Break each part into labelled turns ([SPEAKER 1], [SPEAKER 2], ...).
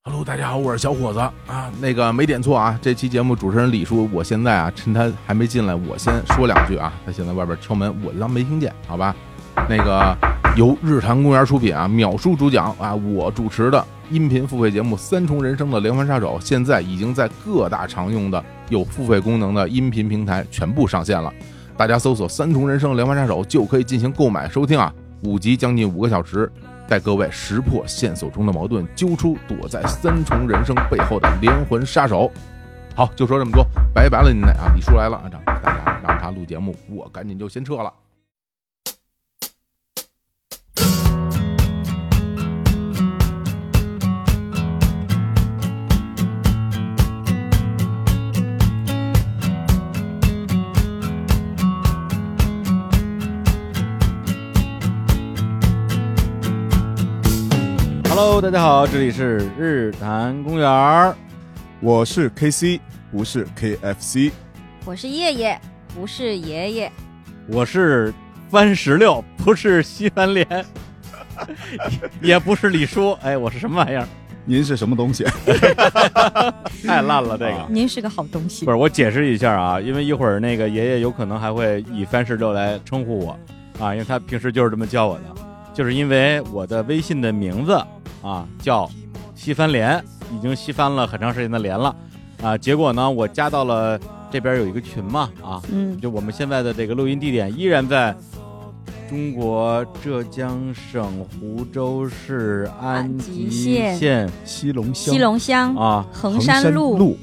[SPEAKER 1] Hello，大家好，我是小伙子啊。那个没点错啊，这期节目主持人李叔，我现在啊，趁他还没进来，我先说两句啊。他现在外边敲门，我就当没听见，好吧？那个由日坛公园出品啊，秒叔主讲啊，我主持的音频付费节目《三重人生的连环杀手》，现在已经在各大常用的有付费功能的音频平台全部上线了。大家搜索“三重人生连环杀手”就可以进行购买收听啊。五集将近五个小时，带各位识破线索中的矛盾，揪出躲在三重人生背后的连环杀手。好，就说这么多，拜拜了您嘞啊！李叔来了啊，让大家让他录节目，我赶紧就先撤了。
[SPEAKER 2] Hello，大家好，这里是日坛公园儿。
[SPEAKER 3] 我是 KC，不是 KFC。
[SPEAKER 4] 我是叶叶，不是爷爷。
[SPEAKER 2] 我是番石榴，不是西番莲， 也也不是李叔，哎，我是什么玩意儿？
[SPEAKER 3] 您是什么 东西？
[SPEAKER 2] 太烂了，这个、
[SPEAKER 3] 啊
[SPEAKER 4] 您是个好东西
[SPEAKER 2] 不。是我解释一下啊，因为一会儿那个爷爷有可能还会以番石榴来称呼我啊，因为他平时就是这么叫我的，就是因为我的微信的名字啊叫西番莲，已经西翻了很长时间的莲了啊，结果呢，我加到了这边有一个群嘛啊，
[SPEAKER 4] 嗯，
[SPEAKER 2] 就我们现在的这个录音地点依然在中国浙江省湖州市安吉
[SPEAKER 4] 安吉
[SPEAKER 2] 县
[SPEAKER 3] 西龙乡
[SPEAKER 4] 西龙乡
[SPEAKER 2] 啊。
[SPEAKER 4] 衡
[SPEAKER 3] 衡
[SPEAKER 4] 山
[SPEAKER 3] 路
[SPEAKER 4] 路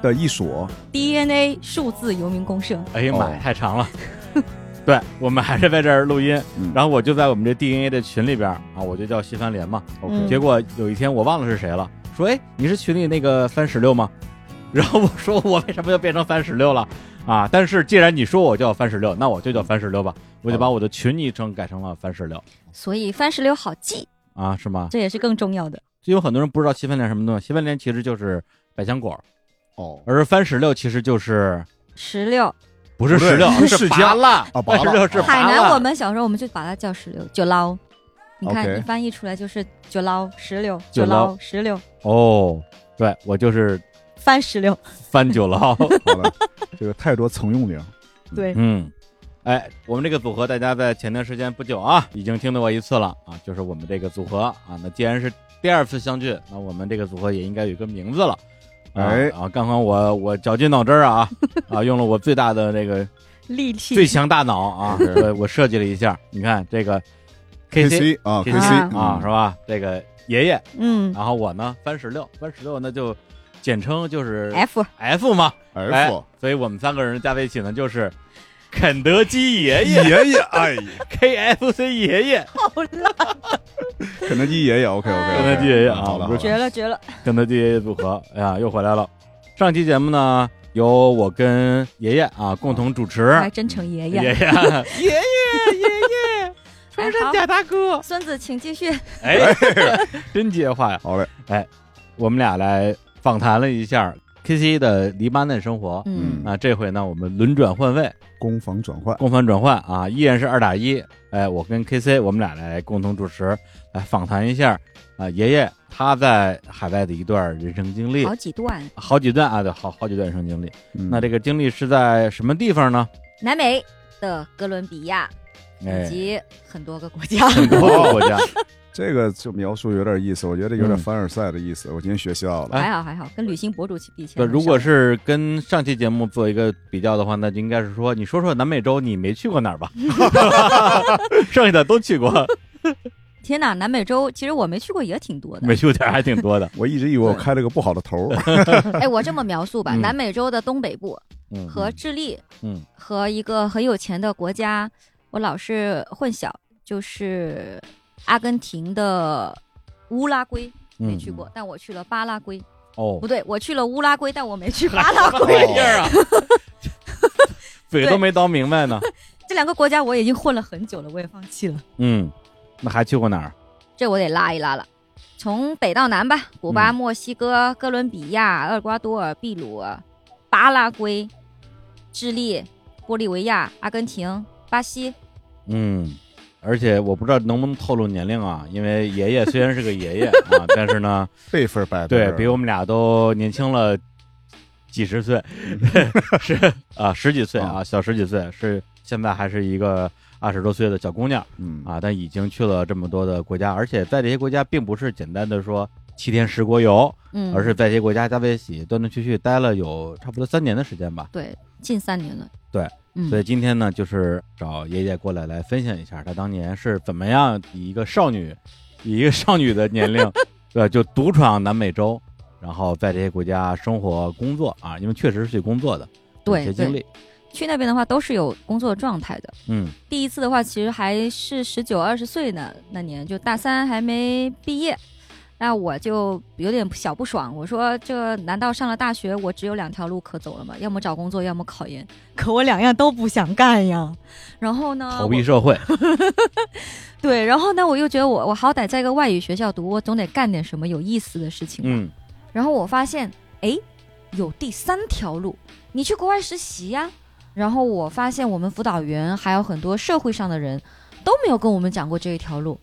[SPEAKER 3] 的一所
[SPEAKER 4] DNA 数字游民公社。
[SPEAKER 2] 哎呀妈，
[SPEAKER 3] 哦
[SPEAKER 2] 呀，太长了。 对，我们还是在这儿录音，
[SPEAKER 3] 嗯
[SPEAKER 2] 然后我就在我们这 DNA 的群里边儿啊，我就叫西番莲嘛。
[SPEAKER 3] OK
[SPEAKER 4] 嗯
[SPEAKER 2] 结果有一天我忘了是谁了，说哎，你是群里那个番石榴吗？ 然后我说我为什么又变成番石榴了啊？但是既然你说我叫番石榴，那我就叫番石榴吧，我就把我的群昵称改成了番石榴
[SPEAKER 4] 所以番石榴好记，
[SPEAKER 2] 啊，是吗？
[SPEAKER 4] 这也是更重要的。
[SPEAKER 2] 就有很多人不知道西番莲什么东西，西番莲其实就是百香果，
[SPEAKER 3] 哦，
[SPEAKER 2] 而番石榴其实就是
[SPEAKER 4] 石榴，
[SPEAKER 2] 不是
[SPEAKER 3] 不对
[SPEAKER 2] 石榴，
[SPEAKER 3] 是
[SPEAKER 2] 是拔蜡
[SPEAKER 3] 啊拔
[SPEAKER 2] 番
[SPEAKER 3] 蜡
[SPEAKER 2] 石榴是
[SPEAKER 4] 海
[SPEAKER 2] 拔
[SPEAKER 4] 南
[SPEAKER 2] 蜡
[SPEAKER 4] 我们小时候我们就把它叫石榴，酒捞。你看
[SPEAKER 3] OK
[SPEAKER 4] 你翻译出来就是酒捞石榴，
[SPEAKER 2] 酒
[SPEAKER 4] 酒
[SPEAKER 2] 捞
[SPEAKER 4] 捞石榴，
[SPEAKER 2] 哦，对我就是
[SPEAKER 4] 番石榴。
[SPEAKER 2] 翻酒了。
[SPEAKER 3] 好了，这个太多曾用龄。
[SPEAKER 4] 对，
[SPEAKER 2] 嗯，哎，我们这个组合，大家在前段时间不久啊，已经听到过一次了啊，就是我们这个组合啊。那既然是第二次相聚，那我们这个组合也应该有一个名字了。啊
[SPEAKER 3] 哎
[SPEAKER 2] 啊，刚刚我我绞尽脑汁儿啊啊，用了我最大的这个
[SPEAKER 4] 力
[SPEAKER 2] 最
[SPEAKER 4] 气。
[SPEAKER 2] 强大脑 啊，我我设计了一下，你看这个 KC
[SPEAKER 3] 啊
[SPEAKER 2] KC
[SPEAKER 3] ，KC
[SPEAKER 2] 啊，是，吧？这个爷爷，
[SPEAKER 4] 嗯
[SPEAKER 2] 然后我呢番石榴，番石榴那就简称就是
[SPEAKER 4] ，F
[SPEAKER 2] F 嘛，
[SPEAKER 3] 嗯
[SPEAKER 2] 哎
[SPEAKER 3] F
[SPEAKER 2] 所以我们三个人加在一起呢，就是肯德基爷 爷
[SPEAKER 3] 爷爷，哎，
[SPEAKER 2] KFC 爷爷，
[SPEAKER 3] 肯德基 爷爷，OK OK，
[SPEAKER 4] 肯
[SPEAKER 2] 德基爷爷啊
[SPEAKER 3] 好了，好
[SPEAKER 2] 不是
[SPEAKER 3] 了
[SPEAKER 4] 绝了绝了。
[SPEAKER 2] 肯德基爷爷组合，哎呀，又回来了。上期节目呢，由我跟爷爷啊共同主持，
[SPEAKER 4] 我还真成爷
[SPEAKER 2] 爷爷哎
[SPEAKER 4] 爷。
[SPEAKER 2] 爷爷 爷爷，
[SPEAKER 4] 穿山甲
[SPEAKER 2] 大哥，
[SPEAKER 4] 孙子，请继续。
[SPEAKER 2] 哎， 真接话呀！哎
[SPEAKER 3] 好嘞，
[SPEAKER 2] 我们俩来访谈了一下 K C 的黎巴嫩生活。
[SPEAKER 4] 嗯，
[SPEAKER 2] 啊，这回呢，我们轮转换位，
[SPEAKER 3] 攻防转换，
[SPEAKER 2] 攻防转换啊，依然是二打一。哎，我跟 K C 我们俩来共同主持，来访谈一下啊，爷爷他在海外的一段人生经历。
[SPEAKER 4] 嗯好几段。
[SPEAKER 2] 好几段啊，对，好好几段人生经历。
[SPEAKER 3] 嗯
[SPEAKER 2] 那这个经历是在什么地方 呢？
[SPEAKER 4] 南美的哥伦比亚以
[SPEAKER 2] 哎，
[SPEAKER 4] 及很多个国家。
[SPEAKER 2] 很多个国家。
[SPEAKER 3] 这个就描述有点意思，我觉得有点
[SPEAKER 2] 嗯
[SPEAKER 3] 凡尔赛的意思，我今天学校 了。
[SPEAKER 2] 哎
[SPEAKER 4] 还好还好，跟旅行博主比起
[SPEAKER 2] 对，
[SPEAKER 4] 来。
[SPEAKER 2] 如果是跟上期节目做一个比较的话，那就应该是说，你说说南美洲你没去过哪儿吧？ 剩下的都去过，
[SPEAKER 4] 天哪，南美洲其实我没去过也挺多的。
[SPEAKER 2] 没去过点儿还挺多的。
[SPEAKER 3] 我一直以为我开了个不好的头，
[SPEAKER 4] 哎，我这么描述吧，
[SPEAKER 2] 嗯
[SPEAKER 4] 南美洲的东北部
[SPEAKER 2] 嗯，
[SPEAKER 4] 和智利，
[SPEAKER 2] 嗯，
[SPEAKER 4] 和一个很有钱的国家，我老是混淆，就是阿根廷的乌拉圭
[SPEAKER 2] 嗯
[SPEAKER 4] 没去过，但我去了巴拉圭，
[SPEAKER 2] 哦
[SPEAKER 4] 不，对，我去了乌拉圭，但我没去巴拉圭。
[SPEAKER 2] 玩意儿啊， 嘴都没叨明白呢。
[SPEAKER 4] 这两个国家我已经混了很久了，我也放弃了，
[SPEAKER 2] 嗯，那还去过哪儿？
[SPEAKER 4] 这我得拉一拉了。从北到南吧，古巴、
[SPEAKER 2] 嗯
[SPEAKER 4] 墨西哥、哥伦比亚、厄瓜多尔、秘鲁、巴拉圭、智利、玻利维亚、阿根廷、巴西，
[SPEAKER 2] 嗯，而且我不知道能不能透露年龄啊，因为爷爷虽然是个爷爷啊，但是呢，
[SPEAKER 3] 辈分摆在
[SPEAKER 2] 啊
[SPEAKER 3] 这
[SPEAKER 2] 对
[SPEAKER 3] 儿
[SPEAKER 2] 比我们俩都年轻了几十岁，是啊十几岁啊，小十几岁，是现在还是一个二十多岁的小姑娘
[SPEAKER 3] 嗯
[SPEAKER 2] 啊，但已经去了这么多的国家，而且在这些国家并不是简单的说七天十国游，
[SPEAKER 4] 嗯，
[SPEAKER 2] 而是在这些国家加在一起断断续续待了有差不多三年的时间吧。
[SPEAKER 4] 对近三年了，
[SPEAKER 2] 对，
[SPEAKER 4] 嗯，
[SPEAKER 2] 所以今天呢，就是找爷爷过来来分享一下她当年是怎么样以一个少女，以一个少女的年 龄，对吧，就独闯南美洲，然后在这些国家生活、工作啊，因为确实是去工作的，有
[SPEAKER 4] 对
[SPEAKER 2] 一些经
[SPEAKER 4] 对
[SPEAKER 2] 历，
[SPEAKER 4] 去那边的话都是有工作状态的。
[SPEAKER 2] 嗯
[SPEAKER 4] 第一次的话，其实还是十九二十岁呢，那年就大三还没毕业，那我就有点小不爽。我说这难道上了大学我只有两条路可走了吗？要么找工作，要么考研。可我两样都不想干呀。然后呢，
[SPEAKER 2] 逃
[SPEAKER 4] 啊我
[SPEAKER 2] 避社会，
[SPEAKER 4] 对，然后呢，我又觉得我我好歹在一个外语学校读，我总得干点什么有意思的事情吧。
[SPEAKER 2] 嗯
[SPEAKER 4] 然后我发现，哎，有第三条路，你去国外实习呀、然后我发现我们辅导员还有很多社会上的人都没有跟我们讲过这一条路。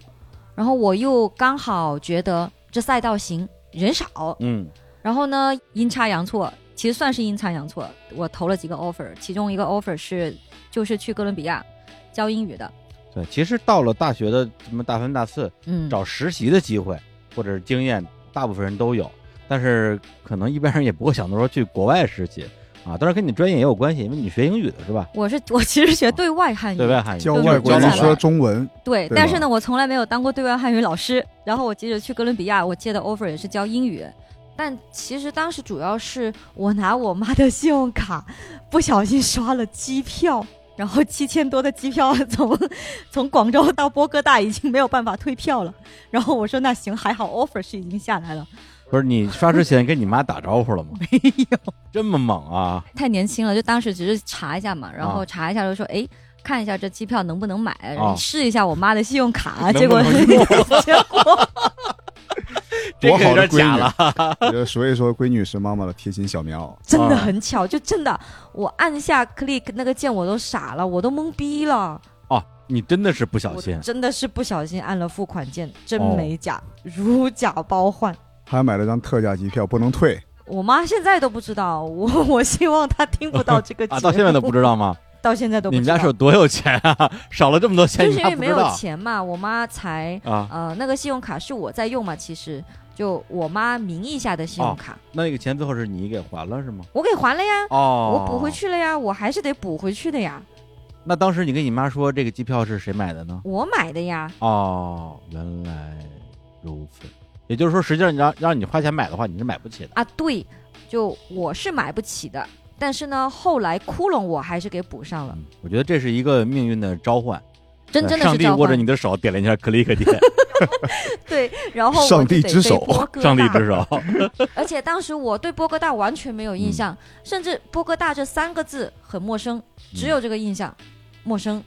[SPEAKER 4] 然后我又刚好觉得这赛道行，人少，
[SPEAKER 2] 嗯
[SPEAKER 4] 然后呢，阴差阳错，其实算是阴差阳错，我投了几个 offer，其中一个 offer 是就是去哥伦比亚教英语的，
[SPEAKER 2] 对，其实到了大学的什么大三、大四，
[SPEAKER 4] 嗯，
[SPEAKER 2] 找实习的机会或者是经验，大部分人都有，但是可能一般人也不会想到说去国外实习啊，当然跟你专业也有关系，因为你学英语的是吧？
[SPEAKER 4] 我是 我其实学对哎外汉语，
[SPEAKER 2] 对外汉语
[SPEAKER 3] 教
[SPEAKER 4] 就是
[SPEAKER 3] 外国人
[SPEAKER 4] 教
[SPEAKER 3] 说中文，
[SPEAKER 4] 对，
[SPEAKER 3] 对
[SPEAKER 4] 但
[SPEAKER 3] 吧
[SPEAKER 4] 是呢，我从来没有当过对外汉语老师。然后我接着去哥伦比亚，我接的 offer 也是教英语，但其实当时主要是我拿我妈的信用卡不小心刷了机票，然后七千多的机票从从广州到波哥大已经没有办法退票了。然后我说那行，还好 offer 是已经下来了，
[SPEAKER 2] 不是你刷之前跟你妈打招呼了吗？
[SPEAKER 4] 没有。
[SPEAKER 2] 这么猛啊！
[SPEAKER 4] 太年轻了，就当时只是查一下嘛，然后
[SPEAKER 2] 啊
[SPEAKER 4] 查一下就说，哎，看一下这机票能不能买，
[SPEAKER 2] 啊
[SPEAKER 4] 试一下我妈的信用 卡，
[SPEAKER 2] 能不
[SPEAKER 4] 结果
[SPEAKER 2] 能
[SPEAKER 4] 结果
[SPEAKER 2] 这
[SPEAKER 3] 多
[SPEAKER 2] 个有
[SPEAKER 3] 好
[SPEAKER 2] 点
[SPEAKER 3] 的闺
[SPEAKER 2] 假
[SPEAKER 3] 女
[SPEAKER 2] 了，
[SPEAKER 3] 我觉得 所以说闺女是妈妈的贴心小棉袄。
[SPEAKER 4] 真的
[SPEAKER 2] 啊
[SPEAKER 4] 很巧，就真的我按下 click 那个键我都傻了，我都懵逼了，
[SPEAKER 2] 哦，你真的是不小
[SPEAKER 4] 我
[SPEAKER 2] 心，
[SPEAKER 4] 真的是不小心按了付款键，真
[SPEAKER 2] 哦
[SPEAKER 4] 没假，如假包换。
[SPEAKER 3] 还买了张特价机票，不 能退。
[SPEAKER 4] 我妈现在都不知道，我 我希望她听 不到这个节目
[SPEAKER 2] 啊，到现在都不知道吗？
[SPEAKER 4] 到现在都不
[SPEAKER 2] 你
[SPEAKER 4] 知
[SPEAKER 2] 们
[SPEAKER 4] 道。
[SPEAKER 2] 家是有多有钱啊？ 少了这么多钱，
[SPEAKER 4] 就
[SPEAKER 2] 你
[SPEAKER 4] 是因
[SPEAKER 2] 还
[SPEAKER 4] 为
[SPEAKER 2] 不
[SPEAKER 4] 没
[SPEAKER 2] 知
[SPEAKER 4] 有
[SPEAKER 2] 道
[SPEAKER 4] 钱嘛，我妈才
[SPEAKER 2] 啊？
[SPEAKER 4] 呃，那个信用卡是我在用嘛，其实就我妈名义下的信
[SPEAKER 2] 哦
[SPEAKER 4] 用卡，
[SPEAKER 2] 那个钱最后是你给还了是吗？
[SPEAKER 4] 我给还了呀，
[SPEAKER 2] 哦，
[SPEAKER 4] 我补回。去了呀，我还是得补回去的呀，
[SPEAKER 2] 那当时你跟你妈说这个机票是谁买的呢？
[SPEAKER 4] 我买的呀，
[SPEAKER 2] 哦，原来如此。也就是说，实际上你让让你花钱买的话，你是买不起的。
[SPEAKER 4] 啊，对，就我是买不起的，但是呢，后来窟窿我还是给补上了，
[SPEAKER 2] 嗯，我觉得这是一个命运的召唤，
[SPEAKER 4] 真真的
[SPEAKER 2] 上
[SPEAKER 4] 是
[SPEAKER 2] 帝
[SPEAKER 4] 召
[SPEAKER 2] 握着你
[SPEAKER 4] 唤，
[SPEAKER 2] 的手点了一下 click 键，
[SPEAKER 4] 对，然后我
[SPEAKER 3] 上
[SPEAKER 4] 就
[SPEAKER 3] 帝
[SPEAKER 4] 得
[SPEAKER 3] 之
[SPEAKER 4] 飞
[SPEAKER 3] 手
[SPEAKER 4] 波哥
[SPEAKER 2] 上帝
[SPEAKER 4] 大
[SPEAKER 2] 之手。
[SPEAKER 4] 而且当时我对波哥大完全没有
[SPEAKER 2] 嗯
[SPEAKER 4] 印象，甚至波哥大这三个字很陌生，
[SPEAKER 2] 嗯
[SPEAKER 4] 只有这个印象，陌生，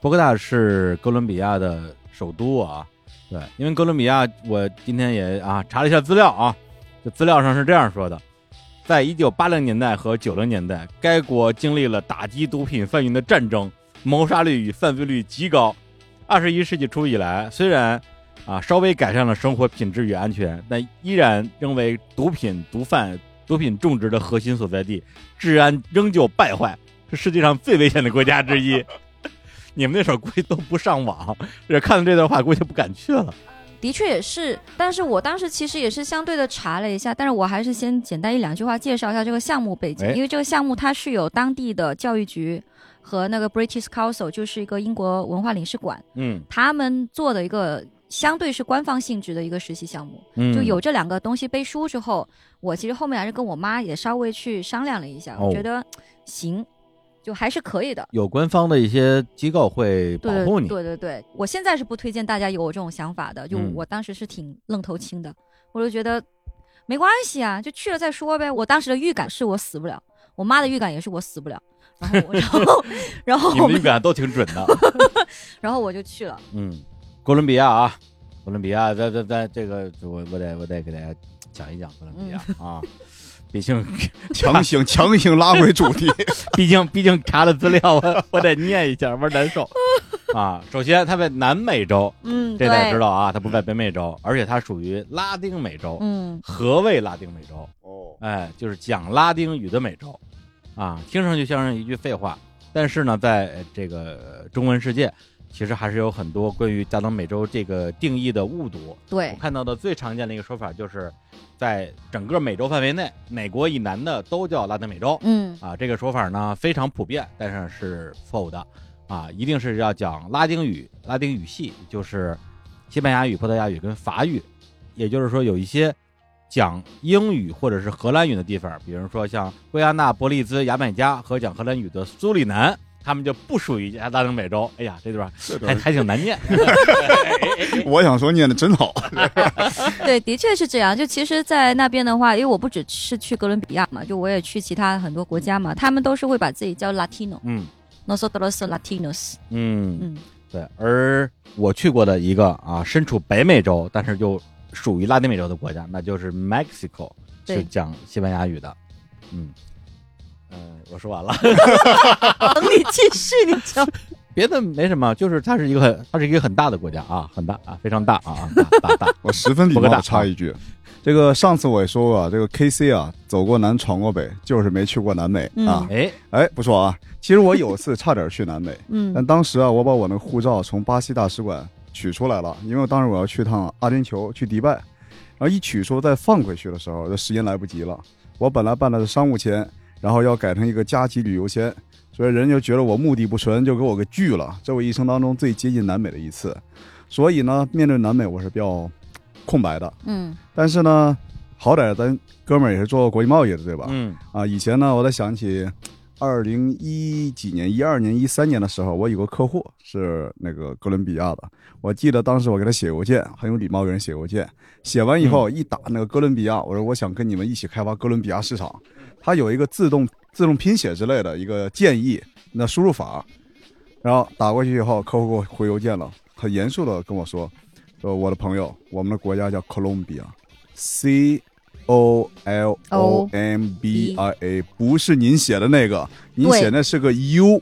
[SPEAKER 2] 波哥大是哥伦比亚的首都啊，对，因为哥伦比亚，我今天也啊查了一下资料啊，这资料上是这样说的，在一九八零年代和九零年代，该国经历了打击毒品贩运的战争，谋杀率与犯罪率极高。二十一世纪初以来，虽然啊稍微改善了生活品质与安全，但依然仍为毒品、毒贩、毒品种植的核心所在地，治安仍旧败坏，是世界上最危险的国家之一。 你们那时候估计都不上网，这看了这段话估计不敢去了。
[SPEAKER 4] 的确也是，但是我当时其实也是相对的查了一下，但是我还是先简单一两句话介绍一下这个项目背景，
[SPEAKER 2] 哎
[SPEAKER 4] 因为这个项目它是有当地的教育局和那个 British Council，就是一个英国文化领事馆，
[SPEAKER 2] 嗯
[SPEAKER 4] 他们做的一个相对是官方性质的一个实习项目。
[SPEAKER 2] 嗯
[SPEAKER 4] 就有这两个东西背书之后，我其实后面还是跟我妈也稍微去商量了一下，
[SPEAKER 2] 哦
[SPEAKER 4] 我觉得行，就还是可以的。
[SPEAKER 2] 有官方的一些机构会保
[SPEAKER 4] 对
[SPEAKER 2] 护你，
[SPEAKER 4] 对对对，我现在是不推荐大家有我这种想法的，就
[SPEAKER 2] 嗯
[SPEAKER 4] 我当时是挺愣头青的，我就觉得没关系啊，就去了再说呗。我当时的预感是我死不了，我妈的预感也是我死不了。然后我， 然后，然后
[SPEAKER 2] 你
[SPEAKER 4] 我
[SPEAKER 2] 们预
[SPEAKER 4] 们，
[SPEAKER 2] 感都挺准 的。
[SPEAKER 4] 然后我就去了。
[SPEAKER 2] 嗯，哥伦比亚啊，哥伦比亚，在在在这个我我得我得给大家讲一讲哥伦比亚、
[SPEAKER 4] 嗯
[SPEAKER 2] 啊，毕竟
[SPEAKER 3] 强行强行拉回主题，
[SPEAKER 2] 毕竟毕竟查了资料，我我得念一下，玩难受。啊。首先，它在南美洲，
[SPEAKER 4] 嗯，
[SPEAKER 2] 这
[SPEAKER 4] 对，
[SPEAKER 2] 得知道啊，它不在北美洲，而且它属于拉丁美洲。
[SPEAKER 4] 嗯，
[SPEAKER 2] 何谓拉丁美洲？
[SPEAKER 3] 哦，
[SPEAKER 2] 哎，就是讲拉丁语的美洲，啊，听上去像是一句废话，但是呢，在呃这个呃中文世界，其实还是有很多关于加当美洲这个定义的误读。我
[SPEAKER 4] 对，
[SPEAKER 2] 看到的最常见的一个说法就是，在整个美洲范围内，哪国以南的都叫拉丁美洲
[SPEAKER 4] 嗯，
[SPEAKER 2] 啊。这个说法呢非常普遍，但是是错误的啊，一定是要讲拉丁语，拉丁语系就是西班牙语、葡萄牙语跟法语，也就是说有一些讲英语或者是荷兰语的地方，比如说像圭亚那、伯利兹、牙买加和讲荷兰语的苏里南。他们就不属于拉丁美洲。哎呀，这段
[SPEAKER 3] 这
[SPEAKER 2] 还
[SPEAKER 3] 段
[SPEAKER 2] 还挺难念。
[SPEAKER 3] 我想说念的真好。
[SPEAKER 4] 对，的确是这样。就其实，在那边的话，因为我不只是去哥伦比亚嘛，就我也去其他很多国家嘛，他们都是会把自己叫 Latino，
[SPEAKER 2] 嗯
[SPEAKER 4] nosotros Latinos，
[SPEAKER 2] 嗯
[SPEAKER 4] 嗯，
[SPEAKER 2] 对，而我去过的一个啊，身处北美洲，但是又属于拉丁美洲的国家，那就是 Mexico，
[SPEAKER 4] 对
[SPEAKER 2] 是讲西班牙语的。嗯，呃，我说完了， 哦
[SPEAKER 4] 等 你继续，你讲。
[SPEAKER 2] 别的没什么，就是它是一个很，它是一个很大的国家啊，很大啊，非常大啊，大大 大。
[SPEAKER 3] 我十分礼
[SPEAKER 2] 博格
[SPEAKER 3] 貌
[SPEAKER 2] 大
[SPEAKER 3] 的插 一句，这个上次我也说过啊，这个 K C 啊，走过南闯过北，就是没去过南美啊
[SPEAKER 4] 嗯。
[SPEAKER 2] 哎，
[SPEAKER 3] 哎，不错啊，其实我有次差点去南美，
[SPEAKER 4] 嗯
[SPEAKER 3] 但当时啊，我把我那个护照从巴西大使馆取出来了，因为我当时我要去趟阿联酋，去迪拜，然后一取出再放回去的时候，这时间来不及了。我本来办的是商务签，然后要改成一个加急旅游签，所以人就觉得我目的不纯，就给我给拒了。这我一生当中最接近南美的一次，所以呢，面对南美我是比较空白的。
[SPEAKER 4] 嗯
[SPEAKER 3] 但是呢，好歹咱哥们儿也是做国际贸易的，对吧？
[SPEAKER 2] 嗯
[SPEAKER 3] 啊，以前呢，我在想起二零一几年、一二年、一三年的时候，我有个客户是那个哥伦比亚的，我记得当时我给他写邮件，很有礼貌给人写邮件，写完以后一打那个哥伦比亚，我说我想跟你们一起开发哥伦比亚市场，它有一个自动自动拼写之类的一个建议，那输入法，然后打过去以后，客户给我回邮件了，很严肃的跟我说，说我的朋友，我们的国家叫哥伦比亚，C。O L O M B I A，不是您写的那个，您
[SPEAKER 4] 对
[SPEAKER 3] 写那是个 U。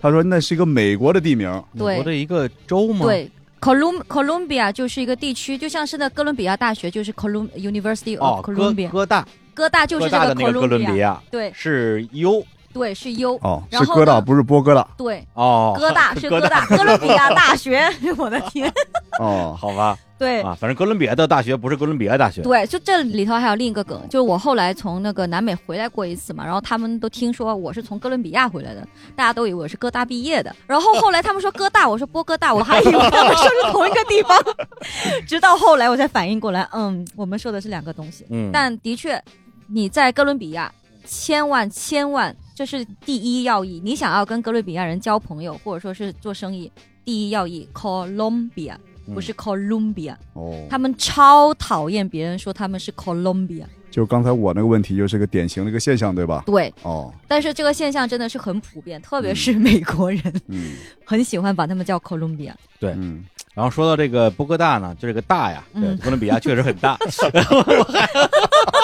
[SPEAKER 3] 他说那是一个美国的地名，
[SPEAKER 2] 美
[SPEAKER 4] 对
[SPEAKER 2] 国的一个州吗？，
[SPEAKER 4] 对。Colum Columbia 就是一个地区，就像是那哥伦比亚大学就是 Colum University
[SPEAKER 2] 哦，
[SPEAKER 4] of
[SPEAKER 2] 哥
[SPEAKER 4] Columbia，
[SPEAKER 2] 哥大，
[SPEAKER 4] 哥大就是
[SPEAKER 2] 哥
[SPEAKER 4] 这
[SPEAKER 2] 大的那个哥伦比
[SPEAKER 4] Columbia，
[SPEAKER 2] 亚
[SPEAKER 4] 对
[SPEAKER 2] 是 U
[SPEAKER 4] 对是 U，
[SPEAKER 3] 哦，
[SPEAKER 4] 然
[SPEAKER 3] 是
[SPEAKER 4] 后
[SPEAKER 3] 哥大，
[SPEAKER 4] 呢
[SPEAKER 3] 不是波哥大
[SPEAKER 4] 对
[SPEAKER 2] 哦，
[SPEAKER 4] 哥大是
[SPEAKER 2] 哥
[SPEAKER 4] 哥大，哥伦比亚大学， 我的 天，
[SPEAKER 3] 哦。
[SPEAKER 2] 好吧
[SPEAKER 4] 对
[SPEAKER 2] 啊，反正哥伦比亚的大学不是哥伦比亚大学。
[SPEAKER 4] 对，就这里头还有另一个梗，就是我后来从那个南美回来过一次嘛，然后他们都听说我是从哥伦比亚回来的，大家都以为我是哥大毕业的，然后后来他们说哥大，我说波哥大，我还以为他们说是同一个地方， 直到后来我才反应过来，嗯，我们说的是两个东西，
[SPEAKER 2] 嗯，
[SPEAKER 4] 但的确你在哥伦比亚，千万千万这是第一要义，你想要跟哥伦比亚人交朋友或者说是做生意，第一要义 Colombia
[SPEAKER 2] 嗯
[SPEAKER 4] 不是 Columbia。
[SPEAKER 3] 哦，
[SPEAKER 4] 他们超讨厌别人说他们是 Colombia。
[SPEAKER 3] 就刚才我那个问题，就是个典型的一个现象，对吧？
[SPEAKER 4] 对，
[SPEAKER 3] 哦，
[SPEAKER 4] 但是这个现象真的是很普遍，特别是美国人、
[SPEAKER 3] 嗯
[SPEAKER 4] 很喜欢把他们叫 Colombia。
[SPEAKER 3] 嗯，
[SPEAKER 2] 然后说到这个波哥大呢，就这个大呀，对，
[SPEAKER 4] 嗯
[SPEAKER 2] 哥伦比亚确实很 大。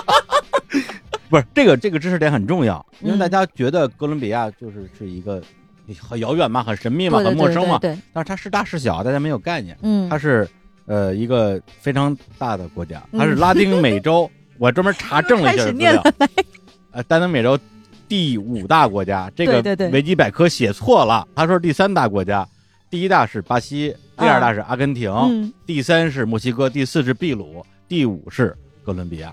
[SPEAKER 2] 不是这个这个知识点很重要，因为
[SPEAKER 4] 嗯
[SPEAKER 2] 大家觉得哥伦比亚就是是一个很遥远嘛，很神秘嘛，
[SPEAKER 4] 对对
[SPEAKER 2] 很陌生嘛，
[SPEAKER 4] 对对对，
[SPEAKER 2] 但是它是大是小，大家没有概念。它
[SPEAKER 4] 嗯，
[SPEAKER 2] 是呃一个非常大的国家，
[SPEAKER 4] 嗯
[SPEAKER 2] 它是拉丁美 洲，我专门查证了一下资
[SPEAKER 4] 又开始念
[SPEAKER 2] 料，呃，拉丁美洲第五大国家，这
[SPEAKER 4] 对
[SPEAKER 2] 个
[SPEAKER 4] 对对
[SPEAKER 2] 维基百科写错了，他说是第三大国家，第一大是巴西，第二大是阿根廷，
[SPEAKER 4] 嗯，
[SPEAKER 2] 第三是墨西哥，第四是秘鲁，第五是哥伦比亚，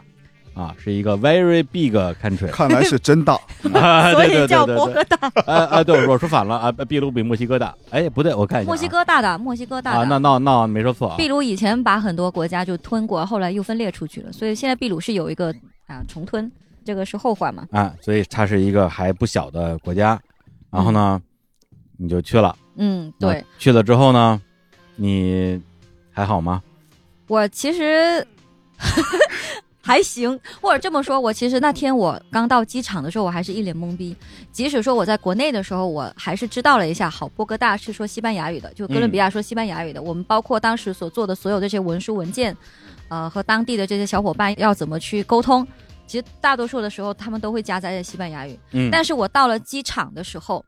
[SPEAKER 2] 啊，是一个 very big country，
[SPEAKER 3] 看来是真大。
[SPEAKER 2] 啊，
[SPEAKER 4] 所
[SPEAKER 2] 对对
[SPEAKER 4] 以
[SPEAKER 2] 对
[SPEAKER 4] 叫
[SPEAKER 2] 对
[SPEAKER 4] 波
[SPEAKER 2] 对，
[SPEAKER 4] 哥大。
[SPEAKER 2] 啊啊，对，我说反了啊，秘鲁比墨西哥大，哎，不对，我看一下啊，
[SPEAKER 4] 墨西哥大的，墨西哥
[SPEAKER 2] 啊，
[SPEAKER 4] 大
[SPEAKER 2] 那
[SPEAKER 4] 的。
[SPEAKER 2] 那那没说错啊
[SPEAKER 4] 秘，鲁以前把很多国家就吞过，后来又分裂出去了，所以现在秘鲁是有一个啊重吞，这个是后话嘛。
[SPEAKER 2] 啊，所以它是一个还不小的国家，然后呢，你就去了，
[SPEAKER 4] 嗯，对
[SPEAKER 2] 啊，去了之后呢，你还好吗？
[SPEAKER 4] 我其实 还行，或者这么说，我其实那天我刚到机场的时候，我还是一脸懵逼。即使说我在国内的时候，我还是知道了一下，好，波哥大是说西班牙语的，就哥伦比亚说西班牙语的。我们包括当时所做的所有这些文书文件，呃，和当地的这些小伙伴要怎么去沟通，其实大多数的时候他们都会夹杂着西班牙语。
[SPEAKER 2] 嗯
[SPEAKER 4] 但是我到了机场的时候，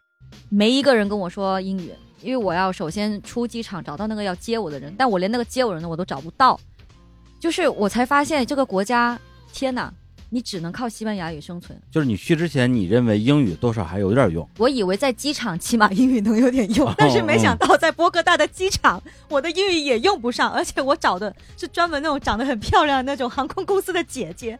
[SPEAKER 4] 没一个人跟我说英语，因为我要首先出机场找到那个要接我的人，但我连那个接我人的我都找不到，就是我才发现这个国家，天哪，你只能靠西班牙语生存。
[SPEAKER 2] 就是你去之前，你认为英语多少还有点用，
[SPEAKER 4] 我以为在机场起码英语能有点用
[SPEAKER 2] 哦，
[SPEAKER 4] 但是没想到在波哥大的机场，我的英语也用不上，而且我找的是专门那种长得很漂亮的那种航空公司的姐姐。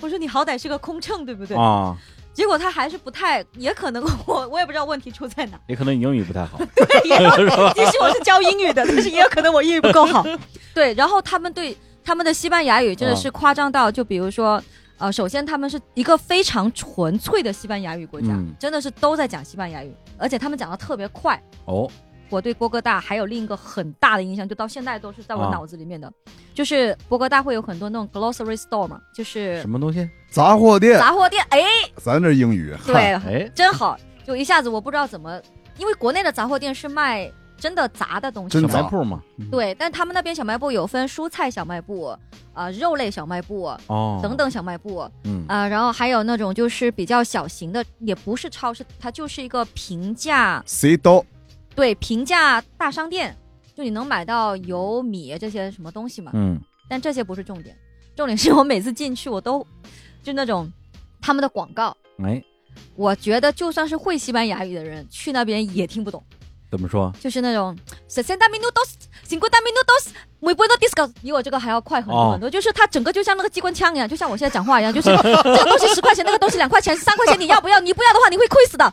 [SPEAKER 4] 我说你好歹是个空乘，对不对？
[SPEAKER 2] 啊，
[SPEAKER 4] 结果他还是不太，也可能我我也不知道问题出在哪。
[SPEAKER 2] 也可能你英语不太 好，
[SPEAKER 4] 也有
[SPEAKER 2] 是吧？
[SPEAKER 4] 即使我是教英语的，但是也有可能我英语不够 好。 对，然后他们对他们的西班牙语真的是夸张到，就比如说，呃，首先他们是一个非常纯粹的西班牙语国家，
[SPEAKER 2] 嗯
[SPEAKER 4] 真的是都在讲西班牙语，而且他们讲的特别快。
[SPEAKER 2] 哦，
[SPEAKER 4] 我对波哥大还有另一个很大的印象，就到现在都是在我
[SPEAKER 2] 啊
[SPEAKER 4] 脑子里面的，就是波哥大会有很多那种 glossary store 嘛，就是
[SPEAKER 2] 什么东西？
[SPEAKER 3] 杂货店，
[SPEAKER 4] 杂货 店，哎，
[SPEAKER 3] 咱这英语，
[SPEAKER 4] 对，
[SPEAKER 2] 哎，
[SPEAKER 4] 真好，就一下子我不知道怎么，因为国内的杂货店是卖真的杂的东西
[SPEAKER 3] 真
[SPEAKER 2] 小
[SPEAKER 4] 的，
[SPEAKER 3] 杂
[SPEAKER 2] 卖铺嘛，
[SPEAKER 4] 对，但他们那边小卖部有分蔬菜小卖部，啊、肉类小卖部
[SPEAKER 2] 哦，
[SPEAKER 4] 等，等小卖部啊、
[SPEAKER 2] 嗯，
[SPEAKER 4] 然后还有那种就是比较小型的，也不是超市，它就是一个平价，
[SPEAKER 3] 谁刀
[SPEAKER 4] 对，平价大商店，就你能买到油米这些什么东西嘛。
[SPEAKER 2] 嗯，
[SPEAKER 4] 但这些不是重点，重点是我每次进去我都就那种他们的广告，
[SPEAKER 2] 哎，
[SPEAKER 4] 我觉得就算是会西班牙语的人去那边也听不懂。
[SPEAKER 2] 怎么说？
[SPEAKER 4] 就是那种 sesenta minutos, cincuenta minutos, muy bueno disco，比我这个还要快很
[SPEAKER 2] 哦
[SPEAKER 4] 多很多。就是它整个就像那个机关枪一样，就像我现在讲话一样，就是这个东西十块钱，那个东西两块钱，三块钱你要不要？你不要的话你会亏死的。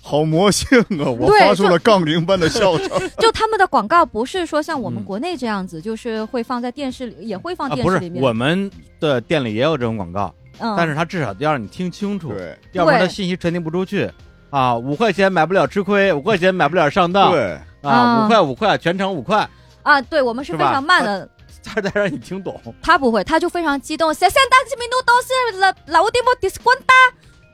[SPEAKER 3] 好魔性啊！我
[SPEAKER 4] 对
[SPEAKER 3] 发出
[SPEAKER 4] 就
[SPEAKER 3] 了杠铃般的笑声。
[SPEAKER 4] 就他们的广告不是说像我们
[SPEAKER 2] 嗯
[SPEAKER 4] 国内这样子，就是会放在电视里，也会放
[SPEAKER 2] 啊，
[SPEAKER 4] 电
[SPEAKER 2] 不
[SPEAKER 4] 视
[SPEAKER 2] 是
[SPEAKER 4] 里，面。
[SPEAKER 2] 我们的店里也有这种广告，
[SPEAKER 4] 嗯，
[SPEAKER 2] 但是它至少要让你听清楚，
[SPEAKER 3] 对
[SPEAKER 2] 要不然它
[SPEAKER 4] 对
[SPEAKER 2] 信息传递不出去。啊，五块钱买不了吃亏，五块钱买不了上当。
[SPEAKER 3] 对，
[SPEAKER 2] 啊，
[SPEAKER 4] 啊
[SPEAKER 2] 五块五块，全程五块，
[SPEAKER 4] 啊，对我们是
[SPEAKER 2] 是
[SPEAKER 4] 非
[SPEAKER 2] 吧
[SPEAKER 4] 常慢的。
[SPEAKER 2] 他再让你听懂。
[SPEAKER 4] 他不会，他就非常激动，sesenta minutos, la la última discuenta。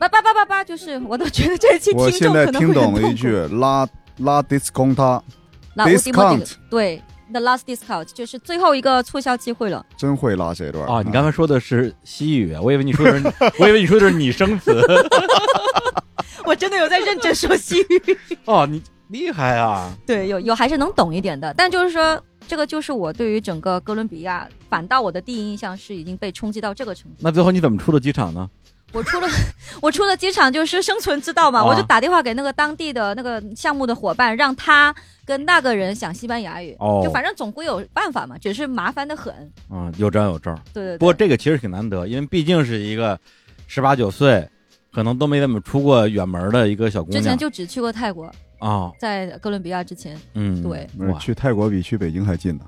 [SPEAKER 4] 叭叭叭叭叭，就是我都觉得这期
[SPEAKER 3] 我
[SPEAKER 4] 听
[SPEAKER 3] 现
[SPEAKER 4] 众
[SPEAKER 3] 在
[SPEAKER 4] 可能
[SPEAKER 3] 听
[SPEAKER 4] 会
[SPEAKER 3] 懂
[SPEAKER 4] 很
[SPEAKER 3] 了一
[SPEAKER 4] 痛苦
[SPEAKER 3] 句。拉拉 disconta，
[SPEAKER 4] 那乌迪莫
[SPEAKER 3] Discount
[SPEAKER 4] 迪对，the last discount 就是最后一个促销机会了。
[SPEAKER 3] 真会拉这段
[SPEAKER 2] 啊，你刚才说的是西语，啊我以为你说的是，我以为你说的是拟声词。
[SPEAKER 4] 我真的有在认真说西语，
[SPEAKER 2] 哦，你厉害啊！
[SPEAKER 4] 对，有有还是能懂一点的，但就是说。这个就是我对于整个哥伦比亚，反倒我的第一印象是已经被冲击到这个程度。
[SPEAKER 2] 那最后你怎么出的机场呢？
[SPEAKER 4] 我出了， 我出了机场就是生存之道嘛，
[SPEAKER 2] 啊
[SPEAKER 4] 我就打电话给那个当地的那个项目的伙伴，让他跟那个人讲西班牙语，
[SPEAKER 2] 哦
[SPEAKER 4] 就反正总归有办法嘛，只是麻烦的很。
[SPEAKER 2] 啊，有章有证。
[SPEAKER 4] 对对对。
[SPEAKER 2] 不过这个其实挺难得，因为毕竟是一个十八九岁，可能都没怎么出过远门的一个小姑
[SPEAKER 4] 之
[SPEAKER 2] 娘
[SPEAKER 4] 前就只去过泰国，
[SPEAKER 2] 啊。
[SPEAKER 4] 在哥伦比亚之前，
[SPEAKER 2] 嗯，
[SPEAKER 4] 对
[SPEAKER 3] 嗯
[SPEAKER 2] 哇，
[SPEAKER 3] 去泰国比去北京还近呢。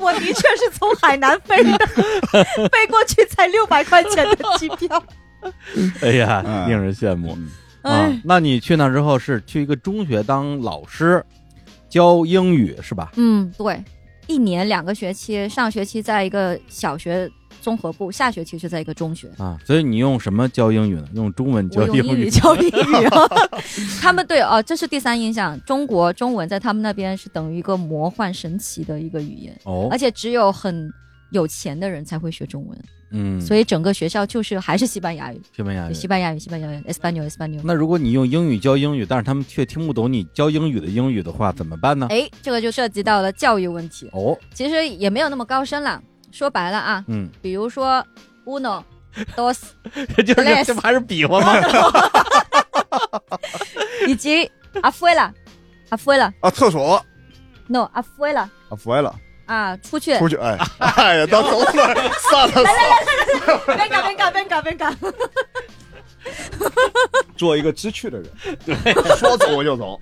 [SPEAKER 4] 我的确是从海南飞 的，飞过去才六百块钱的机票。
[SPEAKER 2] 哎呀，
[SPEAKER 3] 嗯
[SPEAKER 2] 令人羡慕
[SPEAKER 3] 嗯
[SPEAKER 2] 啊
[SPEAKER 4] 哎，！
[SPEAKER 2] 那你去那之后是去一个中学当老师，教英语是吧？
[SPEAKER 4] 嗯，对，一年两个学期，上学期在一个小学综合部，下学期是在一个中学。
[SPEAKER 2] 啊，所以你用什么教英语呢？用中文教
[SPEAKER 4] 我用英
[SPEAKER 2] 语
[SPEAKER 4] 语教英 语啊，他们对哦，这是第三印象。中国中文在他们那边是等于一个魔幻神奇的一个语言，
[SPEAKER 2] 哦
[SPEAKER 4] 而，且只有很有钱的人才会学中文，
[SPEAKER 2] 嗯，哎
[SPEAKER 4] 所
[SPEAKER 2] 以
[SPEAKER 4] 以整个学校就是还是西班牙语，
[SPEAKER 2] 西班牙语。
[SPEAKER 4] 西班牙语，西班牙语，Espanol Espanol。
[SPEAKER 2] 那如果你用英语教英语，但是他们却听不懂你教英语的英语的话，怎么办呢？
[SPEAKER 4] 哎，这个就涉及到了教育问题，
[SPEAKER 2] 哦，
[SPEAKER 4] 其实也没有那么高深了。说白了啊，
[SPEAKER 2] 嗯，
[SPEAKER 4] 比如说 uno dos
[SPEAKER 2] 就是
[SPEAKER 4] Bless
[SPEAKER 2] 这不还是比划吗？
[SPEAKER 4] 以及 afuera afuera
[SPEAKER 3] 啊，厕所
[SPEAKER 4] no afuera
[SPEAKER 3] 啊，歪了，
[SPEAKER 4] 啊，出去。
[SPEAKER 3] 出去， 哎，哎呀，到走哪儿散了散，
[SPEAKER 4] 别搞别搞别搞别搞。
[SPEAKER 3] 做一个知趣的人，对，说走就走。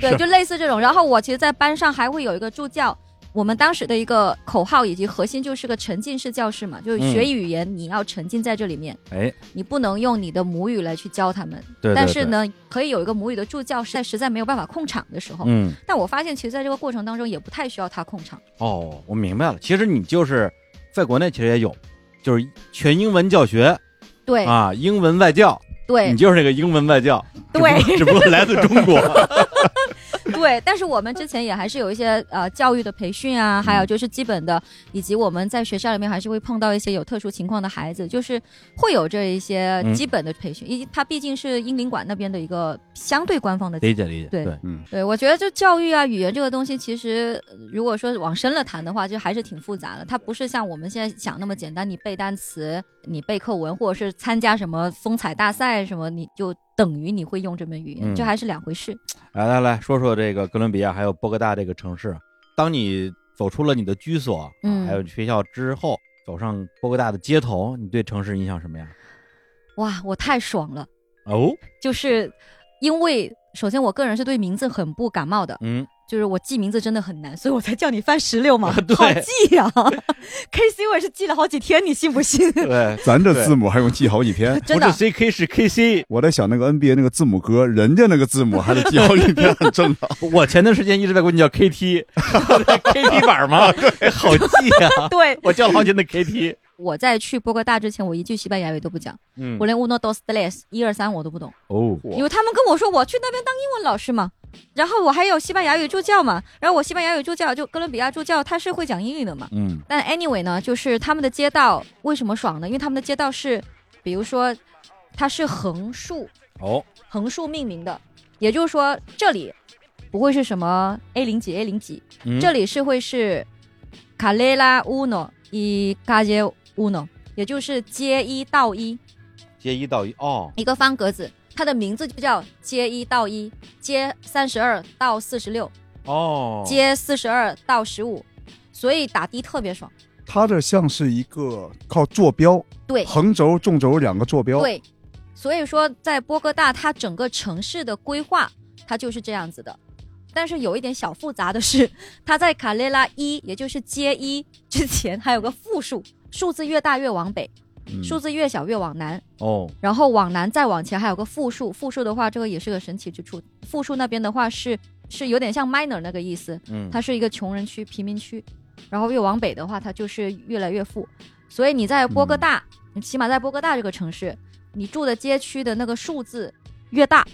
[SPEAKER 4] 对，就类似这种。然后我其实，在班上还会有一个助教。我们当时的一个口号以及核心就是个沉浸式教室嘛，就是学
[SPEAKER 2] 嗯
[SPEAKER 4] 语言你要沉浸在这里面，
[SPEAKER 2] 哎，
[SPEAKER 4] 你不能用你的母语来去教他们。
[SPEAKER 2] 对，对
[SPEAKER 4] 但是，
[SPEAKER 2] 对
[SPEAKER 4] 呢，可以有一个母语的助教，是在实在没有办法控场的时候。
[SPEAKER 2] 嗯，
[SPEAKER 4] 但我发现，其实在这个过程当中，也不太需要他控场。
[SPEAKER 2] 哦，我明白了。其实你就是在国内其实也有，就是全英文教学
[SPEAKER 4] 对、
[SPEAKER 2] 啊，英文外教，
[SPEAKER 4] 对
[SPEAKER 2] 你就是那个英文外教，只不过
[SPEAKER 4] 对
[SPEAKER 2] 只不过来自中国。
[SPEAKER 4] 对，但是我们之前也还是有一些呃教育的培训啊，还有就是基本的，以及我们在学校里面还是会碰到一些有特殊情况的孩子，就是会有这一些
[SPEAKER 2] 嗯
[SPEAKER 4] 基本的培训，因、它毕竟是英领馆那边的一个相对官方的
[SPEAKER 2] 理解理解，
[SPEAKER 4] 对
[SPEAKER 2] 对，
[SPEAKER 3] 嗯，
[SPEAKER 4] 对，我觉得就教育啊、语言这个东西，其实呃如果说往深了谈的话，就还是挺复杂的。它不是像我们现在想那么简单，你背单词、你背课文，或者是参加什么风采大赛什么，你就等于你会用这门语言，
[SPEAKER 2] 嗯
[SPEAKER 4] 这还是两回事。
[SPEAKER 2] 来来来说说这个哥伦比亚还有波哥大这个城市，当你走出了你的居所，啊
[SPEAKER 4] 嗯
[SPEAKER 2] 还有学校之后，走上波哥大的街头，你对城市印象什么呀？
[SPEAKER 4] 哇，我太爽了！
[SPEAKER 2] 哦，
[SPEAKER 4] 就是因为首先我个人是对名字很不感冒的，
[SPEAKER 2] 嗯，
[SPEAKER 4] 就是我记名字真的很难，所以我才叫你翻石榴嘛，
[SPEAKER 2] 对
[SPEAKER 4] 好记呀、K C 我也是记了好几天，你信不 信？。
[SPEAKER 2] 对，
[SPEAKER 3] 咱这
[SPEAKER 2] 对
[SPEAKER 3] 字母还用记好几天
[SPEAKER 4] 真的
[SPEAKER 2] 不是 C K 是 K C。
[SPEAKER 3] 我在想那个 NBA 那个字母哥，人家那个字母还得记好几天，很正 常。
[SPEAKER 2] 我前段时间一直在管你叫 K T，K T 板 嘛，好记啊！
[SPEAKER 4] 对，
[SPEAKER 2] 我叫了好几天的 K T。
[SPEAKER 4] 我在去波哥大之前，我一句西班牙语都不讲，
[SPEAKER 2] 嗯
[SPEAKER 4] 我连 uno dos tres 一二三我都不懂，
[SPEAKER 2] 哦，
[SPEAKER 3] 哇
[SPEAKER 4] 因为他们跟我说我去那边当英文老师嘛，然后我还有西班牙语助教嘛，然后我西班牙语助教就哥伦比亚助教他是会讲英语的嘛，
[SPEAKER 2] 嗯
[SPEAKER 4] 但 anyway 呢，就是他们的街道为什么爽呢？因为他们的街道是，比如说它是横竖
[SPEAKER 2] 哦，
[SPEAKER 4] 横竖命名的，也就是说这里不会是什么 A 零几 A 零几，
[SPEAKER 2] 嗯
[SPEAKER 4] 这里是会是卡雷拉 uno 一卡街 uno，也就是街一到一
[SPEAKER 2] 街一到一哦，
[SPEAKER 4] 一个方格子，它的名字就叫街一到一，街三十二到四十六，
[SPEAKER 2] 哦，
[SPEAKER 4] 街四十二到十五，所以打的特别爽。
[SPEAKER 3] 它这像是一个靠坐标，
[SPEAKER 4] 对
[SPEAKER 3] 横轴、纵轴两个坐标。，
[SPEAKER 4] 对，所以说在波哥大，它整个城市的规划它就是这样子的。但是有一点小复杂的是，它在卡列拉一，也就是街一之前，还有个负数，数字越大越往北，
[SPEAKER 3] 嗯
[SPEAKER 4] 数字越小越往南。
[SPEAKER 2] 哦，
[SPEAKER 4] 然后往南再往前还有个负数，负数的话，这个也是个神奇之处。负数那边的话是是有点像 minor 那个意思，
[SPEAKER 2] 嗯，
[SPEAKER 4] 它是一个穷人区、贫民区，然后越往北的话，它就是越来越富。所以你在波
[SPEAKER 2] 嗯
[SPEAKER 4] 哥大，你起码在波哥大这个城市，你住的街区的那个数字越大，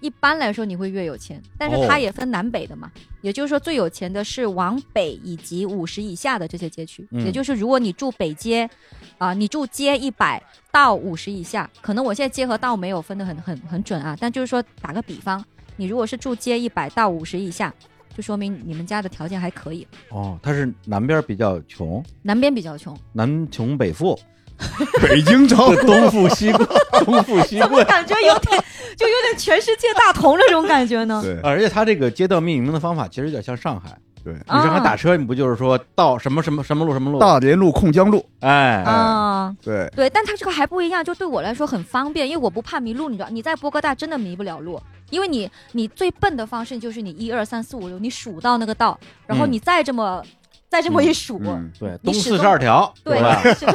[SPEAKER 4] 一般来说你会越有钱。但是它
[SPEAKER 2] 哦
[SPEAKER 4] 也分南北的嘛，也就是说最有钱的是往北以及五十以下的这些街区，
[SPEAKER 2] 嗯
[SPEAKER 4] 也就是如果你住北街，啊、你住街一百到五十以下，可能我现在街和道没有分得很很很准啊，但就是说打个比方，你如果是住街一百到五十以下，就说明你们家的条件还可以，
[SPEAKER 2] 哦，它是南边比较穷，
[SPEAKER 4] 南边比较穷，
[SPEAKER 2] 南穷北富，
[SPEAKER 3] 北京城
[SPEAKER 2] 东富西贵，东富西贵。
[SPEAKER 4] 感觉有点就有点全世界大同那种感觉呢。
[SPEAKER 3] 对，
[SPEAKER 2] 而且它这个街道命名的方法其实有点像上海，你
[SPEAKER 4] 啊
[SPEAKER 2] 上海打车，你不就是说到什么什么什么路什么路？
[SPEAKER 3] 大连路、控江路，
[SPEAKER 2] 哎，
[SPEAKER 4] 啊、
[SPEAKER 3] 对，
[SPEAKER 4] 对，但它这个还不一样，就对我来说很方便，因为我不怕迷路，你知道，你在波哥大真的迷不了路，因为你你最笨的方式就是你一二三四五六，你数到那个道，然后
[SPEAKER 2] 嗯
[SPEAKER 4] 你再这么、再这么一数。
[SPEAKER 3] 嗯，
[SPEAKER 2] 对，
[SPEAKER 4] 你
[SPEAKER 2] 东
[SPEAKER 4] 始
[SPEAKER 2] 四十
[SPEAKER 4] 终
[SPEAKER 2] 二条，
[SPEAKER 4] 对
[SPEAKER 2] 是 吧？，
[SPEAKER 4] 是吧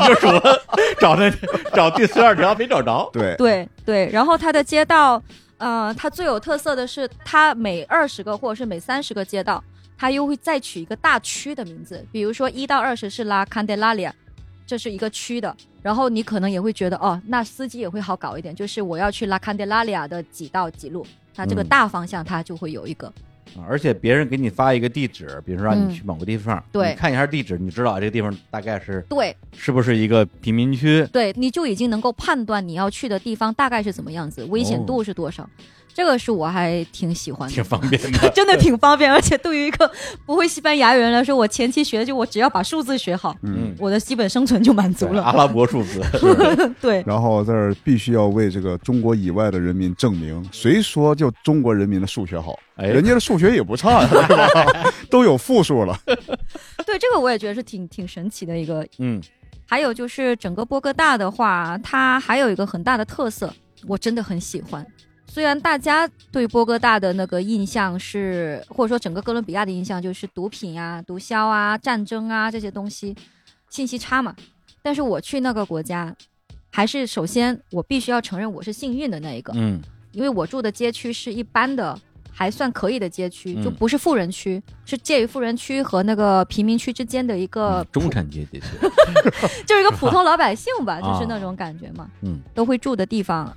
[SPEAKER 2] 你就数找那找第十二条没找着。
[SPEAKER 3] 对，
[SPEAKER 4] 对对，然后它的街道，呃，它最有特色的是，它每二十个或者是每三十个街道，它又会再取一个大区的名字，比如说一到二十是拉 Candelaria，这是一个区的。然后你可能也会觉得，哦，那司机也会好搞一点，就是我要去拉 Candelaria 的几道几路，它这个
[SPEAKER 2] 嗯
[SPEAKER 4] 大方向它就会有一个。
[SPEAKER 2] 啊而且别人给你发一个地址，比如说让
[SPEAKER 4] 嗯
[SPEAKER 2] 你去某个地方，
[SPEAKER 4] 对
[SPEAKER 2] 你看一下地址，你知道这个地方大概是
[SPEAKER 4] 对
[SPEAKER 2] 是不是一个贫民区？
[SPEAKER 4] 对，你就已经能够判断你要去的地方大概是怎么样子，危险
[SPEAKER 2] 哦
[SPEAKER 4] 度是多少，这个是我还挺喜欢的。
[SPEAKER 2] 挺。方便的
[SPEAKER 4] 真的挺方便，而且对于一个不会西班牙语人来说，我前期学就我只要把数字学好，
[SPEAKER 2] 嗯，
[SPEAKER 4] 我的基本生存就满足
[SPEAKER 2] 对啊阿
[SPEAKER 4] 了。
[SPEAKER 2] 拉伯数 字，
[SPEAKER 4] 对
[SPEAKER 3] 然后在这儿必须要为这个中国以外的人民证明，谁说就中国人民的数学好？
[SPEAKER 2] 哎
[SPEAKER 3] 人家的数学也不差呀， 对吧？都有负数了。
[SPEAKER 4] 对，这个我也觉得是挺挺神奇的一个。
[SPEAKER 2] 嗯，
[SPEAKER 4] 还有就是整个波哥大的话，它还有一个很大的特色，我真的很喜欢。虽然大家对波哥大的那个印象是，或者说整个哥伦比亚的印象就是毒品啊、毒枭啊、战争啊这些东西，信息差嘛。但是我去那个国家，还是首先我必须要承认我是幸运的那一个。
[SPEAKER 2] 嗯，
[SPEAKER 4] 因为我住的街区是一般的，还算可以的街区，
[SPEAKER 2] 嗯
[SPEAKER 4] 就不是富人区，是介于富人区和那个贫民区之间的一个
[SPEAKER 2] 嗯中，产阶级，
[SPEAKER 4] 就是一个普通老百姓吧，
[SPEAKER 2] 啊
[SPEAKER 4] 就是那种感觉嘛，
[SPEAKER 2] 嗯，
[SPEAKER 4] 都会住的地方。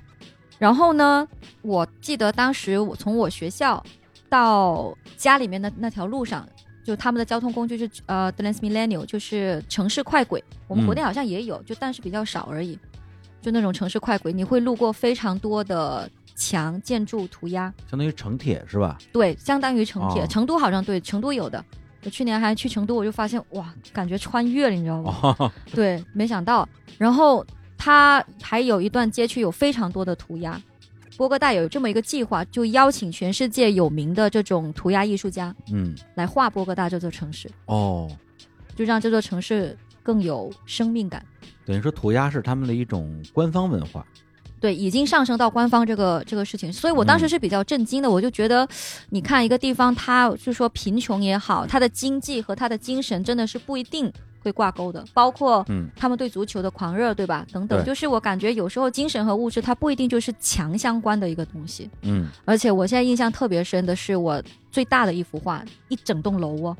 [SPEAKER 4] 然后呢，我记得当时我从我学校到家里面的那条路上，就他们的交通工具是呃 Transmilenio，就是城市快轨。我们国内好像也有，就但是比较少而已。就那种城市快轨，你会路过非常多的墙、建筑、涂鸦，
[SPEAKER 2] 相当于城铁是 吧？
[SPEAKER 4] 对，相当于城铁。
[SPEAKER 2] 哦
[SPEAKER 4] 成都好像对，成都有的。我去年还去成都，我就发现哇，感觉穿越了，你知道吗？
[SPEAKER 5] 哦，
[SPEAKER 4] 对，没想到。然后它还有一段街区有非常多的涂鸦。波哥大有这么一个计划，就邀请全世界有名的这种涂鸦艺术家
[SPEAKER 2] 嗯，
[SPEAKER 4] 来画波哥大这座城市，
[SPEAKER 2] 哦，
[SPEAKER 4] 就让这座城市更有生命感。
[SPEAKER 2] 等于说涂鸦是他们的一种官方文化。
[SPEAKER 4] 对，已经上升到官方这个这个事情，所以我当时
[SPEAKER 2] 嗯
[SPEAKER 4] 是比较震惊的。我就觉得，你看一个地方，它就说贫穷也好，它的经济和它的精神真的是不一定会挂钩的，包括
[SPEAKER 2] 嗯
[SPEAKER 4] 他们对足球的狂热，对吧？等等，
[SPEAKER 2] 对
[SPEAKER 4] 就是我感觉有时候精神和物质它不一定就是强相关的一个东西。
[SPEAKER 2] 嗯，
[SPEAKER 4] 而且我现在印象特别深的是，我最大的一幅画，一整栋楼哦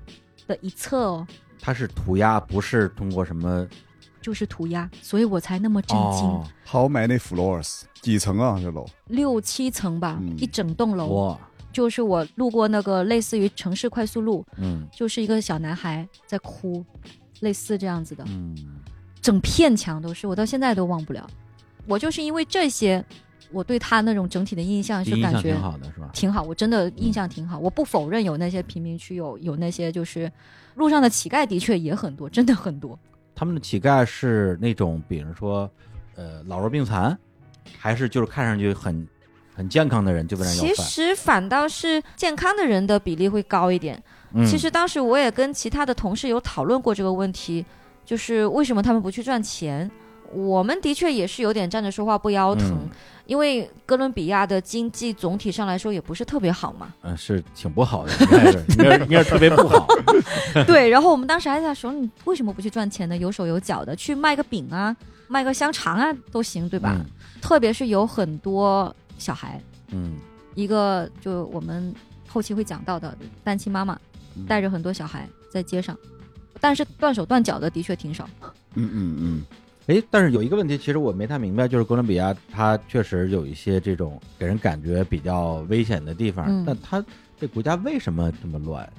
[SPEAKER 4] 的一侧哦，
[SPEAKER 2] 它是涂鸦，不是通过什么
[SPEAKER 4] 就是涂鸦，所以我才那么震惊。
[SPEAKER 2] 哦，
[SPEAKER 3] How many floors？几层啊？这楼？
[SPEAKER 4] 六七层吧，
[SPEAKER 3] 嗯
[SPEAKER 4] 一整栋楼。
[SPEAKER 2] 哇，
[SPEAKER 4] 就是我路过那个类似于城市快速路，
[SPEAKER 2] 嗯
[SPEAKER 4] 就是一个小男孩在哭，类似这样子的，
[SPEAKER 2] 嗯，
[SPEAKER 4] 整片墙都是，我到现在都忘不了。我就是因为这些，我对他那种整体的印象
[SPEAKER 2] 第
[SPEAKER 4] 是
[SPEAKER 2] 一印
[SPEAKER 4] 感
[SPEAKER 2] 象
[SPEAKER 4] 觉
[SPEAKER 2] 挺好的嗯是吧？
[SPEAKER 4] 挺好，我真的印象挺好。我不否认有那些贫民区有有那些就是路上的乞丐，的确也很多，真的很多。
[SPEAKER 2] 他们的乞丐是那种，比如说，呃，老弱病残，还是就是看上去很很健康的人就问人要
[SPEAKER 4] 其
[SPEAKER 2] 饭？
[SPEAKER 4] 实反倒是健康的人的比例会高一点，
[SPEAKER 2] 嗯、
[SPEAKER 4] 其实当时我也跟其他的同事有讨论过这个问题，就是为什么他们不去赚钱？我们的确也是有点站着说话不腰疼，
[SPEAKER 2] 嗯。
[SPEAKER 4] 因为哥伦比亚的经济总体上来说也不是特别好嘛
[SPEAKER 2] 嗯、是挺不好的，应该是应该是应该是特别不好。
[SPEAKER 4] 对，然后我们当时还在说，你为什么不去赚钱呢？有手有脚的，去卖个饼啊，卖个香肠啊都行， 对吧？
[SPEAKER 2] 嗯
[SPEAKER 4] 特别是有很多小孩，
[SPEAKER 2] 嗯
[SPEAKER 4] 一个就我们后期会讲到的单亲妈妈，
[SPEAKER 2] 嗯
[SPEAKER 4] 带着很多小孩在街上，但是断手断脚的的确挺少。
[SPEAKER 3] 嗯嗯嗯，
[SPEAKER 2] 哎，但是有一个问题，其实我没太明白，就是哥伦比亚它确实有一些这种给人感觉比较危险的地方，
[SPEAKER 4] 嗯
[SPEAKER 2] 但它这国家为什么这么乱？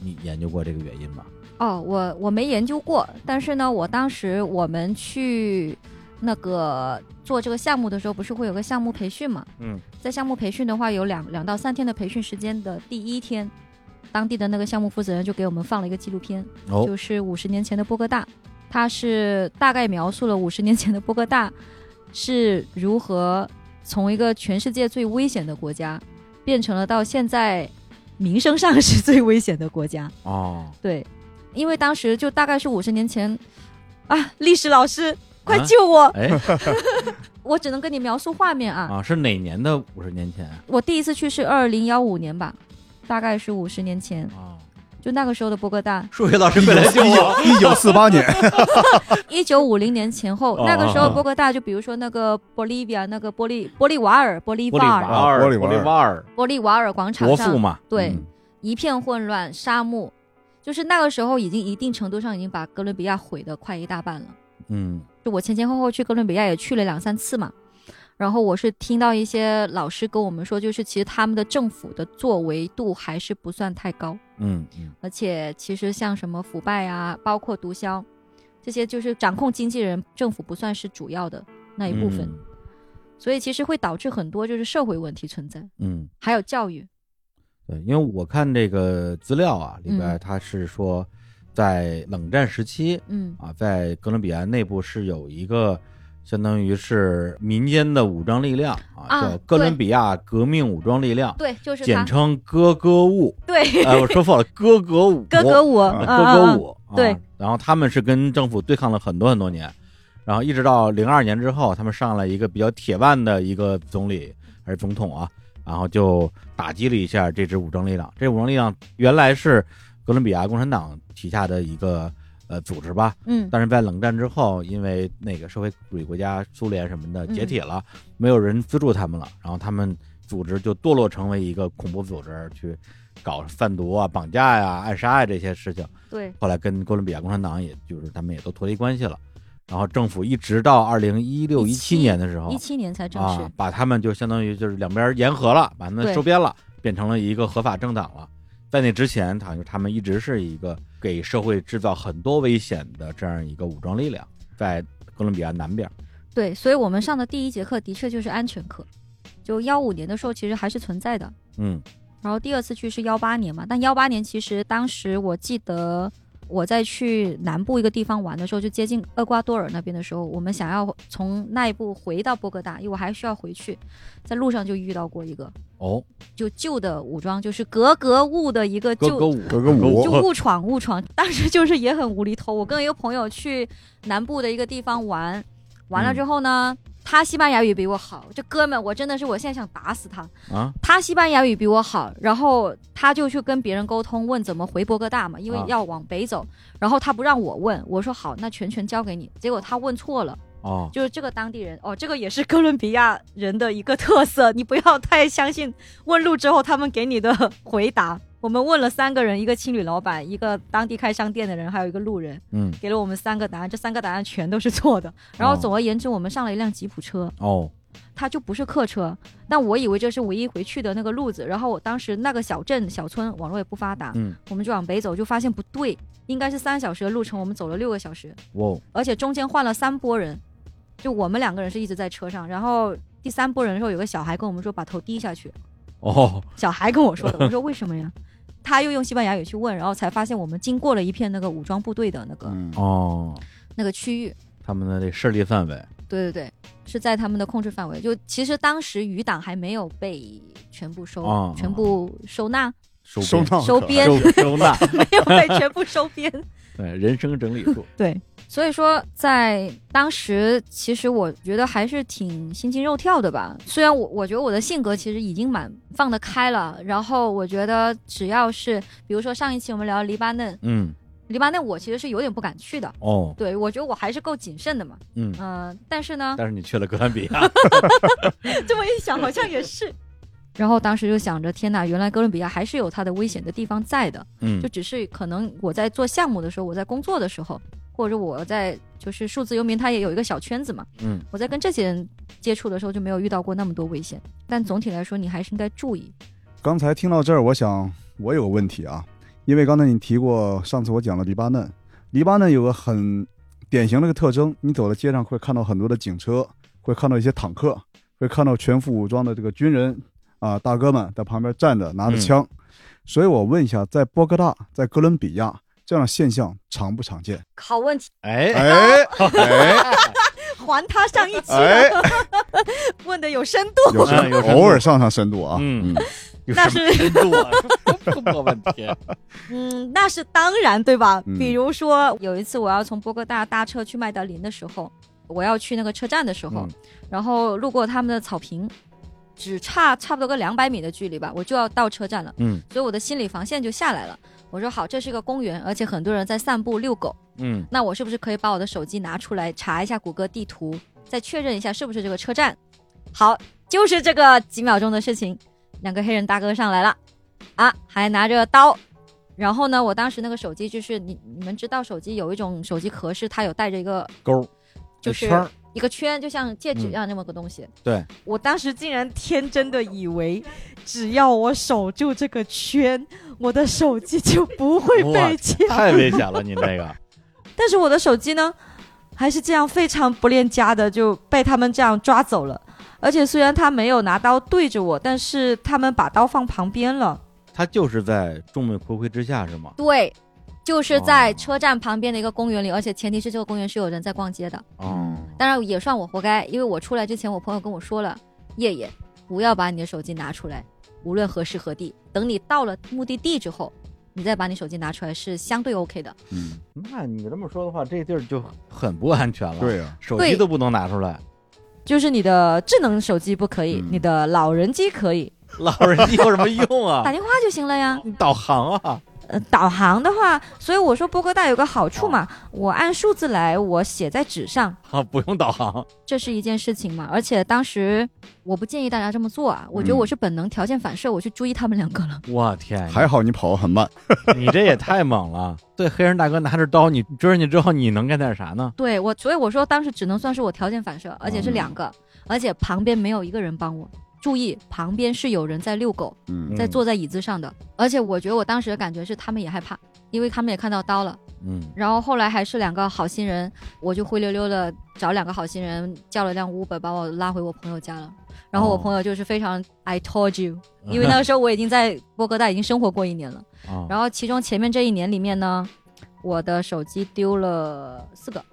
[SPEAKER 2] 你研究过这个原因吗？
[SPEAKER 4] 哦，我我没研究过，但是呢，我当时我们去那个做这个项目的时候，不是会有个项目培训嘛？
[SPEAKER 5] 嗯，
[SPEAKER 4] 在项目培训的话，有两两到三天的培训时间的第一天，当地的那个项目负责人就给我们放了一个纪录片，
[SPEAKER 2] 哦，
[SPEAKER 4] 就是五十年前的波哥大，它是大概描述了五十年前的波哥大是如何从一个全世界最危险的国家，变成了到现在名声上是最危险的国家。
[SPEAKER 2] 哦，
[SPEAKER 4] 对，因为当时就大概是五十年前，啊，历史老师，快
[SPEAKER 2] 啊
[SPEAKER 4] 救我！
[SPEAKER 2] 哎
[SPEAKER 4] 我只能跟你描述画面啊。
[SPEAKER 2] 啊，是哪年的五十年前啊？
[SPEAKER 4] 我第一次去是二零幺五年吧，大概是五十年前，
[SPEAKER 2] 哦
[SPEAKER 4] 就那个时候的波哥 大，
[SPEAKER 2] 数学老师 快来救哎我！
[SPEAKER 3] 一九四八年，
[SPEAKER 4] 一九五零年前后，
[SPEAKER 5] 哦
[SPEAKER 4] 那个时候
[SPEAKER 5] 哦哦
[SPEAKER 4] 波哥大就比如说那个 Bolivia 那个玻利玻利瓦尔玻利
[SPEAKER 5] 玻
[SPEAKER 4] 瓦尔
[SPEAKER 5] 瓦尔，
[SPEAKER 3] 玻
[SPEAKER 5] 玻
[SPEAKER 3] 利
[SPEAKER 5] 利
[SPEAKER 3] 瓦尔
[SPEAKER 5] 瓦尔，
[SPEAKER 4] 玻利瓦尔广场
[SPEAKER 5] 国父
[SPEAKER 4] 上，
[SPEAKER 5] 嘛，
[SPEAKER 4] 对，
[SPEAKER 2] 嗯
[SPEAKER 4] 一片混乱沙漠，就是那个时候已经一定程度上已经把哥伦比亚毁得快一大半了。
[SPEAKER 2] 嗯
[SPEAKER 4] 就我前前后后去哥伦比亚也去了两三次嘛，然后我是听到一些老师跟我们说，就是其实他们的政府的作为度还是不算太高，
[SPEAKER 2] 嗯嗯
[SPEAKER 4] 而且其实像什么腐败啊，包括毒枭，这些就是掌控经纪人，政府不算是主要的那一部分，
[SPEAKER 2] 嗯
[SPEAKER 4] 所以其实会导致很多就是社会问题存在，
[SPEAKER 2] 嗯，嗯
[SPEAKER 4] 还有教育，
[SPEAKER 2] 对，因为我看这个资料啊，里边
[SPEAKER 4] 嗯
[SPEAKER 2] 它是说，在冷战时期
[SPEAKER 4] 嗯
[SPEAKER 2] 啊，在哥伦比亚内部是有一个。相当于是民间的武装力量啊，
[SPEAKER 4] 啊
[SPEAKER 2] 叫哥伦比亚革命武装力量，
[SPEAKER 4] 对，就是
[SPEAKER 2] 简
[SPEAKER 4] 他，
[SPEAKER 2] 称哥哥舞。
[SPEAKER 4] 对，
[SPEAKER 2] 哎，我说错了，哥哥舞，
[SPEAKER 4] 哥哥舞，
[SPEAKER 3] 啊
[SPEAKER 4] 嗯
[SPEAKER 2] 歌歌，
[SPEAKER 4] 嗯嗯
[SPEAKER 2] 舞，啊
[SPEAKER 4] 对。
[SPEAKER 2] 然后他们是跟政府对抗了很多很多年，然后一直到零二年之后，他们上了一个比较铁腕的一个总理还是总统啊，然后就打击了一下这支武装力量。这武装力量原来是哥伦比亚共产党旗下的一个呃组织吧，
[SPEAKER 4] 嗯
[SPEAKER 2] 但是在冷战之后，因为那个社会主义国家苏联什么的
[SPEAKER 4] 嗯
[SPEAKER 2] 解体了，没有人资助他们了，然后他们组织就堕落成为一个恐怖组织，去搞贩毒啊、绑架呀、暗杀呀、这些事情。
[SPEAKER 4] 对，
[SPEAKER 2] 后来跟哥伦比亚共产党也就是他们也都脱离关系了，然后政府一直到二零一六一
[SPEAKER 4] 17
[SPEAKER 2] 七年的时候啊
[SPEAKER 4] 一七年才正式
[SPEAKER 2] 啊，把他们就相当于就是两边言和了，把他们
[SPEAKER 4] 对
[SPEAKER 2] 收编了，变成了一个合法政党了。在那之前，好像他们一直是一个给社会制造很多危险的这样一个武装力量，在哥伦比亚南边。
[SPEAKER 4] 对，所以我们上的第一节课的确就是安全课，就幺五年的时候其实还是存在的。
[SPEAKER 2] 嗯，
[SPEAKER 4] 然后第二次去是幺八年嘛，但幺八年其实当时我记得我在去南部一个地方玩的时候，就接近厄瓜多尔那边的时候，我们想要从那部回到波哥大，因为我还需要回去，在路上就遇到过一个
[SPEAKER 2] 哦，
[SPEAKER 4] 就旧的武装，就是格格巫的一个
[SPEAKER 2] 格
[SPEAKER 4] 旧
[SPEAKER 2] 格舞，
[SPEAKER 3] 格格舞
[SPEAKER 4] 就误闯误闯，当时就是也很无厘头。我跟一个朋友去南部的一个地方玩，完了之后呢，他西班牙语比我好，这哥们我真的是我现在想打死他。
[SPEAKER 2] 啊，
[SPEAKER 4] 他西班牙语比我好，然后他就去跟别人沟通，问怎么回波哥大嘛，因为
[SPEAKER 2] 啊
[SPEAKER 4] 要往北走。然后他不让我问，我说好，那全权交给你。结果他问错了，
[SPEAKER 2] 哦，
[SPEAKER 4] 就是这个当地人哦，这个也是哥伦比亚人的一个特色，你不要太相信问路之后他们给你的回答。我们问了三个人，一个青旅老板，一个当地开商店的人，还有一个路人，
[SPEAKER 2] 嗯，
[SPEAKER 4] 给了我们三个答案，这三个答案全都是错的。然后总而言之，我们上了一辆吉普车，
[SPEAKER 2] 哦，
[SPEAKER 4] 它就不是客车，但我以为这是唯一回去的那个路子。然后我当时那个小镇小村网络也不发达，
[SPEAKER 2] 嗯，
[SPEAKER 4] 我们就往北走，就发现不对，应该是三小时的路程，我们走了六个小时，
[SPEAKER 2] 哇，
[SPEAKER 4] 而且中间换了三波人，就我们两个人是一直在车上，然后第三波人的时候，有个小孩跟我们说把头低下去，
[SPEAKER 2] 哦，
[SPEAKER 4] 小孩跟我说的，我说为什么呀？他又用西班牙语去问，然后才发现我们经过了一片那个武装部队的那个、
[SPEAKER 3] 嗯，
[SPEAKER 2] 哦，
[SPEAKER 4] 那个区域，
[SPEAKER 2] 他们的这势力范围，
[SPEAKER 4] 对对对，是在他们的控制范围。就其实当时余党还没有被全部收、
[SPEAKER 2] 啊
[SPEAKER 4] 全部收纳，
[SPEAKER 2] 收
[SPEAKER 3] 收
[SPEAKER 2] 编
[SPEAKER 3] 账
[SPEAKER 4] 收
[SPEAKER 3] 可
[SPEAKER 4] 编
[SPEAKER 2] 收 收纳，
[SPEAKER 4] 没有被全部收编。
[SPEAKER 2] 对，人生整理术，
[SPEAKER 4] 对，所以说在当时，其实我觉得还是挺心惊肉跳的吧。虽然我我觉得我的性格其实已经蛮放得开了，然后我觉得只要是比如说上一期我们聊黎巴嫩，
[SPEAKER 2] 嗯，
[SPEAKER 4] 黎巴嫩我其实是有点不敢去的。
[SPEAKER 2] 哦，
[SPEAKER 4] 对，我觉得我还是够谨慎的嘛。
[SPEAKER 2] 嗯
[SPEAKER 4] 呃但是呢，
[SPEAKER 2] 但是你去了哥伦比亚，
[SPEAKER 4] 这么一想，好像也是。然后当时就想着，天哪，原来哥伦比亚还是有它的危险的地方在的，
[SPEAKER 2] 嗯
[SPEAKER 4] 就，只是可能我在做项目的时候，我在工作的时候，或者我在就是数字游民，它也有一个小圈子嘛，
[SPEAKER 2] 嗯，
[SPEAKER 4] 我在跟这些人接触的时候就没有遇到过那么多危险。但总体来说，你还是应该注意。
[SPEAKER 3] 刚才听到这儿，我想我有个问题啊，因为刚才你提过，上次我讲了黎巴嫩，黎巴嫩有个很典型的一个特征，你走在街上会看到很多的警车，会看到一些坦克，会看到全副武装的这个军人啊、大哥们在旁边站着拿着枪，
[SPEAKER 2] 嗯
[SPEAKER 3] 所以我问一下，在波哥大，在哥伦比亚这样的现象常不常见？
[SPEAKER 4] 好问题，
[SPEAKER 2] 哎，
[SPEAKER 3] 哎哎
[SPEAKER 4] 还他上一期 的、
[SPEAKER 3] 哎，
[SPEAKER 4] 问的有深度，
[SPEAKER 3] 有深
[SPEAKER 2] 哎有深度
[SPEAKER 3] 偶尔上上深度啊，
[SPEAKER 2] 嗯，有
[SPEAKER 4] 那
[SPEAKER 2] 什么深度啊，这么多问 题，
[SPEAKER 4] 嗯，那是当然，对吧？
[SPEAKER 3] 嗯
[SPEAKER 4] 比如说有一次我要从波哥大搭车去麦德林的时候，我要去那个车站的时候，
[SPEAKER 2] 嗯
[SPEAKER 4] 然后路过他们的草坪，只差差不多个两百米的距离吧，我就要到车站了，
[SPEAKER 2] 嗯
[SPEAKER 4] 所以我的心理防线就下来了。我说好，这是一个公园，而且很多人在散步遛狗，
[SPEAKER 2] 嗯
[SPEAKER 4] 那我是不是可以把我的手机拿出来查一下谷歌地图，再确认一下是不是这个车站？好，就是这个几秒钟的事情，两个黑人大哥上来了，啊，还拿着刀。然后呢，我当时那个手机就是你你们知道，手机有一种手机壳是它有带着一个
[SPEAKER 2] 勾，
[SPEAKER 4] 就是
[SPEAKER 2] 圈儿嗯
[SPEAKER 4] 一个圈，就像戒指一样那么个东西。
[SPEAKER 2] 对，
[SPEAKER 4] 我当时竟然天真的以为，只要我守住这个圈，我的手机就不会
[SPEAKER 2] 哇
[SPEAKER 4] 被 抢。
[SPEAKER 2] 太危险了，你这 个，
[SPEAKER 4] 但是我的手机呢，还是这样非常不恋家的就被他们这样抓走了。而且虽然他没有拿刀对着我，但是他们把刀放旁边了。
[SPEAKER 2] 他就是在众目睽睽之下是吗？
[SPEAKER 4] 对，就是在
[SPEAKER 2] 哦
[SPEAKER 4] 车站旁边的一个公园里，而且前提是这个公园是有人在逛街的。
[SPEAKER 2] 哦，
[SPEAKER 4] 当然也算我活该，因为我出来之前，我朋友跟我说了，叶叶不要把你的手机拿出来，无论何时何地，等你到了目的地之后，你再把你手机拿出来是相对 OK 的。
[SPEAKER 3] 嗯，
[SPEAKER 2] 那你这么说的话，这地儿就很不安全了，，
[SPEAKER 3] 对啊呀、
[SPEAKER 2] 手
[SPEAKER 4] 对
[SPEAKER 2] 机都不能拿出来，
[SPEAKER 4] 就是你的智能手机不可以，
[SPEAKER 3] 嗯
[SPEAKER 4] 你的老人机可以，
[SPEAKER 2] 老人机有什么用
[SPEAKER 4] 打
[SPEAKER 2] 啊？
[SPEAKER 4] 电话就行了呀。
[SPEAKER 2] 你导航啊，
[SPEAKER 4] 呃，导航的话，所以我说波哥大有个好处嘛，我按数字来，我写在纸上，
[SPEAKER 2] 啊，不用导航，
[SPEAKER 4] 这是一件事情嘛。而且当时我不建议大家这么做啊，我觉得我是本能条件反射，我去追他们两个了。
[SPEAKER 2] 我天，
[SPEAKER 3] 还好你跑得很慢，
[SPEAKER 2] 你这也太猛了！对，黑人大哥拿着刀，你追上去之后，你能干点啥呢？
[SPEAKER 4] 对我，所以我说当时只能算是我条件反射，而且是两个，而且旁边没有一个人帮我，注意旁边是有人在遛狗，
[SPEAKER 3] 嗯
[SPEAKER 4] 在坐在椅子上的。而且我觉得我当时的感觉是他们也害怕，因为他们也看到刀了。
[SPEAKER 2] 嗯
[SPEAKER 4] 然后后来还是两个好心人，我就灰溜溜的找两个好心人叫了辆 Uber 把我拉回我朋友家了。然后我
[SPEAKER 2] 哦
[SPEAKER 4] 朋友就是非常 I told you，因为那个时候我已经在波哥大已经生活过一年了。
[SPEAKER 2] 啊，
[SPEAKER 4] 然后其中前面这一年里面呢，我的手机丢了四个，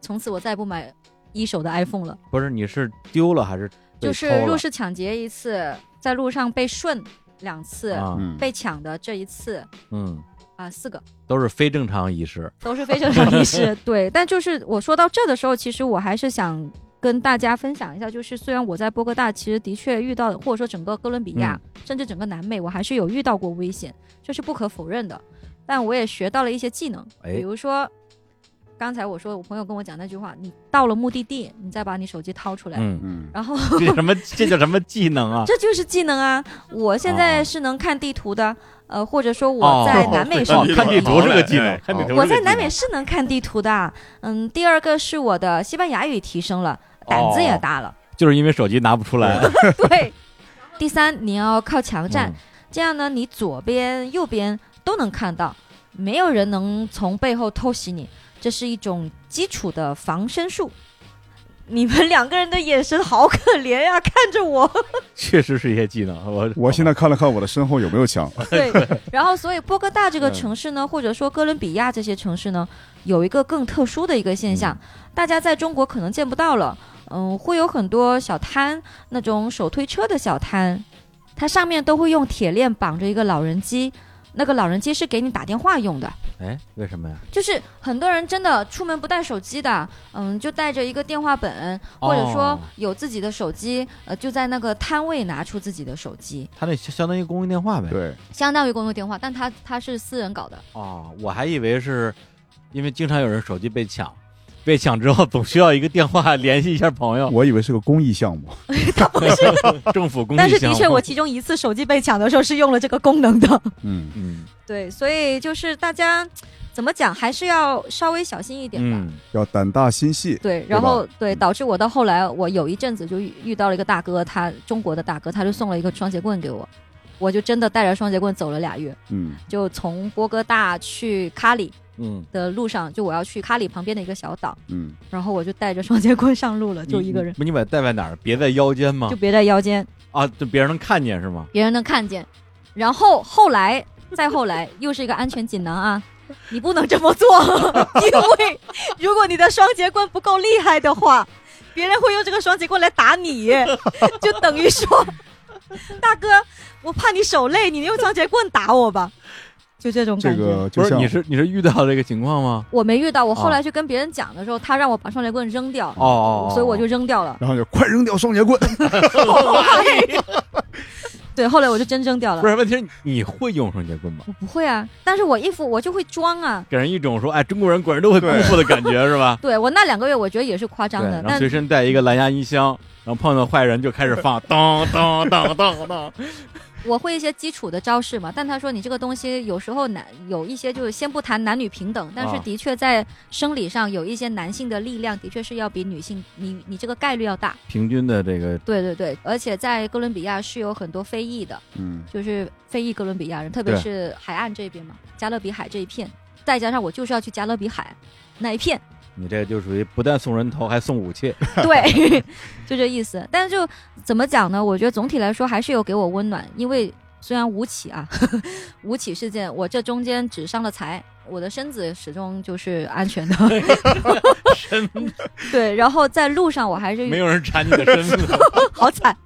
[SPEAKER 4] 从此我再也不买一手的 iPhone 了。
[SPEAKER 2] 不是哦你是丢了还是被
[SPEAKER 4] 就是
[SPEAKER 2] 偷了
[SPEAKER 4] 入室抢劫一次，在路上被顺两次，
[SPEAKER 2] 啊？
[SPEAKER 3] 嗯，
[SPEAKER 4] 被抢的这一次
[SPEAKER 2] 嗯，
[SPEAKER 4] 啊、四个
[SPEAKER 2] 都是非正常仪式。
[SPEAKER 4] 都是非正常遗失。对，但就是我说到这的时候，其实我还是想。跟大家分享一下，就是虽然我在波哥大，其实的确遇到，或者说整个哥伦比亚，甚至整个南美，我还是有遇到过危险，这是不可否认的。但我也学到了一些技能，比
[SPEAKER 2] 哎，
[SPEAKER 4] 如说，刚才我说我朋友跟我讲那句话，你到了目的地，你再把你手机掏出来，
[SPEAKER 2] 嗯，
[SPEAKER 3] 嗯
[SPEAKER 4] 然后
[SPEAKER 2] 这什么这叫什么技能啊？
[SPEAKER 4] 这就是技能啊！我现
[SPEAKER 2] 哦
[SPEAKER 4] 在是能看地图的，呃，或者说我在 南美是。
[SPEAKER 5] 哦
[SPEAKER 2] 看地图是个技
[SPEAKER 5] 哎
[SPEAKER 2] 能，看地图
[SPEAKER 4] 我
[SPEAKER 2] 是个
[SPEAKER 4] 在
[SPEAKER 2] 技
[SPEAKER 4] 南
[SPEAKER 2] 能
[SPEAKER 4] 美是能看地图的，嗯，第二
[SPEAKER 2] 哦
[SPEAKER 4] 个是我的西班牙语提升了，胆子也大了，
[SPEAKER 2] 就是因为手机拿不出来。
[SPEAKER 4] 对。第三，你要靠墙站，
[SPEAKER 2] 嗯
[SPEAKER 4] 这样呢，你左边、右边都能看到，没有人能从背后偷袭你，这是一种基础的防身术。你们两个人的眼神好可怜呀、看着我。
[SPEAKER 2] 确实是一些技能。我
[SPEAKER 3] 我现在看了看我的身后有没有墙，
[SPEAKER 4] 对，然后所以波哥大这个
[SPEAKER 2] 嗯
[SPEAKER 4] 城市呢，或者说哥伦比亚这些城市呢，有一个更特殊的一个现象，大家在中国可能见不到了。嗯，会有很多小摊，那种手推车的小摊，它上面都会用铁链绑着一个老人机，那个老人机是给你打电话用的。
[SPEAKER 2] 哎，为什么呀？
[SPEAKER 4] 就是很多人真的出门不带手机的，嗯，就带着一个电话本，或者说
[SPEAKER 2] 哦
[SPEAKER 4] 有自己的手机，呃，就在那个摊位拿出自己的手机，
[SPEAKER 2] 他那相相当于公用电话呗。
[SPEAKER 3] 对，
[SPEAKER 4] 相当于公用电话，但它它是私人搞的，
[SPEAKER 2] 哦，我还以为是因为经常有人手机被抢，被抢之后总需要一个电话联系一下朋友。
[SPEAKER 3] 我以为是个公益项目，
[SPEAKER 4] 它不是。
[SPEAKER 2] 政府公益
[SPEAKER 4] 但是的
[SPEAKER 2] 项
[SPEAKER 4] 确，
[SPEAKER 2] 目
[SPEAKER 4] 我其中一次手机被抢的时候是用了这个功能的。
[SPEAKER 3] 嗯
[SPEAKER 2] 嗯
[SPEAKER 4] 对，所以就是大家怎么讲，还是要稍微小心一点吧。
[SPEAKER 2] 嗯
[SPEAKER 3] 要胆大心细，
[SPEAKER 4] 对，然后对
[SPEAKER 3] 嗯
[SPEAKER 4] 导致我到后来，我有一阵子就遇遇到了一个大哥，他中国的大哥，他就送了一个双截棍给我，我就真的带着双截棍走了俩月。
[SPEAKER 3] 嗯
[SPEAKER 4] 就从波哥大去卡里
[SPEAKER 2] 嗯，
[SPEAKER 4] 的路上，就我要去卡里旁边的一个小岛，
[SPEAKER 3] 嗯，
[SPEAKER 4] 然后我就带着双截棍上路了，就
[SPEAKER 2] 你
[SPEAKER 4] 一个人，。
[SPEAKER 2] 你你把它带在哪儿？别在腰间吗
[SPEAKER 4] 就？别在腰间，
[SPEAKER 2] 啊，就别人能看见是吗？
[SPEAKER 4] 别人能看见。然后后来，再后来，又是一个安全锦囊啊，你不能这么做， 因为如果你的双截棍不够厉害的话，别人会用这个双截棍来 打你，就等于说，大哥，我怕你手累，你用双截棍打我吧，就这种
[SPEAKER 3] 这
[SPEAKER 4] 感觉。
[SPEAKER 3] 个
[SPEAKER 2] 不，
[SPEAKER 3] 就是像
[SPEAKER 2] 你是你是遇到这个情况吗？
[SPEAKER 4] 我没遇到，我后
[SPEAKER 2] 啊
[SPEAKER 4] 来去跟别人讲的时候，他让我把双截棍扔掉，
[SPEAKER 2] 哦哦，哦
[SPEAKER 4] 所以我就扔掉了。
[SPEAKER 3] 然后就快扔掉双截棍，
[SPEAKER 4] 对，后来我就真扔掉了
[SPEAKER 2] 不。是问题是你会用双截棍吗？
[SPEAKER 4] 我不会啊，但是我衣服我就会装啊。
[SPEAKER 2] 给人一种说哎，中国人果然都会功夫的感觉是吧？
[SPEAKER 4] 对我那两个月，我觉 得也是夸
[SPEAKER 2] 对，
[SPEAKER 4] 张的，
[SPEAKER 2] 然后
[SPEAKER 4] 但
[SPEAKER 2] 随身带一个蓝牙音箱，然后碰到坏人就开始 放当当当当当，
[SPEAKER 4] 我会一些基础的招式嘛。但他说你这个东西有时候男有一些就是先不谈男女平等，但是
[SPEAKER 2] 啊
[SPEAKER 4] 的确在生理上有一些男性的力量的确是要比女性你你这个概率要大。
[SPEAKER 2] 平均的这个
[SPEAKER 4] 对对对，而且在哥伦比亚是有很多非裔的，
[SPEAKER 3] 嗯
[SPEAKER 4] 就是非裔哥伦比亚人，特别
[SPEAKER 2] 对
[SPEAKER 4] 是海岸这边嘛，加勒比海这一片，再加上我就是要去加勒比海那一片，
[SPEAKER 2] 你这就属于不但送人头，还送武器。
[SPEAKER 4] 对，就这意思。但是就怎么讲呢？我觉得总体来说还是有给我温暖，因为虽然吴起啊， 吴起事件，我这中间只伤了财。我的身子始终就是安全 的， 对。然后在路上我还是遇
[SPEAKER 2] 没有人查你的身份。
[SPEAKER 4] 好惨。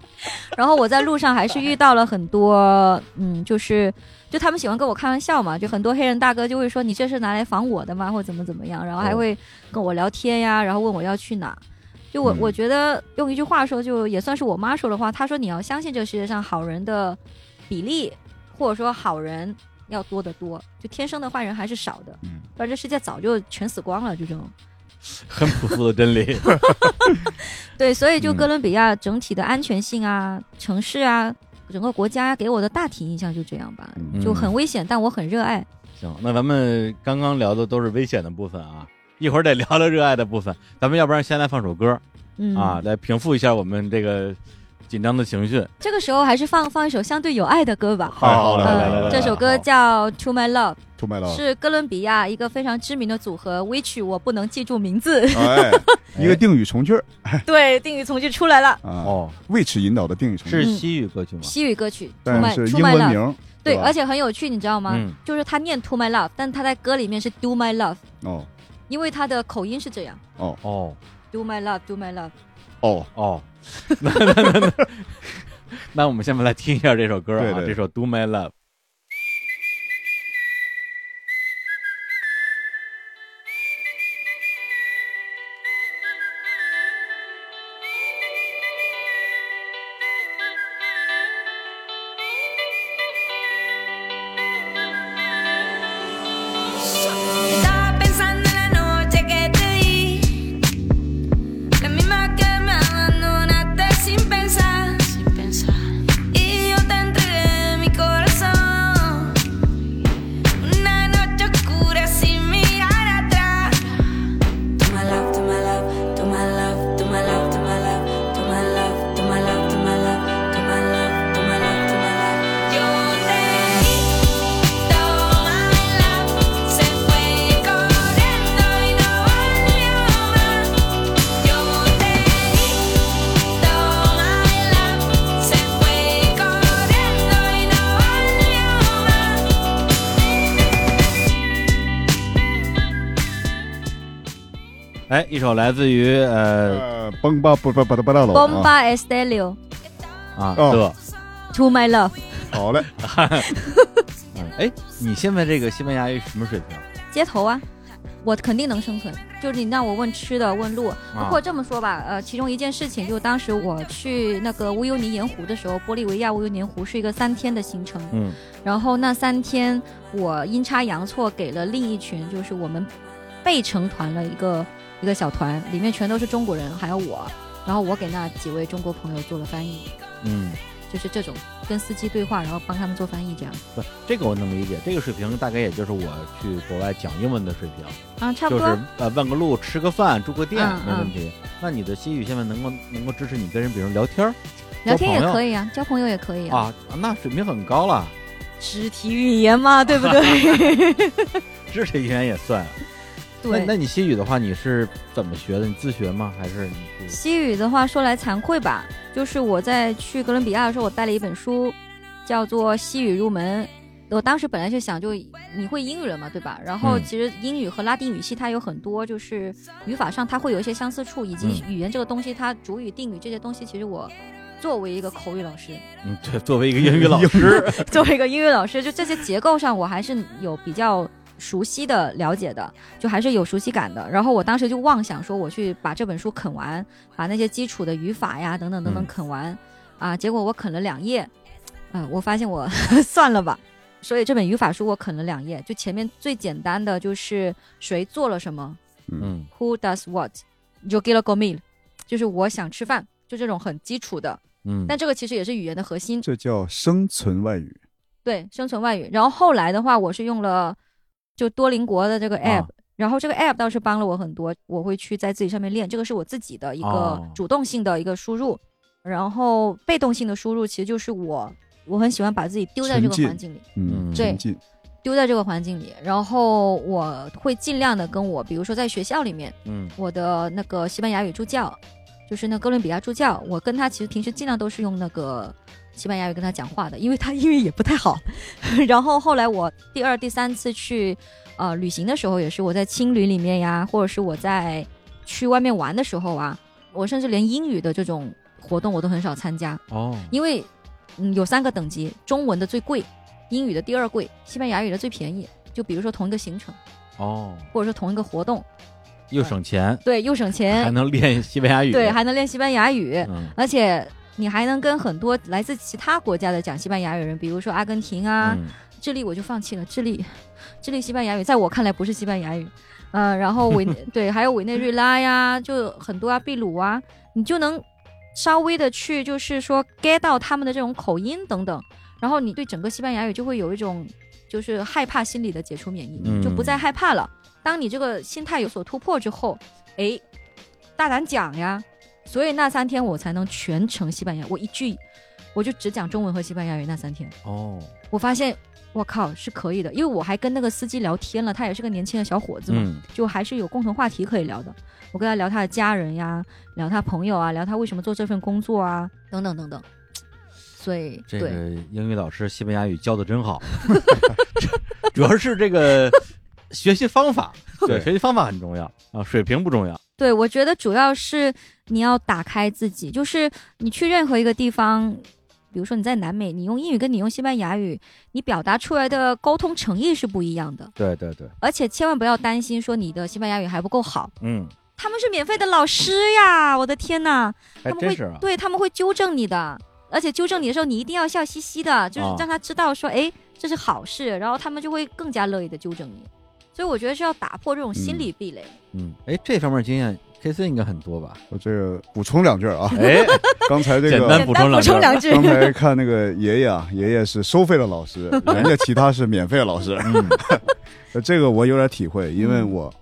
[SPEAKER 4] 然后我在路上还是遇到了很多，嗯，就是就他们喜欢跟我开玩笑嘛，就很多黑人大哥就会说你这是拿来防我的吗，或者怎么怎么样，然后还会跟我聊天呀，然后问我要去哪。就我
[SPEAKER 3] 嗯
[SPEAKER 4] 我觉得用一句话说，就也算是我妈说的话，她说你要相信这个世界上好人的比例，或者说好人要多得多，就天生的坏人还是少的，
[SPEAKER 3] 嗯，
[SPEAKER 4] 不然这世界早就全死光了这种。
[SPEAKER 2] 很朴素的真理。
[SPEAKER 4] 对，所以就
[SPEAKER 3] 嗯
[SPEAKER 4] 哥伦比亚整体的安全性啊、城市啊、整个国家给我的大体印象就这样吧，
[SPEAKER 3] 嗯
[SPEAKER 4] 就很危险，但我很热爱。
[SPEAKER 2] 行，那咱们刚刚聊的都是危险的部分啊，一会儿得聊聊热爱的部分。咱们要不然先来放首歌
[SPEAKER 3] 啊
[SPEAKER 4] 嗯
[SPEAKER 2] 啊，来平复一下我们这个
[SPEAKER 5] 紧张的情绪。
[SPEAKER 4] 这个时候还是放放一首相对有爱的歌吧。
[SPEAKER 3] 太好了，
[SPEAKER 5] 来
[SPEAKER 3] 来
[SPEAKER 5] 来来
[SPEAKER 3] 来
[SPEAKER 4] 呃，
[SPEAKER 3] 来，
[SPEAKER 4] 这首歌叫《To My Love》，
[SPEAKER 3] To My Love，
[SPEAKER 4] 是哥伦比亚一个非常知名的组合 Which 我不能记住名字。
[SPEAKER 3] 哎，一个定语从句儿
[SPEAKER 4] 对，定语从句出来了，
[SPEAKER 3] 啊
[SPEAKER 2] 哦，
[SPEAKER 3] ，which 引导的定语从句，
[SPEAKER 2] 是
[SPEAKER 4] 嗯
[SPEAKER 2] 西语歌曲吗？
[SPEAKER 4] 西语歌曲《To
[SPEAKER 3] 但
[SPEAKER 4] My
[SPEAKER 3] 是
[SPEAKER 4] To
[SPEAKER 3] 英
[SPEAKER 4] My
[SPEAKER 3] 文
[SPEAKER 4] Love》。
[SPEAKER 3] 名，
[SPEAKER 4] 对，
[SPEAKER 3] 吧
[SPEAKER 4] 而且很有趣，你知道吗？
[SPEAKER 2] 嗯
[SPEAKER 4] 就是他念 To My Love，但他在歌里面是 Do My Love，
[SPEAKER 3] 哦
[SPEAKER 4] 因为他的口音是这样
[SPEAKER 2] 哦
[SPEAKER 4] ，Do My Love，Do My Love。
[SPEAKER 3] 哦，
[SPEAKER 2] 哦， 那那那那，那我们下面来听一下这首歌
[SPEAKER 3] 对
[SPEAKER 2] 啊，
[SPEAKER 3] 对
[SPEAKER 2] 这首《Do My Love》。
[SPEAKER 6] Estaba pensando en la noche que te di, la misma que me abandonaste sin pensar, sin pensar. Y yo te entregué mi corazón, una noche oscura sin mirar atrás. Toma love, toma love, toma love, toma love, toma love, toma love, toma love, toma love, toma love, toma love, toma love. Yo te di. Toma love, se fue corriendo y no volvió más. Yo te di, toma love, se fue corriendo y no volvió más.
[SPEAKER 2] 哎，一首来自于呃
[SPEAKER 3] 呃，蹦吧不不不不大楼啊，
[SPEAKER 4] Bomba Estéreo，To
[SPEAKER 2] 啊
[SPEAKER 3] 哦
[SPEAKER 2] 的，
[SPEAKER 4] My Love，
[SPEAKER 3] 好嘞，
[SPEAKER 2] 嗯哎，你现在这个西班牙语什么水平？
[SPEAKER 4] 街头啊，我肯定能生存。就是你让我问吃的，问路，
[SPEAKER 2] 啊
[SPEAKER 4] 或者这么说吧，呃，其中一件事情就是当时我去那个乌尤尼盐湖的时候，玻利维亚乌尤尼盐湖是一个三天的行程，
[SPEAKER 2] 嗯，
[SPEAKER 4] 然后那三天我阴差阳错给了另一群，就是我们被成团了一个一个小团，里面全都是中国人，还有我，然后我给那几位中国朋友做了翻译，
[SPEAKER 2] 嗯，
[SPEAKER 4] 就是这种跟司机对话，然后帮他们做翻译这样，
[SPEAKER 2] 不，这个我能理解，这个水平大概也就是我去国外讲英文的水平，
[SPEAKER 4] 啊，差不
[SPEAKER 2] 就
[SPEAKER 4] 多。
[SPEAKER 2] 是呃问个路、吃个饭、住个店
[SPEAKER 4] 嗯
[SPEAKER 2] 没问题。那你的西语现在能够能够支持你跟人，比如聊天儿
[SPEAKER 4] 聊天也
[SPEAKER 2] 交朋友
[SPEAKER 4] 可以啊，交朋友也可以啊，
[SPEAKER 2] 啊，那水平很高了，
[SPEAKER 4] 肢体语言嘛，对不对？
[SPEAKER 2] 肢体语言也算。那
[SPEAKER 4] 对。
[SPEAKER 2] 那你西语的话，你是怎么学的？你自学吗？还是你去？
[SPEAKER 4] 西语的话，说来惭愧吧，就是我在去哥伦比亚的时候，我带了一本书，叫做《西语入门》。我当时本来就想，就你会英语了嘛，对吧？然后
[SPEAKER 2] 嗯
[SPEAKER 4] 其实英语和拉丁语系它有很多，就是语法上它会有一些相似处，以及语言这个东西，它主语、定语这些东西，其实我作为一个口语老师，
[SPEAKER 2] 嗯，对，作为一个英语老师，
[SPEAKER 4] 作为一个英语老师，就这些结构上，我还是有比较熟悉的了解的，就还是有熟悉感的。然后我当时就妄想说，我去把这本书啃完，把那些基础的语法呀等等等等
[SPEAKER 2] 嗯
[SPEAKER 4] 啃完，啊，结果我啃了两页，啊、我发现我算了吧。所以这本语法书我啃了两页，就前面最简单的就是谁做了什么
[SPEAKER 2] 嗯，
[SPEAKER 4] ，Who does what，Yo quiero comer，就是我想吃饭，就这种很基础的。
[SPEAKER 2] 嗯，
[SPEAKER 4] 但这个其实也是语言的核心，
[SPEAKER 3] 这叫生存外语，
[SPEAKER 4] 对，生存外语。然后后来的话，我是用了就多邻国的这个 app，、
[SPEAKER 2] 啊
[SPEAKER 4] 然后这个 app 倒是帮了我很多，我会去在自己上面练，这个是我自己的一个
[SPEAKER 2] 哦
[SPEAKER 4] 主动性的一个输入，然后被动性的输入其实就是我，我很喜欢把自己丢在
[SPEAKER 3] 沉
[SPEAKER 4] 这个
[SPEAKER 3] 浸
[SPEAKER 4] 环境里。
[SPEAKER 3] 嗯，
[SPEAKER 2] 嗯
[SPEAKER 4] 对
[SPEAKER 3] 沉浸，
[SPEAKER 4] 丢在这个环境里，然后我会尽量的跟我，比如说在学校里面，
[SPEAKER 2] 嗯
[SPEAKER 4] 我的那个西班牙语助教，就是那哥伦比亚助教，我跟他其实平时尽量都是用那个西班牙语跟他讲话的，因为他英语也不太好。 然后后来我第二、第三次去呃旅行的时候，也是我在青旅里面呀，或者是我在去外面玩的时候啊，我甚至连英语的这种活动我都很少参加，
[SPEAKER 2] 哦，
[SPEAKER 4] 因为嗯有三个等级，中文的最贵，英语的第二贵，西班牙语的最便宜。就比如说同一个行程，
[SPEAKER 2] 哦，
[SPEAKER 4] 或者说同一个活动，
[SPEAKER 2] 又省钱，
[SPEAKER 4] 对，又省钱，
[SPEAKER 2] 还能练西班牙语，
[SPEAKER 4] 哎对，还能练西班牙语，
[SPEAKER 2] 嗯
[SPEAKER 4] 而且你还能跟很多来自其他国家的讲西班牙语人，比如说阿根廷啊、
[SPEAKER 2] 嗯
[SPEAKER 4] 智利，我就放弃了。智利，智利西班牙语在我看来不是西班牙语，呃，然后委内对，还有委内瑞拉呀，就很多啊，秘鲁啊，你就能稍微的去就是说 get 到他们的这种口音等等，然后你对整个西班牙语就会有一种就是害怕心理的解除免疫，
[SPEAKER 2] 嗯
[SPEAKER 4] 就不再害怕了。当你这个心态有所突破之后，哎，大胆讲呀，所以那三天我才能全程西班牙，我一句我就只讲中文和西班牙语那三天。
[SPEAKER 2] 哦，
[SPEAKER 4] 我发现我靠是可以的，因为我还跟那个司机聊天了，他也是个年轻的小伙子嘛，
[SPEAKER 2] 嗯
[SPEAKER 4] 就还是有共同话题可以聊的。我跟他聊他的家人呀，聊他朋友啊，聊他为什么做这份工作啊，等等等等。所以，
[SPEAKER 2] 这
[SPEAKER 4] 对，
[SPEAKER 2] 个英语老师西班牙语教的真 好，主主要是这个学习方法，对，
[SPEAKER 5] 对
[SPEAKER 2] 学习方法很重要啊，水平不重要。
[SPEAKER 4] 对我觉得主要是你要打开自己，就是你去任何一个地方，比如说你在南美，你用英语跟你用西班牙语，你表达出来的沟通诚意是不一样的，
[SPEAKER 2] 对对对，
[SPEAKER 4] 而且千万不要担心说你的西班牙语还不够好，
[SPEAKER 2] 嗯，
[SPEAKER 4] 他们是免费的老师呀，我的天呐！
[SPEAKER 2] 还
[SPEAKER 4] 他们
[SPEAKER 2] 真
[SPEAKER 4] 会
[SPEAKER 2] 是啊，
[SPEAKER 4] 对他们会纠正你的，而且纠正你的时候，你一定要笑嘻嘻的，就是
[SPEAKER 2] 啊
[SPEAKER 4] 让他知道说，哎、这是好事，然后他们就会更加乐意的纠正你。所以我觉得是要打破这种心理壁垒。
[SPEAKER 2] 嗯，哎，这方面经验 K C 应该很多吧？，
[SPEAKER 3] 我这个补充两句儿啊
[SPEAKER 2] 哎，
[SPEAKER 3] 刚才这
[SPEAKER 2] 简
[SPEAKER 3] 个
[SPEAKER 2] 单补充两句
[SPEAKER 4] 两句
[SPEAKER 3] 刚才看那个爷爷啊，爷爷是收费的老师，人家其他是免费的老师。呃 这个我有点体会，因为我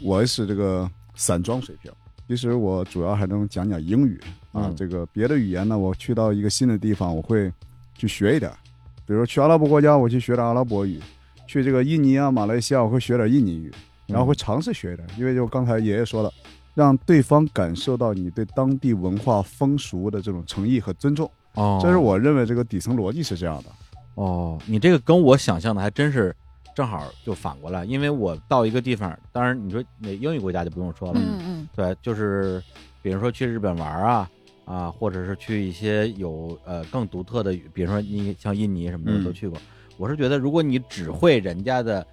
[SPEAKER 3] 我是这个散装水平，其实我主要还能讲讲英语啊
[SPEAKER 2] 嗯。
[SPEAKER 3] 这个别的语言呢，我去到一个新的地方，我会去学一点儿。比如去阿拉伯国家，我去学点阿拉伯语；去这个印尼啊、马来西亚，我会学点印尼语，
[SPEAKER 2] 嗯
[SPEAKER 3] 然后会尝试学一点，因为就刚才爷爷说了。让对方感受到你对当地文化风俗的这种诚意和尊重，
[SPEAKER 2] 哦，
[SPEAKER 3] 这是我认为这个底层逻辑是这样的。
[SPEAKER 2] 哦，你这个跟我想象的还真是正好就反过来，因为我到一个地方，当然你说那英语国家就不用说了，
[SPEAKER 4] 嗯嗯
[SPEAKER 2] 对，就是比如说去日本玩啊啊，或者是去一些有呃更独特的语，比如说你像印尼什么的
[SPEAKER 3] 嗯
[SPEAKER 2] 我都去过。我是觉得，如果你只会人家的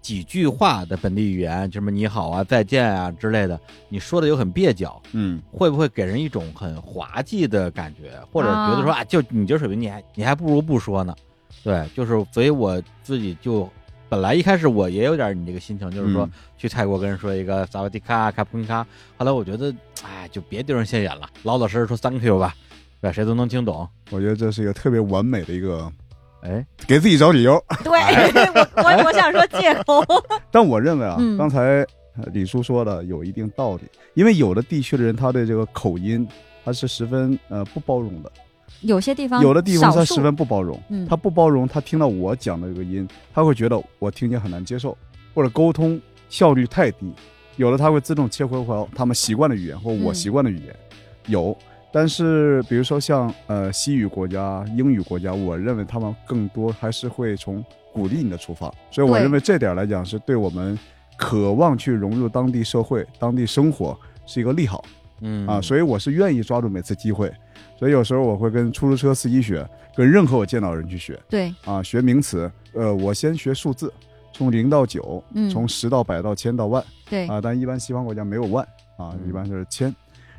[SPEAKER 2] 几句话的本地语言，什么你好啊、再见啊之类的，你说的又很蹩脚，
[SPEAKER 3] 嗯，
[SPEAKER 2] 会不会给人一种很滑稽的感觉，或者觉得说啊，就你这水平，你还你还不如不说呢？对，就是所以我自己就本来一开始我也有点你这个心情，就是说
[SPEAKER 3] 嗯
[SPEAKER 2] 去泰国跟人说一个萨瓦迪卡卡普卡，后来我觉得哎，就别丢人现眼了，老老实实说 thank you 吧，对，谁都能听懂。
[SPEAKER 3] 我觉得这是一个特别完美的一个
[SPEAKER 2] 哎，
[SPEAKER 3] 给自己找理由。
[SPEAKER 4] 嗯， 对我我我想说借口。
[SPEAKER 3] 但我认为啊，
[SPEAKER 4] 嗯
[SPEAKER 3] 刚才呃李叔说的有一定道理，因为有的地区的人他对这个口音他是十分呃不包容的，
[SPEAKER 4] 有些地方
[SPEAKER 3] 有的地方
[SPEAKER 4] 少
[SPEAKER 3] 他
[SPEAKER 4] 数
[SPEAKER 3] 十分不包容，
[SPEAKER 4] 嗯
[SPEAKER 3] 他不包容，他听到我讲的这个音，他会觉得我听见很难接受，或者沟通效率太低。有的他会自动切回回他们习惯的语言或我
[SPEAKER 4] 嗯
[SPEAKER 3] 习惯的语言，有。但是比如说像呃西语国家、英语国家，我认为他们更多还是会从鼓励你的出发，所以我
[SPEAKER 4] 对
[SPEAKER 3] 认为这点来讲是对我们渴望去融入当地社会、当地生活是一个利好。
[SPEAKER 2] 嗯
[SPEAKER 3] 啊，所以我是愿意抓住每次机会，所以有时候我会跟出租车司机学，跟任何我见到的人去学
[SPEAKER 4] 对，
[SPEAKER 3] 啊，学名词，呃，我先学数字，从零到九，
[SPEAKER 4] 嗯，
[SPEAKER 3] 从十到百到千到万
[SPEAKER 4] 对
[SPEAKER 3] 啊，但一般西方国家没有万啊，
[SPEAKER 2] 嗯
[SPEAKER 3] 一般就是千，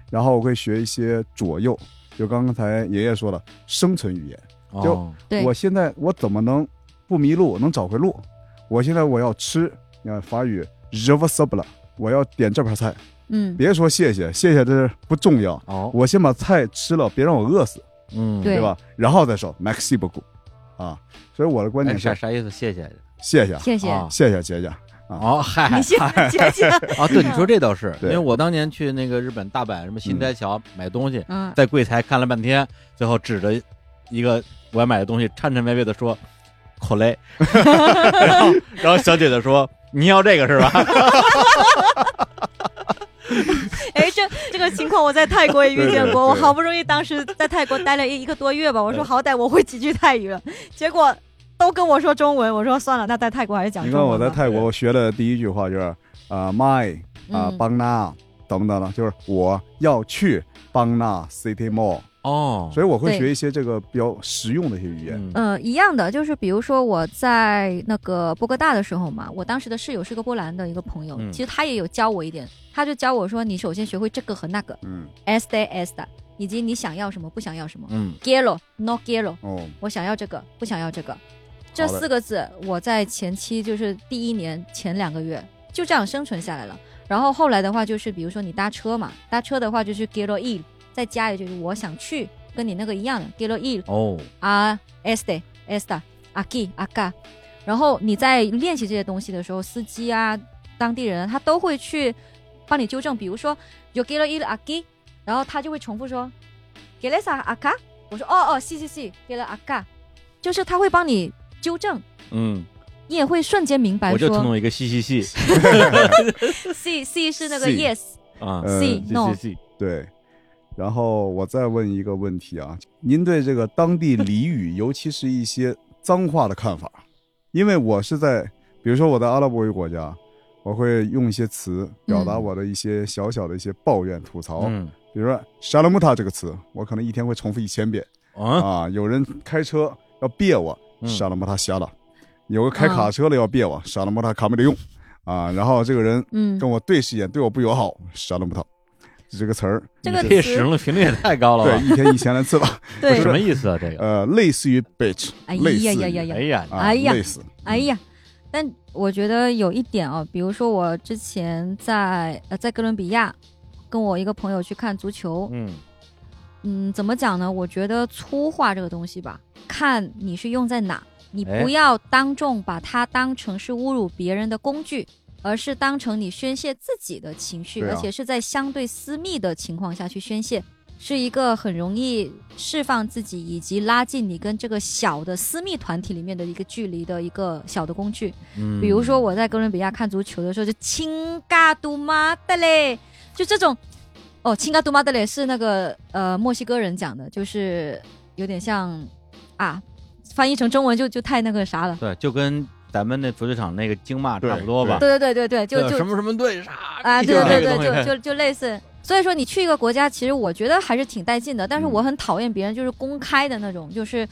[SPEAKER 3] 然后我会学一些左右，就刚才爷爷说了，生存语言，
[SPEAKER 2] 以
[SPEAKER 3] 就
[SPEAKER 2] 哦、
[SPEAKER 4] 对
[SPEAKER 3] 我现在我怎么能不迷路，能找回路？我现在我要吃，你看法语 je v o s a b l a 我要点这盘菜，
[SPEAKER 4] 嗯
[SPEAKER 3] 别说谢谢，谢谢这不重要。
[SPEAKER 2] 哦，
[SPEAKER 3] 我先把菜吃了，别让我饿死，
[SPEAKER 2] 嗯，
[SPEAKER 4] 对
[SPEAKER 3] 对吧？然后再说 maxi b o 啊，所以我的观
[SPEAKER 2] 哎
[SPEAKER 3] 点
[SPEAKER 2] 啥
[SPEAKER 3] 是
[SPEAKER 2] 啥意思？谢谢。
[SPEAKER 3] 谢谢，
[SPEAKER 4] 谢谢。
[SPEAKER 2] 啊
[SPEAKER 3] 谢谢姐姐。
[SPEAKER 2] 哦，嗨，
[SPEAKER 4] 你谢谢谢谢，
[SPEAKER 2] 啊，对，你说这倒是，因
[SPEAKER 3] 啊 对嗯
[SPEAKER 2] 为我当年去那个日本大阪什么新斋桥买东西，
[SPEAKER 4] 嗯，
[SPEAKER 2] 在柜台看了半天，最后指着一个我要买的东西，颤颤巍巍的说“口 雷”，然后然后小姐姐说：“你要这个是吧
[SPEAKER 4] 哎，这这个情况我在泰国也遇见
[SPEAKER 3] 对对
[SPEAKER 4] 过，我
[SPEAKER 3] 对
[SPEAKER 4] 好不容易当时在泰国待了一一个多月吧，我说好歹我会几句泰语了，结果都跟我说中文，我说算了，那在泰国还是讲
[SPEAKER 3] 你
[SPEAKER 4] 中
[SPEAKER 3] 看
[SPEAKER 4] 文吧。
[SPEAKER 3] 我在泰国，我学的第一句话就是啊，my 啊
[SPEAKER 4] 嗯，
[SPEAKER 3] 邦纳等等了，就是我要去邦纳 city mall，？”
[SPEAKER 2] 哦，
[SPEAKER 3] 所以我会
[SPEAKER 4] 对
[SPEAKER 3] 学一些这个比较实用的一些语言。
[SPEAKER 2] 嗯
[SPEAKER 4] 呃，一样的，就是比如说我在那个波哥大的时候嘛，我当时的室友是个波兰的一个朋友，
[SPEAKER 2] 嗯
[SPEAKER 4] 其实他也有教我一点，他就教我说，你首先学会这个和那个
[SPEAKER 3] 嗯，
[SPEAKER 4] ，s d s 的，以及你想要什么，不想要什么
[SPEAKER 2] 嗯，
[SPEAKER 4] ，gelo no gelo，
[SPEAKER 3] 哦，
[SPEAKER 4] 我想要这个，不想要这个，这
[SPEAKER 3] 好的
[SPEAKER 4] 四个字我在前期就是第一年前两个月就这样生存下来了。然后后来的话就是，比如说你搭车嘛，搭车的话就是 gelo il，再加一句就是我想去，跟你那个一样的 gelo il
[SPEAKER 2] 哦，
[SPEAKER 4] 啊 este esta aquí acá。然后你在练习这些东西的时候，司机啊、当地人啊他都会去帮你纠正，比如说 yo quiero ir aquí。然后他就会重复说给了啥阿卡？我说哦哦，sí sí sí，给了阿卡，就是他会帮你纠正，
[SPEAKER 5] 嗯，
[SPEAKER 4] 你也会瞬间明白
[SPEAKER 5] 我就听
[SPEAKER 4] 说
[SPEAKER 5] 懂一个嘻 嘻嘻
[SPEAKER 4] sí sí 是那个
[SPEAKER 3] sí
[SPEAKER 4] yes
[SPEAKER 5] 啊，
[SPEAKER 3] 呃
[SPEAKER 4] sí
[SPEAKER 5] 嘻
[SPEAKER 4] no
[SPEAKER 5] 嘻嘻，
[SPEAKER 3] 对。然后我再问一个问题啊，您对这个当地俚语，尤其是一些脏话的看法？因为我是在，比如说我在阿拉伯语国家，我会用一些词表达
[SPEAKER 4] 嗯
[SPEAKER 3] 我的一些小小的一些抱怨、吐槽。
[SPEAKER 5] 嗯
[SPEAKER 3] 比如说“沙拉木塔”这个词，我可能一天会重复一千遍
[SPEAKER 2] 哦嗯
[SPEAKER 5] 啊，
[SPEAKER 3] 啊。有人开车要别我“
[SPEAKER 5] 嗯
[SPEAKER 3] 沙拉木塔瞎了”，有个开卡车的要别我“沙拉木塔卡没得用”啊。然后这个人
[SPEAKER 4] 嗯，
[SPEAKER 3] 跟我对视一眼，对我不友好，“沙拉木塔”这个词儿，
[SPEAKER 4] 这个
[SPEAKER 5] 你这
[SPEAKER 4] 词
[SPEAKER 5] 使用的频率也太高了
[SPEAKER 3] 对，
[SPEAKER 5] 吧？
[SPEAKER 3] 一天一千来次 吧。
[SPEAKER 4] 对
[SPEAKER 5] 什，么意思啊？这个？
[SPEAKER 3] 呃，类似于 bitch，
[SPEAKER 4] 哎
[SPEAKER 3] 类似
[SPEAKER 4] 呀呀呀
[SPEAKER 3] 于
[SPEAKER 4] 呀
[SPEAKER 5] 哎，呀，
[SPEAKER 3] 啊
[SPEAKER 4] 哎呀
[SPEAKER 3] 类似，
[SPEAKER 4] 哎呀，但我觉得有一点哦，比如说我之前在呃在哥伦比亚，跟我一个朋友去看足球，
[SPEAKER 5] 嗯
[SPEAKER 4] 嗯，怎么讲呢？我觉得粗话这个东西吧，看你是用在哪，你
[SPEAKER 5] 哎
[SPEAKER 4] 不要当众把它当成是侮辱别人的工具。而是当成你宣泄自己的情绪，
[SPEAKER 3] 对啊
[SPEAKER 4] 而且是在相对私密的情况下去宣泄，是一个很容易释放自己以及拉近你跟这个小的私密团体里面的一个距离的一个小的工具。
[SPEAKER 5] 嗯，
[SPEAKER 4] 比如说我在哥伦比亚看足球的时候，就亲嘎嘟妈的嘞，就这种，哦，亲嘎嘟妈的嘞是那个呃墨西哥人讲的，就是有点像啊，翻译成中文就就太那个啥了。
[SPEAKER 2] 对，就跟咱们那足球场那个经骂差不多吧。
[SPEAKER 4] 对对对对对，就就
[SPEAKER 2] 呃什么什么队啥
[SPEAKER 4] 啊，对
[SPEAKER 2] 就
[SPEAKER 4] 对
[SPEAKER 2] 那个东
[SPEAKER 4] 对对，
[SPEAKER 2] 西
[SPEAKER 4] 就就就类似。所以说，你去一个国家，其实我觉得还是挺带劲的，但是我很讨厌别人就是公开的那种，就是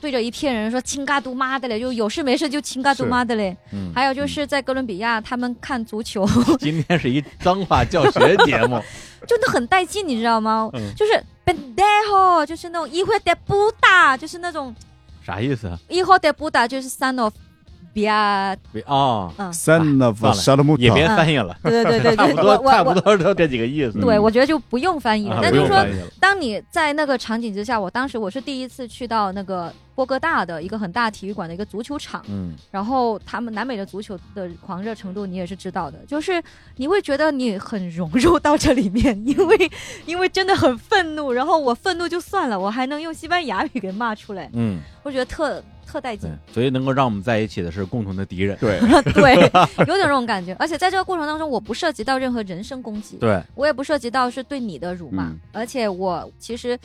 [SPEAKER 4] 对着一片人说“亲嘎嘟妈的嘞”，就有事没事就“亲嘎嘟
[SPEAKER 3] 是
[SPEAKER 4] 妈的嘞”
[SPEAKER 5] 嗯
[SPEAKER 4] 还有就是在哥伦比亚，他们看足球，
[SPEAKER 2] 今天是一脏话教学节目，
[SPEAKER 4] 真的很带劲，你知道吗？
[SPEAKER 5] 嗯
[SPEAKER 4] 就是 pendejo，就是那种一会的不打，就是那种
[SPEAKER 5] 啥意思啊？
[SPEAKER 4] 一会的不打，就是 son of b i
[SPEAKER 5] 别啊，
[SPEAKER 4] 嗯，
[SPEAKER 3] 三的
[SPEAKER 5] 算了
[SPEAKER 3] 沙拉木
[SPEAKER 5] 也
[SPEAKER 3] 塔
[SPEAKER 5] 别翻译了，
[SPEAKER 4] 对对对
[SPEAKER 5] 差
[SPEAKER 4] 对
[SPEAKER 5] 不
[SPEAKER 4] 对，
[SPEAKER 5] 多
[SPEAKER 4] 我
[SPEAKER 5] 差不
[SPEAKER 4] 我
[SPEAKER 5] 多就这几个意思
[SPEAKER 4] 我，。对，我觉得就不用翻译了
[SPEAKER 5] 嗯啊。
[SPEAKER 4] 但
[SPEAKER 5] 不
[SPEAKER 4] 就
[SPEAKER 5] 用
[SPEAKER 4] 是说
[SPEAKER 5] 翻，译了，
[SPEAKER 4] 当你在那个场景之下，我当时我是第一次去到那个波哥大的一个很大体育馆的一个足球场，
[SPEAKER 5] 嗯，
[SPEAKER 4] 然后他们南美的足球的狂热程度你也是知道的，就是你会觉得你很融入到这里面，因为 因为真的很愤怒，然后我愤怒就算了，我还能用西班牙语给骂出来，
[SPEAKER 2] 嗯，
[SPEAKER 4] 我觉得特特带劲
[SPEAKER 2] 对，，所以能够让我们在一起的是共同的敌人。
[SPEAKER 3] 对，
[SPEAKER 4] 对，有点这种感觉。而且在这个过程当中，我不涉及到任何人身攻击，
[SPEAKER 2] 对，
[SPEAKER 4] 我也不涉及到是对你的辱骂，
[SPEAKER 3] 嗯
[SPEAKER 4] 而且我其实。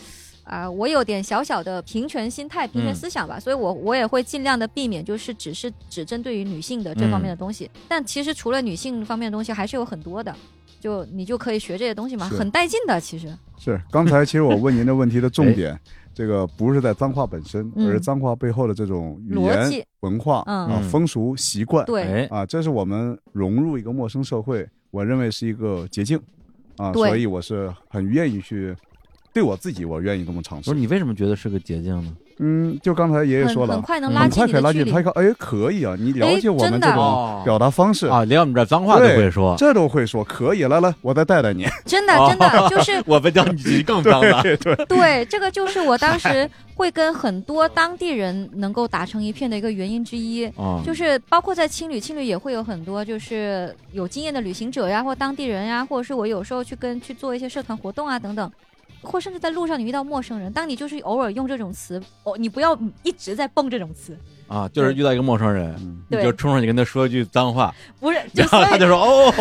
[SPEAKER 4] 啊、我有点小小的平权心态、平权
[SPEAKER 3] 嗯
[SPEAKER 4] 思想吧，所以我我也会尽量的避免，就是只是只针对于女性的这方面的东
[SPEAKER 3] 嗯
[SPEAKER 4] 西。但其实除了女性方面的东西，还是有很多的，就你就可以学这些东西嘛，
[SPEAKER 3] 是
[SPEAKER 4] 很带劲的。其实，
[SPEAKER 3] 是刚才其实我问您的问题的重
[SPEAKER 5] 哎
[SPEAKER 3] 点，这个不是在脏话本身，
[SPEAKER 4] 嗯
[SPEAKER 3] 而是脏话背后的这种语
[SPEAKER 4] 逻
[SPEAKER 3] 言
[SPEAKER 4] 辑、
[SPEAKER 3] 文化
[SPEAKER 4] 嗯
[SPEAKER 3] 啊、风俗习惯
[SPEAKER 4] 对，
[SPEAKER 5] 哎，
[SPEAKER 3] 啊，这是我们融入一个陌生社会，我认为是一个捷径啊，
[SPEAKER 4] 对
[SPEAKER 3] 所以我是很愿意去。对我自己，我愿意这么尝
[SPEAKER 5] 不
[SPEAKER 3] 试
[SPEAKER 5] 是。你为什么觉得是个捷径呢？
[SPEAKER 3] 嗯，就刚才爷爷
[SPEAKER 4] 很
[SPEAKER 3] 说
[SPEAKER 4] 很
[SPEAKER 3] 了，
[SPEAKER 4] 快能
[SPEAKER 5] 嗯
[SPEAKER 4] 拉
[SPEAKER 3] 很
[SPEAKER 4] 近
[SPEAKER 3] 快
[SPEAKER 4] 你
[SPEAKER 3] 可以
[SPEAKER 4] 的
[SPEAKER 3] 拉
[SPEAKER 4] 距
[SPEAKER 3] 近
[SPEAKER 4] 离。哎
[SPEAKER 3] 拍高，哎，可以啊，你了解我
[SPEAKER 4] 真
[SPEAKER 3] 们
[SPEAKER 4] 的
[SPEAKER 3] 这种表达方式，
[SPEAKER 5] 啊，连我们这儿脏话都
[SPEAKER 3] 对
[SPEAKER 5] 会说，
[SPEAKER 3] 这都会说，可以。来来，我再带带你。
[SPEAKER 5] 啊
[SPEAKER 4] 真的真的就是
[SPEAKER 2] 我们教你更脏了。
[SPEAKER 4] 对，这个就是我当时会跟很多当地人能够打成一片的一个原因之一。
[SPEAKER 5] 啊，
[SPEAKER 4] 就是包括在青旅，青旅也会有很多就是有经验的旅行者呀，或当地人呀，或者是我有时候去跟去做一些社团活动啊等等，或甚至在路上你遇到陌生人，当你就是偶尔用这种词，哦，你不要一直在蹦这种词，
[SPEAKER 5] 啊，就是遇到一个陌生人，
[SPEAKER 2] 你就
[SPEAKER 4] 对，
[SPEAKER 2] 冲上去跟他说一句脏话，
[SPEAKER 4] 不是， 就
[SPEAKER 2] 然后
[SPEAKER 4] 所
[SPEAKER 2] 他
[SPEAKER 4] 以
[SPEAKER 2] 就 说：“哦，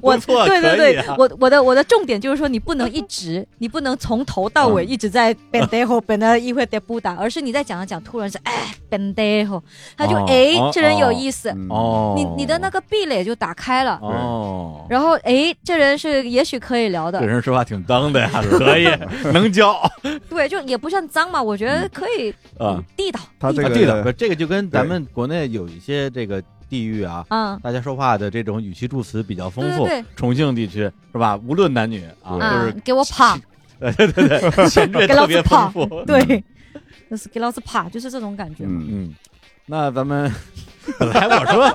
[SPEAKER 4] 我
[SPEAKER 2] 不错
[SPEAKER 4] 对对
[SPEAKER 2] 可以
[SPEAKER 4] 对，
[SPEAKER 2] 啊
[SPEAKER 4] 我我的我的重点就是说，你不能一直，你不能从头到
[SPEAKER 2] 嗯
[SPEAKER 4] 尾一直在 bendejo bendejo 一会 de b u d a 而是你在讲着讲，突然是哎 bendejo，他就
[SPEAKER 5] 哦
[SPEAKER 4] 哎
[SPEAKER 5] 哦
[SPEAKER 4] 这人有
[SPEAKER 5] 哦
[SPEAKER 4] 意思，
[SPEAKER 3] 嗯，
[SPEAKER 5] 哦，
[SPEAKER 4] 你你的那个壁垒就打开了，
[SPEAKER 5] 哦，
[SPEAKER 4] 然后哎这人是也许可以聊
[SPEAKER 2] 这
[SPEAKER 4] 的，
[SPEAKER 2] 人说话挺脏的呀， 可以，能教
[SPEAKER 4] 对，就也不算脏嘛，我觉得可以
[SPEAKER 2] 啊。
[SPEAKER 4] 地道，
[SPEAKER 3] 他这
[SPEAKER 4] 地道
[SPEAKER 2] 啊”对的，
[SPEAKER 3] 个呃
[SPEAKER 2] 不，这个就跟咱们国内有一些这个地域啊，
[SPEAKER 4] 嗯，
[SPEAKER 2] 大家说话的这种语气助词比较丰
[SPEAKER 4] 对
[SPEAKER 2] 富。
[SPEAKER 4] 对
[SPEAKER 2] 重庆地区是吧？无论男女啊，
[SPEAKER 5] 嗯
[SPEAKER 4] 对，
[SPEAKER 2] 就
[SPEAKER 4] 啊
[SPEAKER 2] 是，
[SPEAKER 4] 给我跑，
[SPEAKER 2] 呃对对对，前缀
[SPEAKER 4] 给
[SPEAKER 2] 特
[SPEAKER 4] 老
[SPEAKER 2] 别
[SPEAKER 4] 子
[SPEAKER 2] 丰
[SPEAKER 4] 跑
[SPEAKER 2] 富。
[SPEAKER 4] 对，就是给老子跑，就是这种感觉，
[SPEAKER 3] 嗯，
[SPEAKER 2] 嗯，那咱们 本来我 说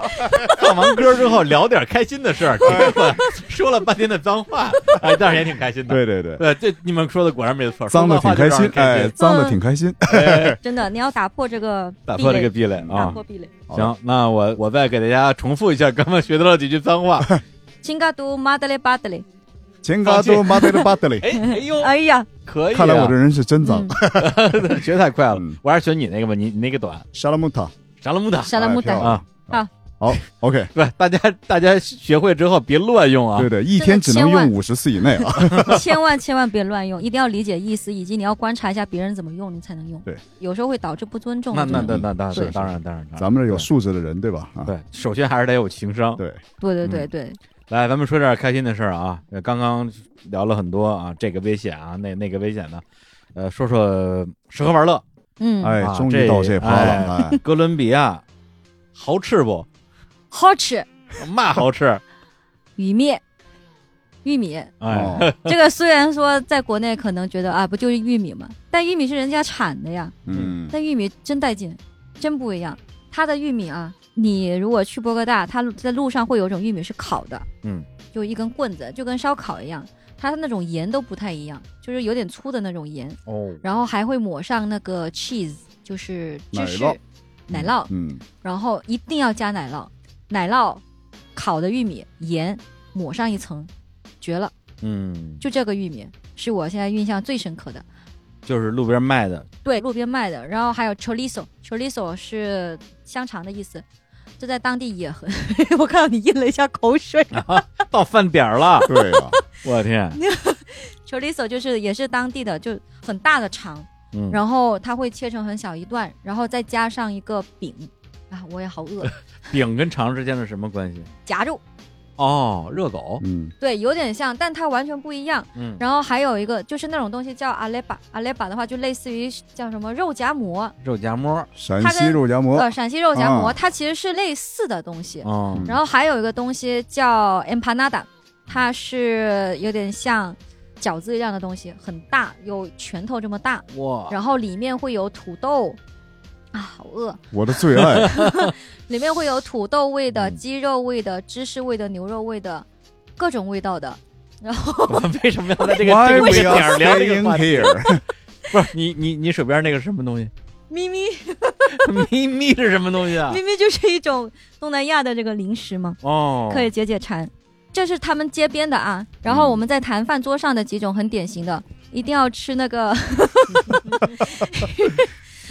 [SPEAKER 2] 放完歌之后聊点开心的事儿，结果 说了半天的脏话，哎，但是也挺开心的。
[SPEAKER 3] 对对对，
[SPEAKER 2] 对，这你们说的果然没错，
[SPEAKER 3] 脏的挺开心
[SPEAKER 2] 说，脏话就让
[SPEAKER 3] 哎，
[SPEAKER 2] 人
[SPEAKER 3] 脏
[SPEAKER 4] 嗯
[SPEAKER 3] 的挺开 心。
[SPEAKER 4] 真的，你要打破这个
[SPEAKER 2] 打
[SPEAKER 4] 壁
[SPEAKER 2] 破这个
[SPEAKER 4] 垒，
[SPEAKER 2] 壁垒
[SPEAKER 4] 打
[SPEAKER 2] 啊！
[SPEAKER 4] 破壁垒。
[SPEAKER 2] 行，那我我再给大家重复一下刚刚学到了几句脏话，
[SPEAKER 4] 金嘎嘟马德勒巴德勒，
[SPEAKER 3] 钱嘎多马德的巴德里。
[SPEAKER 5] 哎哎呦，
[SPEAKER 4] 哎呀，
[SPEAKER 5] 可以、啊，
[SPEAKER 3] 看来我这人是真脏
[SPEAKER 4] 嗯。
[SPEAKER 5] 学太快了，
[SPEAKER 3] 嗯
[SPEAKER 5] 我还是学你那个吧，你你那个短，
[SPEAKER 3] 沙拉木塔，
[SPEAKER 5] 啥了木的，
[SPEAKER 4] 沙拉木
[SPEAKER 3] 哎
[SPEAKER 4] 达
[SPEAKER 3] 漂，亮
[SPEAKER 4] 啊
[SPEAKER 3] 好，OK，
[SPEAKER 5] 对，大家大家学会之后别乱用啊
[SPEAKER 3] 对，对，一
[SPEAKER 4] 这个
[SPEAKER 3] 天只能
[SPEAKER 4] 千万
[SPEAKER 3] 用五十次以内 啊。
[SPEAKER 4] 嗯千万千万别乱用，一定要理解意思，以及你要观察一下别人怎么用，你才能用。
[SPEAKER 3] 对，
[SPEAKER 4] 有时候会导致不尊重
[SPEAKER 5] 那
[SPEAKER 4] 的这
[SPEAKER 5] 那
[SPEAKER 4] 种。
[SPEAKER 5] 那那那
[SPEAKER 4] 是
[SPEAKER 5] 当然当然，当然
[SPEAKER 3] 咱们这有素质的人，对吧？啊，
[SPEAKER 5] 对，首先还是得有情商。
[SPEAKER 3] 对，
[SPEAKER 4] 对
[SPEAKER 5] 嗯
[SPEAKER 4] 对对对，
[SPEAKER 5] 来，咱们说点开心的事儿啊，呃刚刚聊了很多啊，这个危险啊，那那个危险的，呃，说说吃喝玩乐，
[SPEAKER 4] 嗯，
[SPEAKER 3] 哎
[SPEAKER 5] 啊，
[SPEAKER 3] 终于
[SPEAKER 5] 这
[SPEAKER 3] 到这趴了，哎，
[SPEAKER 5] 哥伦比亚好吃不？
[SPEAKER 4] 好吃
[SPEAKER 5] 嘛 好吃？
[SPEAKER 4] 玉米，玉米，
[SPEAKER 5] 哎，
[SPEAKER 3] 哦
[SPEAKER 4] 这个虽然说在国内可能觉得啊，不就是玉米嘛，但玉米是人家产的呀，
[SPEAKER 3] 嗯，
[SPEAKER 4] 但玉米真带劲，真不一样。它的玉米啊，你如果去波哥大，它在路上会有一种玉米是烤的，
[SPEAKER 5] 嗯，
[SPEAKER 4] 就一根棍子，就跟烧烤一样，它那种盐都不太一样，就是有点粗的那种盐，
[SPEAKER 5] 哦，
[SPEAKER 4] 然后还会抹上那个 cheese，就是芝士
[SPEAKER 3] 奶酪
[SPEAKER 4] 奶酪，
[SPEAKER 3] 嗯，，
[SPEAKER 4] 然后一定要加奶酪，奶酪烤的玉米盐抹上一层，绝了！
[SPEAKER 5] 嗯，
[SPEAKER 4] 就这个玉米是我现在印象最深刻的。
[SPEAKER 5] 就是路边卖的，
[SPEAKER 4] 对，路边卖的。然后还有 chorizo，chorizo 是香肠的意思，这在当地也很。 我看到你咽了一下口水。
[SPEAKER 5] 到饭点儿 了
[SPEAKER 3] 对啊，
[SPEAKER 5] 我天，
[SPEAKER 4] chorizo 就是也是当地的，就很大的肠，
[SPEAKER 5] 嗯
[SPEAKER 4] 然后它会切成很小一段，然后再加上一个饼。啊，我也好饿，
[SPEAKER 5] 饼跟肠之间的什么关系？
[SPEAKER 4] 夹住。
[SPEAKER 5] 哦，热狗，
[SPEAKER 3] 嗯，
[SPEAKER 4] 对，有点像，但它完全不一样。
[SPEAKER 5] 嗯
[SPEAKER 4] 然后还有一个就是那种东西叫阿雷巴，阿雷巴的话就类似于叫什么肉夹馍，
[SPEAKER 5] 肉夹馍，
[SPEAKER 3] 陕
[SPEAKER 4] 它
[SPEAKER 3] 西
[SPEAKER 4] 跟
[SPEAKER 3] 肉夹馍
[SPEAKER 4] 呃，陕西肉夹馍，
[SPEAKER 3] 啊
[SPEAKER 4] 它其实是类似的东西。
[SPEAKER 5] 哦，
[SPEAKER 3] 嗯
[SPEAKER 4] 然后还有一个东西叫 empanada，它是有点像饺子一样的东西，很大，有拳头这么大，
[SPEAKER 5] 哇，
[SPEAKER 4] 然后里面会有土豆。啊，好饿！
[SPEAKER 3] 我的最爱，
[SPEAKER 4] 里面会有土豆味的、
[SPEAKER 5] 嗯
[SPEAKER 4] 鸡肉味的、芝士味的、牛肉味的，各种味道的。然后
[SPEAKER 5] 为什么要 在这个
[SPEAKER 3] Why
[SPEAKER 5] 这
[SPEAKER 3] we
[SPEAKER 5] 个这个
[SPEAKER 3] are
[SPEAKER 5] 点儿聊这个
[SPEAKER 3] staying
[SPEAKER 5] 话 题？
[SPEAKER 3] here？
[SPEAKER 5] 不是你你你手边那个是什么东 西？
[SPEAKER 4] 咪咪
[SPEAKER 5] 咪咪是什么东西啊？
[SPEAKER 4] 咪咪就是一种东南亚的这个零食嘛，
[SPEAKER 5] 哦，
[SPEAKER 4] 可以解解馋。这是他们街边的啊，然后我们在谈饭桌上的几种很典型的，一定要吃那个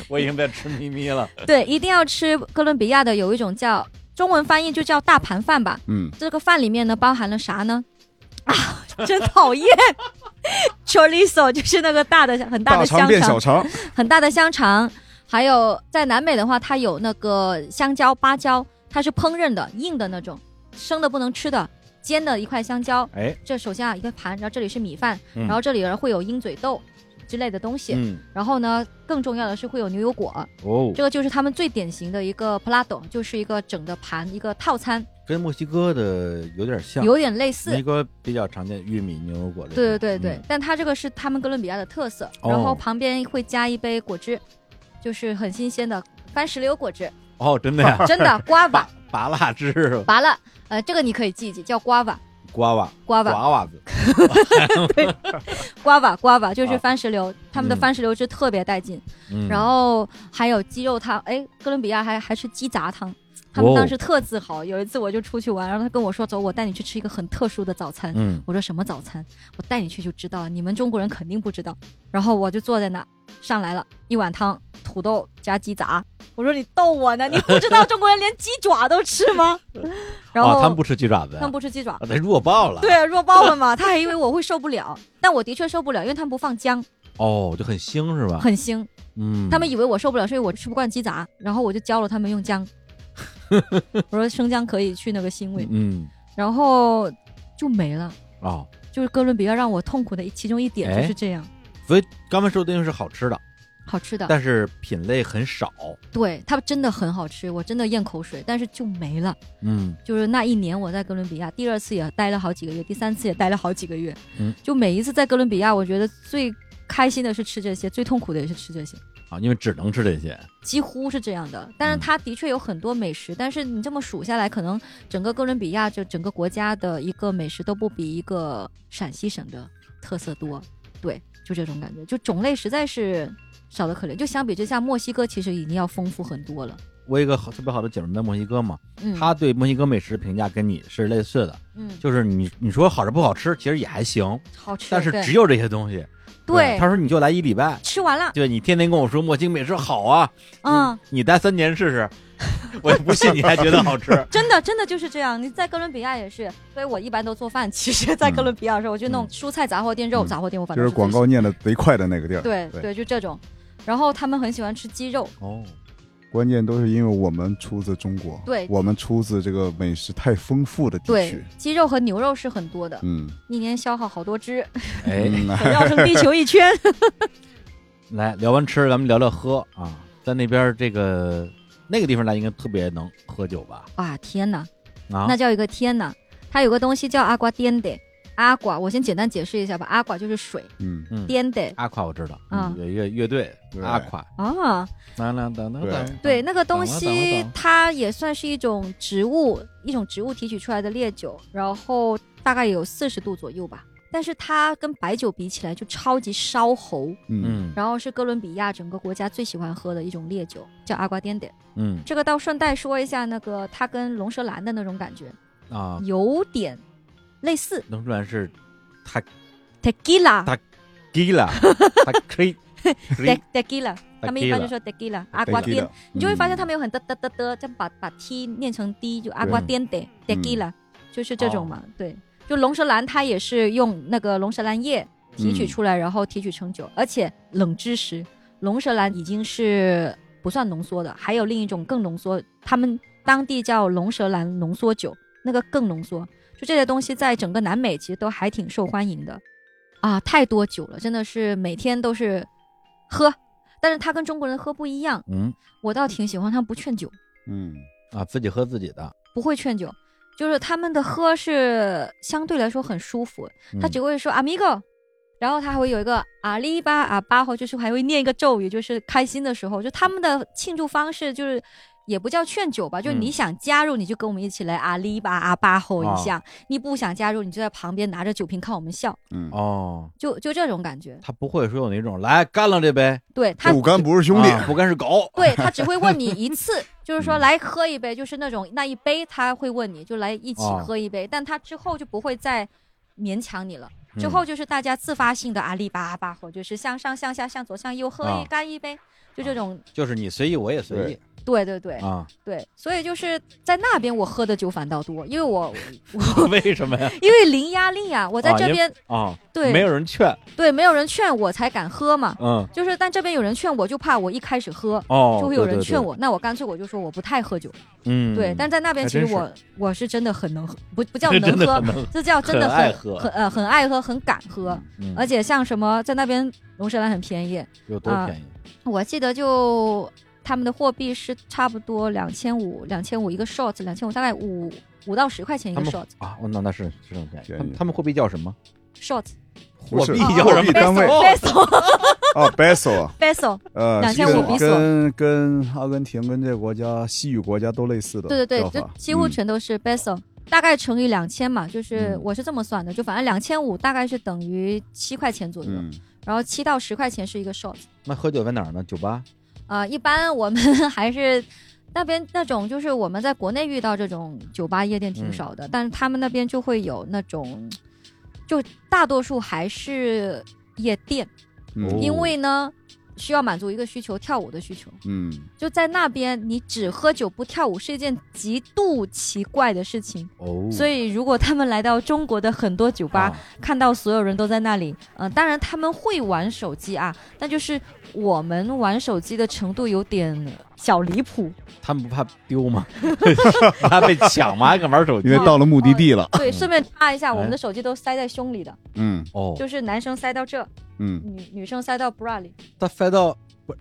[SPEAKER 5] 我已经在吃咪咪 了。
[SPEAKER 4] 对，一定要吃哥伦比亚的有一种叫中文翻译就叫大盘饭吧。
[SPEAKER 3] 嗯，
[SPEAKER 4] 这个饭里面呢包含了啥呢？啊， 真讨厌！chorizo 就是那个大的很大
[SPEAKER 3] 大
[SPEAKER 4] 的
[SPEAKER 3] 肠
[SPEAKER 4] 香
[SPEAKER 3] 变小
[SPEAKER 4] 肠，
[SPEAKER 3] 肠，
[SPEAKER 4] 很大的香肠。还有在南美的话，它有那个香蕉、芭蕉，它是烹饪的，硬的那种，生的不能吃的，煎的一块香蕉。
[SPEAKER 5] 哎，
[SPEAKER 4] 这首先啊一个盘，然后这里是米饭，
[SPEAKER 5] 嗯
[SPEAKER 4] 然后这里会有鹰嘴豆之类的东西，
[SPEAKER 5] 嗯，
[SPEAKER 4] 然后呢更重要的是会有牛油果。
[SPEAKER 5] 哦，
[SPEAKER 4] 这个就是他们最典型的一个 plato，就是一个整的盘，一个套餐，
[SPEAKER 2] 跟墨西哥的有点像，
[SPEAKER 4] 有点类
[SPEAKER 2] 墨
[SPEAKER 4] 似
[SPEAKER 2] 西。哥比较常见玉米、牛油果类的。
[SPEAKER 4] 对对对对，
[SPEAKER 2] 嗯，
[SPEAKER 4] 但它这个是他们哥伦比亚的特色，
[SPEAKER 2] 哦
[SPEAKER 4] 然后旁边会加一杯果汁，就是很新鲜的番石榴果 汁，
[SPEAKER 5] 哦，真的呀，
[SPEAKER 4] 真的瓜
[SPEAKER 5] 拔
[SPEAKER 4] 娃，
[SPEAKER 5] 拔蜡汁是 吧，
[SPEAKER 4] 拔了，呃，这个你可以记一记，叫瓜娃，
[SPEAKER 5] 瓜娃，
[SPEAKER 4] 瓜娃，
[SPEAKER 5] 瓜娃子，
[SPEAKER 4] 瓜娃，瓜娃，就是
[SPEAKER 5] 啊
[SPEAKER 4] 番石榴，他们的
[SPEAKER 5] 嗯
[SPEAKER 4] 番石榴汁特别带劲，
[SPEAKER 5] 嗯
[SPEAKER 4] 然后还有鸡肉汤，哎，哥伦比亚还还吃鸡杂汤。他们
[SPEAKER 5] 哦
[SPEAKER 4] 当时特自豪，有一次我就出去玩，然后他跟我说：“走，我带你去吃一个很特殊的早餐。”
[SPEAKER 5] 嗯，
[SPEAKER 4] 我说什么早餐？我带你去就知道了，你们中国人肯定不知道。然后我就坐在那，上来了一碗汤，土豆加鸡杂。我说你逗我呢，你不知道中国人
[SPEAKER 5] 嗯
[SPEAKER 4] 连鸡爪都吃吗？ 然后、
[SPEAKER 5] 哦，他们不吃鸡爪子
[SPEAKER 4] 他
[SPEAKER 5] 呀，
[SPEAKER 4] 们不吃鸡爪
[SPEAKER 2] 啊，，他弱爆了。
[SPEAKER 4] 对，弱爆了嘛。他还以为我会受不了，但我的确受不了，因为他们不放姜，
[SPEAKER 2] 哦，就很腥是吧？
[SPEAKER 4] 很腥。
[SPEAKER 2] 嗯，
[SPEAKER 4] 他们以为我受不了，是因为我吃不惯鸡杂，然后我就教了他们用 姜。我说生姜可以去那个腥味，
[SPEAKER 2] 嗯
[SPEAKER 4] 然后就没了。
[SPEAKER 2] 哦，
[SPEAKER 4] 就是哥伦比亚让我痛苦的其中一点
[SPEAKER 2] 哎
[SPEAKER 4] 就是这样，
[SPEAKER 2] 所以刚才说的东西是好吃的，
[SPEAKER 4] 好吃的。
[SPEAKER 2] 但是品类很少。
[SPEAKER 4] 对，它真的很好吃，我真的咽口水，但是就没了。
[SPEAKER 2] 嗯，
[SPEAKER 4] 就是那一年我在哥伦比亚，第二次也待了好几个月，第三次也待了好几个月。
[SPEAKER 2] 嗯，
[SPEAKER 4] 就每一次在哥伦比亚，我觉得最开心的是吃这些，最痛苦的也是吃这些，
[SPEAKER 2] 啊，因为只能吃这些。
[SPEAKER 4] 几乎是这样的。但是
[SPEAKER 2] 嗯
[SPEAKER 4] 它的确有很多美食，但是你这么数下来，可能整个哥伦比亚就整个国家的一个美食都不比一个陕西省的特色多。对，就这种感觉，就种类实在是少得可怜。就相比之下，墨西哥其实已经要丰富很多了。
[SPEAKER 2] 我有一个好特别好的姐妹在墨西哥嘛，
[SPEAKER 4] 嗯，
[SPEAKER 2] 她对墨西哥美食评价跟你是类似的，
[SPEAKER 4] 嗯，
[SPEAKER 2] 就是你你说好吃不好吃，其实也还行，
[SPEAKER 4] 好吃，
[SPEAKER 2] 但是
[SPEAKER 4] 对
[SPEAKER 2] 只有这些东西。
[SPEAKER 4] 对
[SPEAKER 2] 她说你就来一礼拜，
[SPEAKER 4] 吃完了，
[SPEAKER 2] 对你天天跟我说墨西哥美食好啊，
[SPEAKER 4] 嗯，
[SPEAKER 2] 你你待三年试 试，我也不信你还觉得好吃。
[SPEAKER 4] 真的，真的就是这样。你在哥伦比亚也是，所以我一般都做饭。其实，在哥伦比亚的时候，我就弄蔬菜杂货店、肉
[SPEAKER 3] 嗯
[SPEAKER 4] 杂货店，我反
[SPEAKER 3] 就
[SPEAKER 4] 正
[SPEAKER 3] 是广告。念的贼快的那个地儿。
[SPEAKER 4] 对
[SPEAKER 3] 对
[SPEAKER 4] 对，就这种。然后他们很喜欢吃鸡肉，
[SPEAKER 2] 哦，
[SPEAKER 3] 关键都是因为我们出自中国，
[SPEAKER 4] 对
[SPEAKER 3] 我们出自这个美食太丰富的地
[SPEAKER 4] 对
[SPEAKER 3] 区。，
[SPEAKER 4] 鸡肉和牛肉是很多的，
[SPEAKER 3] 嗯，
[SPEAKER 4] 一年消耗好多只，
[SPEAKER 2] 哎，
[SPEAKER 3] 嗯
[SPEAKER 4] 可绕成地球一圈。
[SPEAKER 2] 来聊完吃，咱们聊聊喝啊，在那边这个那个地方来应该特别能喝酒吧？
[SPEAKER 4] 啊，天哪，
[SPEAKER 2] 啊，
[SPEAKER 4] 那叫一个天哪！它有个东西叫阿瓜颠的，阿瓜，我先简单解释一下吧。阿瓜就是水，
[SPEAKER 3] 嗯，
[SPEAKER 2] 嗯
[SPEAKER 4] 颠的
[SPEAKER 2] 阿垮我知道，
[SPEAKER 4] 嗯
[SPEAKER 2] 有一个乐队
[SPEAKER 3] 对
[SPEAKER 2] 阿垮，
[SPEAKER 4] 啊，
[SPEAKER 2] 当当当当当，
[SPEAKER 4] 对，那个
[SPEAKER 2] 嗯懂了懂
[SPEAKER 4] 东
[SPEAKER 2] 了
[SPEAKER 4] 西
[SPEAKER 2] 懂了
[SPEAKER 4] 它也算是一种植物，一种植物提取出来的烈酒，然后大概有四十度左右吧。但是它跟白酒比起来就超级烧喉，
[SPEAKER 3] 嗯，
[SPEAKER 2] 嗯
[SPEAKER 4] 然后是哥伦比亚整个国家最喜欢喝的一种烈酒，叫阿瓜颠点。
[SPEAKER 2] 嗯
[SPEAKER 4] 这个倒顺带说一下，那个它跟龙舌兰的那种感觉
[SPEAKER 2] 啊，
[SPEAKER 4] 有点类似
[SPEAKER 2] 能出来是
[SPEAKER 4] ，tequila，
[SPEAKER 2] 它 gila，他 cre
[SPEAKER 4] te- tequila，他们一般就说 tequila，阿瓜颠
[SPEAKER 3] 啊 Tequila，嗯
[SPEAKER 4] 你就会发现他们有很嘚嘚嘚嘚，这样把把 t 念成 d，就阿瓜颠得 d e g i l a 就是这种嘛。对，就龙舌兰它也是用那个龙舌兰叶提
[SPEAKER 3] 嗯
[SPEAKER 4] 取出来，然后提取成酒。而且冷知识，龙舌兰已经是不算浓缩的，还有另一种更浓缩，他们当地叫龙舌兰浓缩酒，那个更浓缩。就这些东西在整个南美其实都还挺受欢迎的，啊，太多酒了，真的是每天都是喝，但是它跟中国人喝不一样。
[SPEAKER 2] 嗯
[SPEAKER 4] 我倒挺喜欢他们不劝酒，
[SPEAKER 3] 嗯，
[SPEAKER 2] 啊，自己喝自己的，
[SPEAKER 4] 不会劝酒，就是他们的喝是相对来说很舒服，他
[SPEAKER 2] 嗯
[SPEAKER 4] 只会说 amigo，然后他还会有一个阿里巴阿巴后，就是还会念一个咒语，就是开心的时候，就他们的庆祝方式就是。也不叫劝酒吧，就是
[SPEAKER 2] 嗯啊
[SPEAKER 4] 你想加入，你就跟我们一起来阿里巴阿巴吼一下；你不想加入，你就在旁边拿着酒瓶看我们笑，
[SPEAKER 3] 嗯，
[SPEAKER 2] 哦，
[SPEAKER 4] 就就这种感觉。
[SPEAKER 2] 他不会说有那种来干了这杯，
[SPEAKER 4] 对他
[SPEAKER 3] 不干不是兄弟，
[SPEAKER 2] 啊不干是狗，
[SPEAKER 4] 对他只会问你一 次，就是说
[SPEAKER 3] 嗯
[SPEAKER 4] 来喝一杯，就是那种那一杯他会问你就来一起
[SPEAKER 2] 哦
[SPEAKER 4] 喝一杯，但他之后就不会再勉强你了。
[SPEAKER 2] 嗯
[SPEAKER 4] 之后就是大家自发性的阿里巴巴或就是向上向下向左向右喝一
[SPEAKER 2] 啊
[SPEAKER 4] 干一杯，就这种。
[SPEAKER 2] 就是你随意我也随意
[SPEAKER 4] 对对对
[SPEAKER 2] 啊，
[SPEAKER 4] 对，所以就是在那边我喝的酒反倒多，因为我
[SPEAKER 2] 为什么呀？
[SPEAKER 4] 因为零压力啊，我在
[SPEAKER 2] 啊
[SPEAKER 4] 这
[SPEAKER 2] 因为
[SPEAKER 4] 边
[SPEAKER 2] 啊，
[SPEAKER 4] 对
[SPEAKER 2] 没有人劝，
[SPEAKER 4] 对没有人劝我才敢喝嘛，
[SPEAKER 2] 嗯
[SPEAKER 4] 就是但这边有人劝我就怕我一开始喝。
[SPEAKER 2] 哦，
[SPEAKER 4] 就会有
[SPEAKER 2] 对
[SPEAKER 4] 人
[SPEAKER 2] 对
[SPEAKER 4] 劝
[SPEAKER 2] 对
[SPEAKER 4] 我，那我干脆我就说我不太喝酒，
[SPEAKER 2] 嗯，
[SPEAKER 4] 对，但在那边
[SPEAKER 2] 还
[SPEAKER 4] 其
[SPEAKER 2] 真
[SPEAKER 4] 实
[SPEAKER 2] 是
[SPEAKER 4] 我我是真的很能喝，不不叫
[SPEAKER 2] 真
[SPEAKER 4] 能
[SPEAKER 2] 的
[SPEAKER 4] 喝
[SPEAKER 2] 很，能
[SPEAKER 4] 这叫真的
[SPEAKER 2] 很
[SPEAKER 4] 很
[SPEAKER 2] 爱喝
[SPEAKER 4] 很呃很爱喝，很敢喝，
[SPEAKER 2] 嗯
[SPEAKER 4] 而且像什么在那边龙舌兰很便宜，
[SPEAKER 2] 有多
[SPEAKER 4] 啊
[SPEAKER 2] 便宜？
[SPEAKER 4] 我记得就他们的货币是差不多两千五两千五一个 shot，两千五大概五五到十块钱一个
[SPEAKER 2] 他们
[SPEAKER 4] shot
[SPEAKER 2] 啊，哦那那是是很便宜。
[SPEAKER 3] 便
[SPEAKER 2] 他
[SPEAKER 3] 宜
[SPEAKER 2] 们他们货币叫什么？
[SPEAKER 4] shot
[SPEAKER 3] 不是
[SPEAKER 2] 货币
[SPEAKER 3] 啊
[SPEAKER 2] 叫
[SPEAKER 3] 货
[SPEAKER 2] 什么
[SPEAKER 3] 币单位
[SPEAKER 4] 哦 peso
[SPEAKER 3] 啊 b a s e l
[SPEAKER 4] peso，
[SPEAKER 3] 呃，
[SPEAKER 4] 两千五比索
[SPEAKER 3] 跟跟阿根廷跟这国家西语国家都类似的
[SPEAKER 4] 对对对，
[SPEAKER 3] 叫
[SPEAKER 4] 就
[SPEAKER 3] 法
[SPEAKER 4] 几乎
[SPEAKER 3] 嗯
[SPEAKER 4] 全都是 peso，大概乘以两千嘛，就是
[SPEAKER 2] 嗯
[SPEAKER 4] 我是这么算的，就反正两千五大概是等于七块钱左右，
[SPEAKER 3] 嗯，
[SPEAKER 4] 然后七到十块钱是一个 shot。
[SPEAKER 2] 那喝酒在哪儿呢？酒吧
[SPEAKER 4] 啊，一般我们 还是那边那种，就是我们在国内遇到这种酒吧夜店挺
[SPEAKER 2] 嗯
[SPEAKER 4] 少的，但是他们那边就会有那种，就大多数还是夜店，
[SPEAKER 2] 哦
[SPEAKER 3] 嗯
[SPEAKER 4] 因为呢需要满足一个需求，跳舞的需求。
[SPEAKER 3] 嗯
[SPEAKER 4] 就在那边，你只喝酒不跳舞是一件极度奇怪的事情。
[SPEAKER 2] 哦啊
[SPEAKER 4] 所
[SPEAKER 2] 以
[SPEAKER 4] 以，如果他们来到中国的很多酒吧，看到所有人都在那里，嗯、当然他们会玩手机啊，但就是我们玩手机的程度有点小离谱。
[SPEAKER 2] 他们不怕丢 吗？怕被抢吗？还敢玩手机
[SPEAKER 3] 因？为到了目的地了，
[SPEAKER 4] 对，顺便插一下，
[SPEAKER 2] 哎
[SPEAKER 4] 我们的手机都塞在胸里的，
[SPEAKER 3] 嗯
[SPEAKER 2] 哦，
[SPEAKER 4] 就是男生塞到这，
[SPEAKER 3] 嗯，
[SPEAKER 4] 女女生塞到 bra 里，
[SPEAKER 2] 他塞到不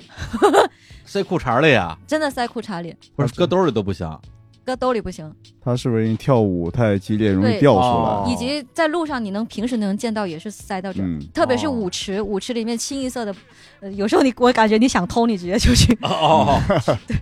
[SPEAKER 2] 塞裤衩里呀，
[SPEAKER 4] 真的塞裤衩里，
[SPEAKER 2] 不是
[SPEAKER 3] 啊
[SPEAKER 2] 搁兜里都不行。
[SPEAKER 4] 搁兜里不行。
[SPEAKER 3] 他是不是因为跳舞太激烈容易
[SPEAKER 4] 对
[SPEAKER 3] 掉出
[SPEAKER 2] 哦
[SPEAKER 3] 来？
[SPEAKER 4] 以及在路上，你能平时能见到也是塞到这。
[SPEAKER 3] 嗯，
[SPEAKER 4] 特别是舞池，舞池里面清一色的，呃，有时候你我感觉你想偷，你直接 出去。
[SPEAKER 2] 哦，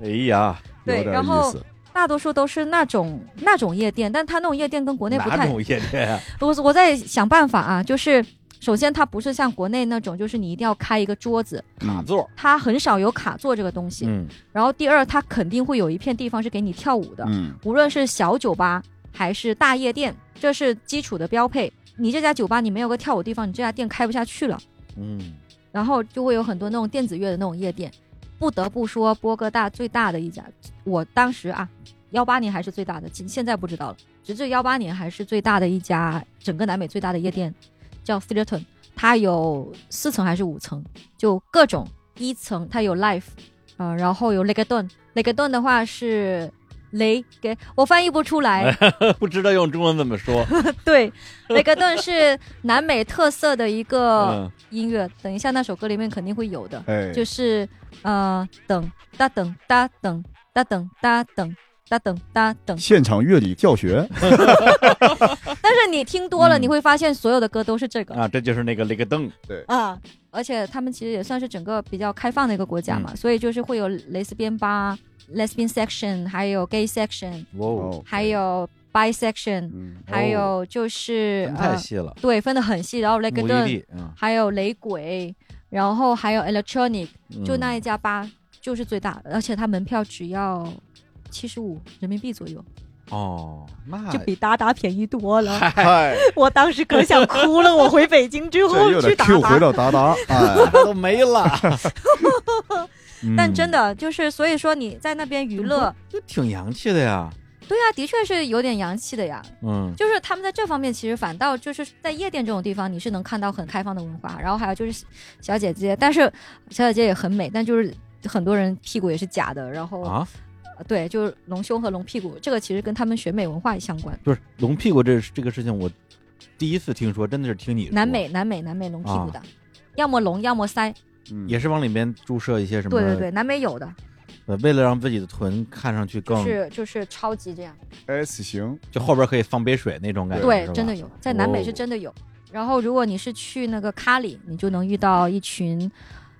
[SPEAKER 2] 哎呀，
[SPEAKER 4] 对，
[SPEAKER 3] 有点
[SPEAKER 4] 然
[SPEAKER 3] 意
[SPEAKER 4] 后
[SPEAKER 3] 思。
[SPEAKER 4] 大多数都是那种那种夜店，但他那种夜店跟国内不
[SPEAKER 2] 哪
[SPEAKER 4] 太
[SPEAKER 2] 种夜店啊？
[SPEAKER 4] 我我在想办法啊，就是首先，它不是像国内那种，就是你一定要开一个桌子，
[SPEAKER 3] 嗯
[SPEAKER 5] 卡座，
[SPEAKER 4] 它很少有卡座这个东西。
[SPEAKER 2] 嗯
[SPEAKER 4] 然后第二，它肯定会有一片地方是给你跳舞的，
[SPEAKER 3] 嗯
[SPEAKER 4] 无论是小酒吧还是大夜店，这是基础的标配。你这家酒吧你没有个跳舞地方，你这家店开不下去了。
[SPEAKER 2] 嗯
[SPEAKER 4] 然后就会有很多那种电子乐的那种夜店。不得不说，波哥大最大的一家，我当时啊，幺八年还是最大的，现现在不知道了。直至幺八年还是最大的一家，整个南美最大的夜店，叫 Theaterton，它有四层还是五层，就各种一层它有 Life，啊、然后有 Legadon，Legadon 的话是雷给我翻译不出来，
[SPEAKER 2] 嗯
[SPEAKER 5] 不知道用中文怎么说。
[SPEAKER 4] 对，Legadon 是南美特色的一个
[SPEAKER 5] 嗯，
[SPEAKER 4] 音乐，等一下那首歌里面肯定会有的。
[SPEAKER 3] 哎，
[SPEAKER 4] 就是呃等哒等哒等哒等哒等哒等哒等。
[SPEAKER 3] 现场乐理教学，
[SPEAKER 4] 但是你听多了，
[SPEAKER 3] 嗯
[SPEAKER 4] 你会发现所有的歌都是这
[SPEAKER 2] 嗯
[SPEAKER 4] 个
[SPEAKER 5] 啊，这就是那个雷个邓，
[SPEAKER 4] 啊。而且他们其实也算是整个比较开放的一个国家
[SPEAKER 2] 嗯
[SPEAKER 4] 嘛，所以就是会有蕾丝边吧、lesbian section，还有 gay section，
[SPEAKER 2] 哇哦，
[SPEAKER 3] 哦，
[SPEAKER 4] 还有 bi section，
[SPEAKER 3] 嗯，
[SPEAKER 4] 还有就是
[SPEAKER 2] 分太
[SPEAKER 4] 呃
[SPEAKER 2] 细了，
[SPEAKER 4] 对分的很细，然后 l e g
[SPEAKER 2] 母
[SPEAKER 4] a
[SPEAKER 2] 一地
[SPEAKER 4] d
[SPEAKER 2] 啊，
[SPEAKER 4] 还有雷鬼，然后还有 electronic，
[SPEAKER 2] 嗯
[SPEAKER 4] 就那一家吧，就是最大，而且它门票只要七十五人民币左右，
[SPEAKER 2] 哦，那
[SPEAKER 4] 就比达达便宜多了。
[SPEAKER 3] 哎嗨，
[SPEAKER 4] 我当时可想哭了，我回北京 之
[SPEAKER 3] 这
[SPEAKER 4] 后
[SPEAKER 3] 又得
[SPEAKER 4] 去达
[SPEAKER 3] Q 回
[SPEAKER 4] 达，
[SPEAKER 3] 到达 达，哎，
[SPEAKER 2] 都没了。
[SPEAKER 4] 但真
[SPEAKER 2] 嗯
[SPEAKER 4] 的就是，所以说你在那边娱乐，
[SPEAKER 2] 这嗯挺洋气的呀，
[SPEAKER 4] 对啊，的确是有点洋气的呀。
[SPEAKER 2] 嗯
[SPEAKER 4] 就是他们在这方面其实反倒就是在夜店这种地方，你是能看到很开放的文化，然后还有就是小姐姐，但是小姐姐也很美，但就是很多人屁股也是假的，然后
[SPEAKER 2] 啊，
[SPEAKER 4] 对，就是隆胸和隆屁股，这个其实跟他们选美文化也相关。
[SPEAKER 2] 不是龙屁股这这个事情，我第一次听说，真的是听你说
[SPEAKER 4] 南美，南美，南美隆屁股
[SPEAKER 2] 啊
[SPEAKER 4] 的，要么隆，要么腮。
[SPEAKER 3] 嗯
[SPEAKER 2] 也是往里面注射一些什么，
[SPEAKER 4] 对对对，南美有的，
[SPEAKER 2] 呃，为了让自己的臀看上去更，
[SPEAKER 4] 是就是超级这样。
[SPEAKER 3] S 型，
[SPEAKER 2] 就后边可以放杯水那种感觉，
[SPEAKER 4] 对
[SPEAKER 2] 是，吧哦
[SPEAKER 4] 真的有，在南美是真的有。然后如果你是去那个咖喱，你就能遇到一群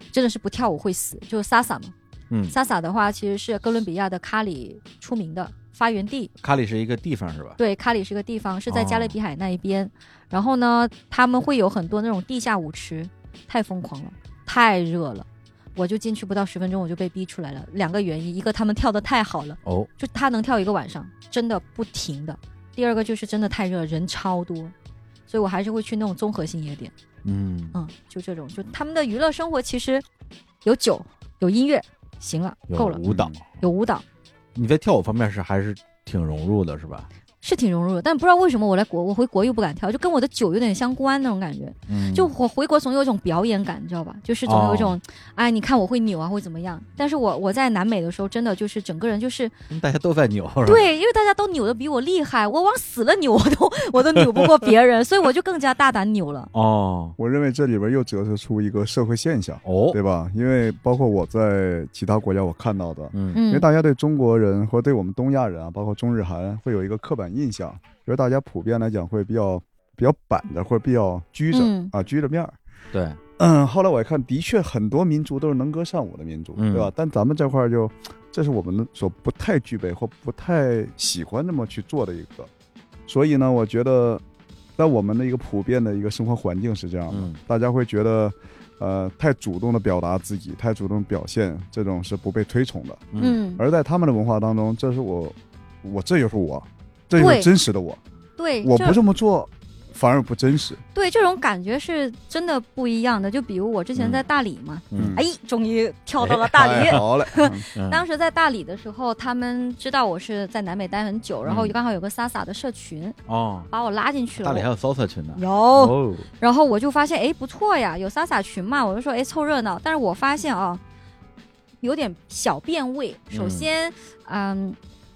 [SPEAKER 4] 真的是不跳舞会死，就是萨萨嘛。
[SPEAKER 2] 嗯
[SPEAKER 4] 萨萨的话其实是哥伦比亚的咖喱出名的发源地，
[SPEAKER 2] 咖喱是一个地方是吧？
[SPEAKER 4] 对，咖喱是个地方，是在加勒
[SPEAKER 2] 哦
[SPEAKER 4] 比海那一边。然后呢，他们会有很多那种地下舞池，太疯狂了，太热了。我就进去不到十分钟，我就被逼出来了。两个原因，一个他们跳的太好了，
[SPEAKER 2] 哦，
[SPEAKER 4] 就他能跳一个晚上，真的不停的；第二个就是真的太热，人超多，所以我还是会去那种综合性夜店。
[SPEAKER 2] 嗯，
[SPEAKER 4] 嗯，就这种，就他们的娱乐生活其实有酒，有音乐，行了，
[SPEAKER 2] 有
[SPEAKER 4] 够了，
[SPEAKER 2] 舞蹈，
[SPEAKER 4] 有舞蹈
[SPEAKER 2] 你在跳舞方面是还是挺融入的是吧？
[SPEAKER 4] 是挺融入的，但不知道为什么我来国，我回国又不敢跳，就跟我的酒有点相关那种感觉。
[SPEAKER 2] 嗯，哦
[SPEAKER 4] 就我回国总有一种表演感，你知道吧？就是总有一种，哎，你看我会扭啊，会怎么样？但是我我在南美的时候，真的就是整个人就是
[SPEAKER 2] 大家都在扭，是吧，
[SPEAKER 4] 对，因为大家都扭的比我厉害，我往死了扭，我都我都扭不过别 人，所以我就更加大胆扭了。
[SPEAKER 2] 哦
[SPEAKER 3] 我认为这里边又折射出一个社会现象，
[SPEAKER 2] 哦，
[SPEAKER 3] 对吧？因为包括我在其他国家我看到的，
[SPEAKER 2] 嗯
[SPEAKER 3] 因
[SPEAKER 4] 嗯
[SPEAKER 3] 为，大家对中国人或者对我们东亚人啊，包括中日韩，会有一个刻板印象，觉得大家普遍来讲会比较比较板着，或者比较拘着、
[SPEAKER 4] 嗯
[SPEAKER 3] 啊，拘着面儿。
[SPEAKER 2] 对，
[SPEAKER 3] 嗯，后来我一看，的确很多民族都是能歌善舞的民族，
[SPEAKER 2] 嗯
[SPEAKER 3] 对吧？但咱们这块儿就，这是我们所不太具备或不太喜欢那么去做的一个。所以呢，我觉得，在我们的一个普遍的一个生活环境是这样的，
[SPEAKER 2] 嗯
[SPEAKER 3] 大家会觉得，呃，太主动的表达自己，太主动地表现，这种是不被推崇的。
[SPEAKER 4] 嗯，
[SPEAKER 3] 而在他们的文化当中，这是我，我这就是我，这就是
[SPEAKER 4] 对
[SPEAKER 3] 真实的我，
[SPEAKER 4] 对，
[SPEAKER 3] 我
[SPEAKER 4] 这
[SPEAKER 3] 不这么做，反而不真实。
[SPEAKER 4] 对这种感觉是真的不一样的。就比如我之前在大理嘛，
[SPEAKER 2] 嗯
[SPEAKER 4] 哎，终于跳到了大理。
[SPEAKER 3] 哎 好嘞，嗯
[SPEAKER 2] 嗯
[SPEAKER 4] 当时在大理的时候，他们知道我是在南美待很久，然后
[SPEAKER 2] 嗯
[SPEAKER 4] 刚好有个萨萨的社群，
[SPEAKER 2] 哦，
[SPEAKER 4] 把我拉进去了。
[SPEAKER 2] 大理还有 salsa 群呢，
[SPEAKER 4] 有，
[SPEAKER 2] 哦，
[SPEAKER 4] 然后我就发现，哎，不错呀，有萨萨群嘛，我就说，哎，凑热闹。但是我发现啊，有点小变味。首先，嗯。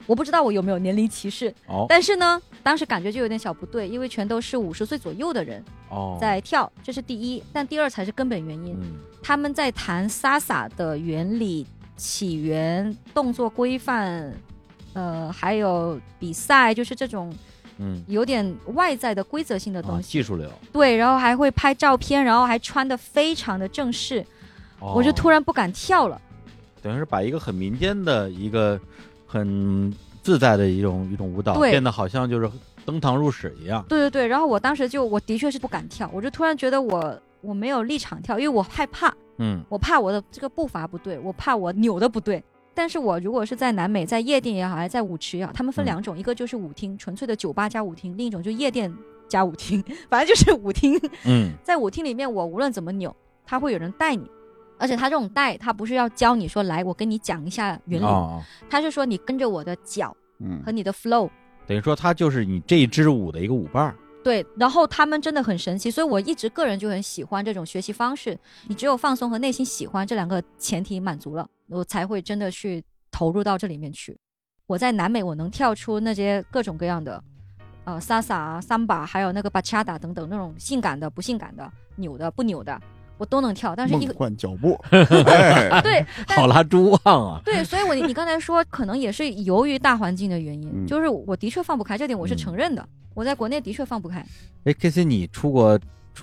[SPEAKER 4] 我不知道我有没有年龄歧视，
[SPEAKER 2] 哦
[SPEAKER 4] 但是呢，当时感觉就有点小不对，因为全都是五十岁左右的人
[SPEAKER 2] 哦，
[SPEAKER 4] 在跳，这是第一。但第二才是根本原因，
[SPEAKER 2] 嗯
[SPEAKER 4] 他们在谈萨萨的原理、起源、动作规范，呃，还有比赛，就是这种
[SPEAKER 2] 嗯，
[SPEAKER 4] 有点外在的规则性的
[SPEAKER 2] 啊，
[SPEAKER 4] 东西。
[SPEAKER 2] 技术流，
[SPEAKER 4] 对，然后还会拍照片，然后还穿的非常的正式，我就
[SPEAKER 2] 哦
[SPEAKER 4] 突然不敢跳了。
[SPEAKER 2] 等于是把一个很民间的一个很自在的一种一种舞蹈，
[SPEAKER 4] 对
[SPEAKER 2] 变得好像就是登堂入室一样。
[SPEAKER 4] 对对对，然后我当时就我的确是不敢跳，我就突然觉得我我没有立场跳，因为我害怕，
[SPEAKER 2] 嗯
[SPEAKER 4] 我怕我的这个步伐不对，我怕我扭的不对。但是我如果是在南美，在夜店也好，还是在舞池也好，他们
[SPEAKER 2] 嗯
[SPEAKER 4] 分两种，一个就是舞厅，纯粹的酒吧加舞厅；另一种就是夜店加舞厅， 反正就是舞厅。
[SPEAKER 2] 嗯
[SPEAKER 4] 在舞厅里面，我无论怎么扭，他会有人带你，而且他这种带，他不是要教你说来，我跟你讲一下原理，
[SPEAKER 2] 哦，哦
[SPEAKER 4] 他是说你跟着我的脚
[SPEAKER 3] 嗯
[SPEAKER 4] 和，你的 flow，
[SPEAKER 2] 等于说它就是你这一支舞的一个舞伴儿。
[SPEAKER 4] 对，然后他们真的很神奇，所以我一直个人就很喜欢这种学习方式。你只有放松和内心喜欢这两个前提满足了，我才会真的去投入到这里面去。我在南美，我能跳出那些各种各样的，呃，萨萨啊、桑巴，还有那个巴恰达等等那种性感的、不性感的、扭的、不扭的，我都能跳。但是
[SPEAKER 3] 梦
[SPEAKER 4] 一个
[SPEAKER 3] 幻脚 步，哎，
[SPEAKER 4] 对
[SPEAKER 2] 好拉猪旺 啊！
[SPEAKER 4] 对，所以我你刚才说，可能也是由于大环境的原因，
[SPEAKER 3] 嗯
[SPEAKER 4] 就是我的确放不开，这点我是
[SPEAKER 2] 嗯
[SPEAKER 4] 承认的。我在国内的确放不开，
[SPEAKER 2] 哎，K C，你出国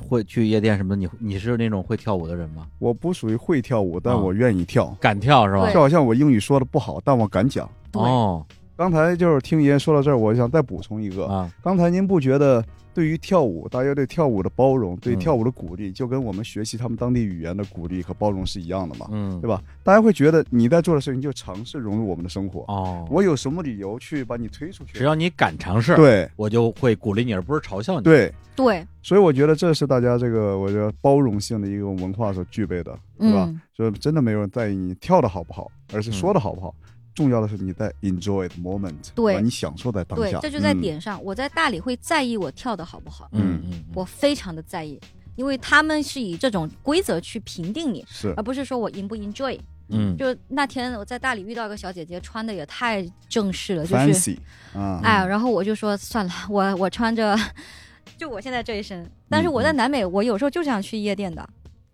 [SPEAKER 2] 会去夜店什么的？你你是那种会跳舞的人吗？
[SPEAKER 3] 我不属于会跳舞，但
[SPEAKER 2] 啊
[SPEAKER 3] 我愿意跳。
[SPEAKER 2] 敢跳是吧
[SPEAKER 4] 对？
[SPEAKER 3] 就好像我英语说的不好，但我敢讲。
[SPEAKER 4] 对
[SPEAKER 2] 哦
[SPEAKER 3] 刚才就是听爷爷说到这儿，我想再补充一个。
[SPEAKER 2] 啊，
[SPEAKER 3] 刚才您不觉得对于跳舞，大家对跳舞的包容、对
[SPEAKER 2] 嗯
[SPEAKER 3] 跳舞的鼓励，就跟我们学习他们当地语言的鼓励和包容是一样的吗？
[SPEAKER 2] 嗯，
[SPEAKER 3] 对吧？大家会觉得你在做的事情就尝试融入我们的生活。
[SPEAKER 2] 哦，
[SPEAKER 3] 我有什么理由去把你推出去？
[SPEAKER 2] 只
[SPEAKER 4] 啊
[SPEAKER 2] 要你敢尝试，，
[SPEAKER 4] 嗯
[SPEAKER 3] 对
[SPEAKER 2] 我就会鼓励你，而不是嘲笑你。，
[SPEAKER 3] 对，
[SPEAKER 4] 对，
[SPEAKER 3] 所以我觉得这是大家这个我觉得包容性的一个文化所具备的，对吧？
[SPEAKER 4] 嗯，
[SPEAKER 3] 就是真的没有人在意你跳的好不好，而是说的好不好。重要的是你在 enjoy the moment，
[SPEAKER 4] 对
[SPEAKER 3] 吧你享受在当
[SPEAKER 4] 对
[SPEAKER 3] 下，，
[SPEAKER 4] 这就在
[SPEAKER 3] 嗯
[SPEAKER 4] 点上。我在大理会在意我跳的好不好，
[SPEAKER 2] 嗯嗯，嗯
[SPEAKER 4] 我非常的在意，因为他们是以这种规则去评定你，
[SPEAKER 3] 是
[SPEAKER 4] 而不是说我 enjoy 不 enjoy。
[SPEAKER 2] 嗯，
[SPEAKER 4] 就那天我在大理遇到一个小姐姐，穿的也太正式了，就是
[SPEAKER 3] fancy 啊，
[SPEAKER 4] 哎，然后我就说算了， 我我穿着 就我现在这一身，但是我在南美，我有时候就想去夜店的，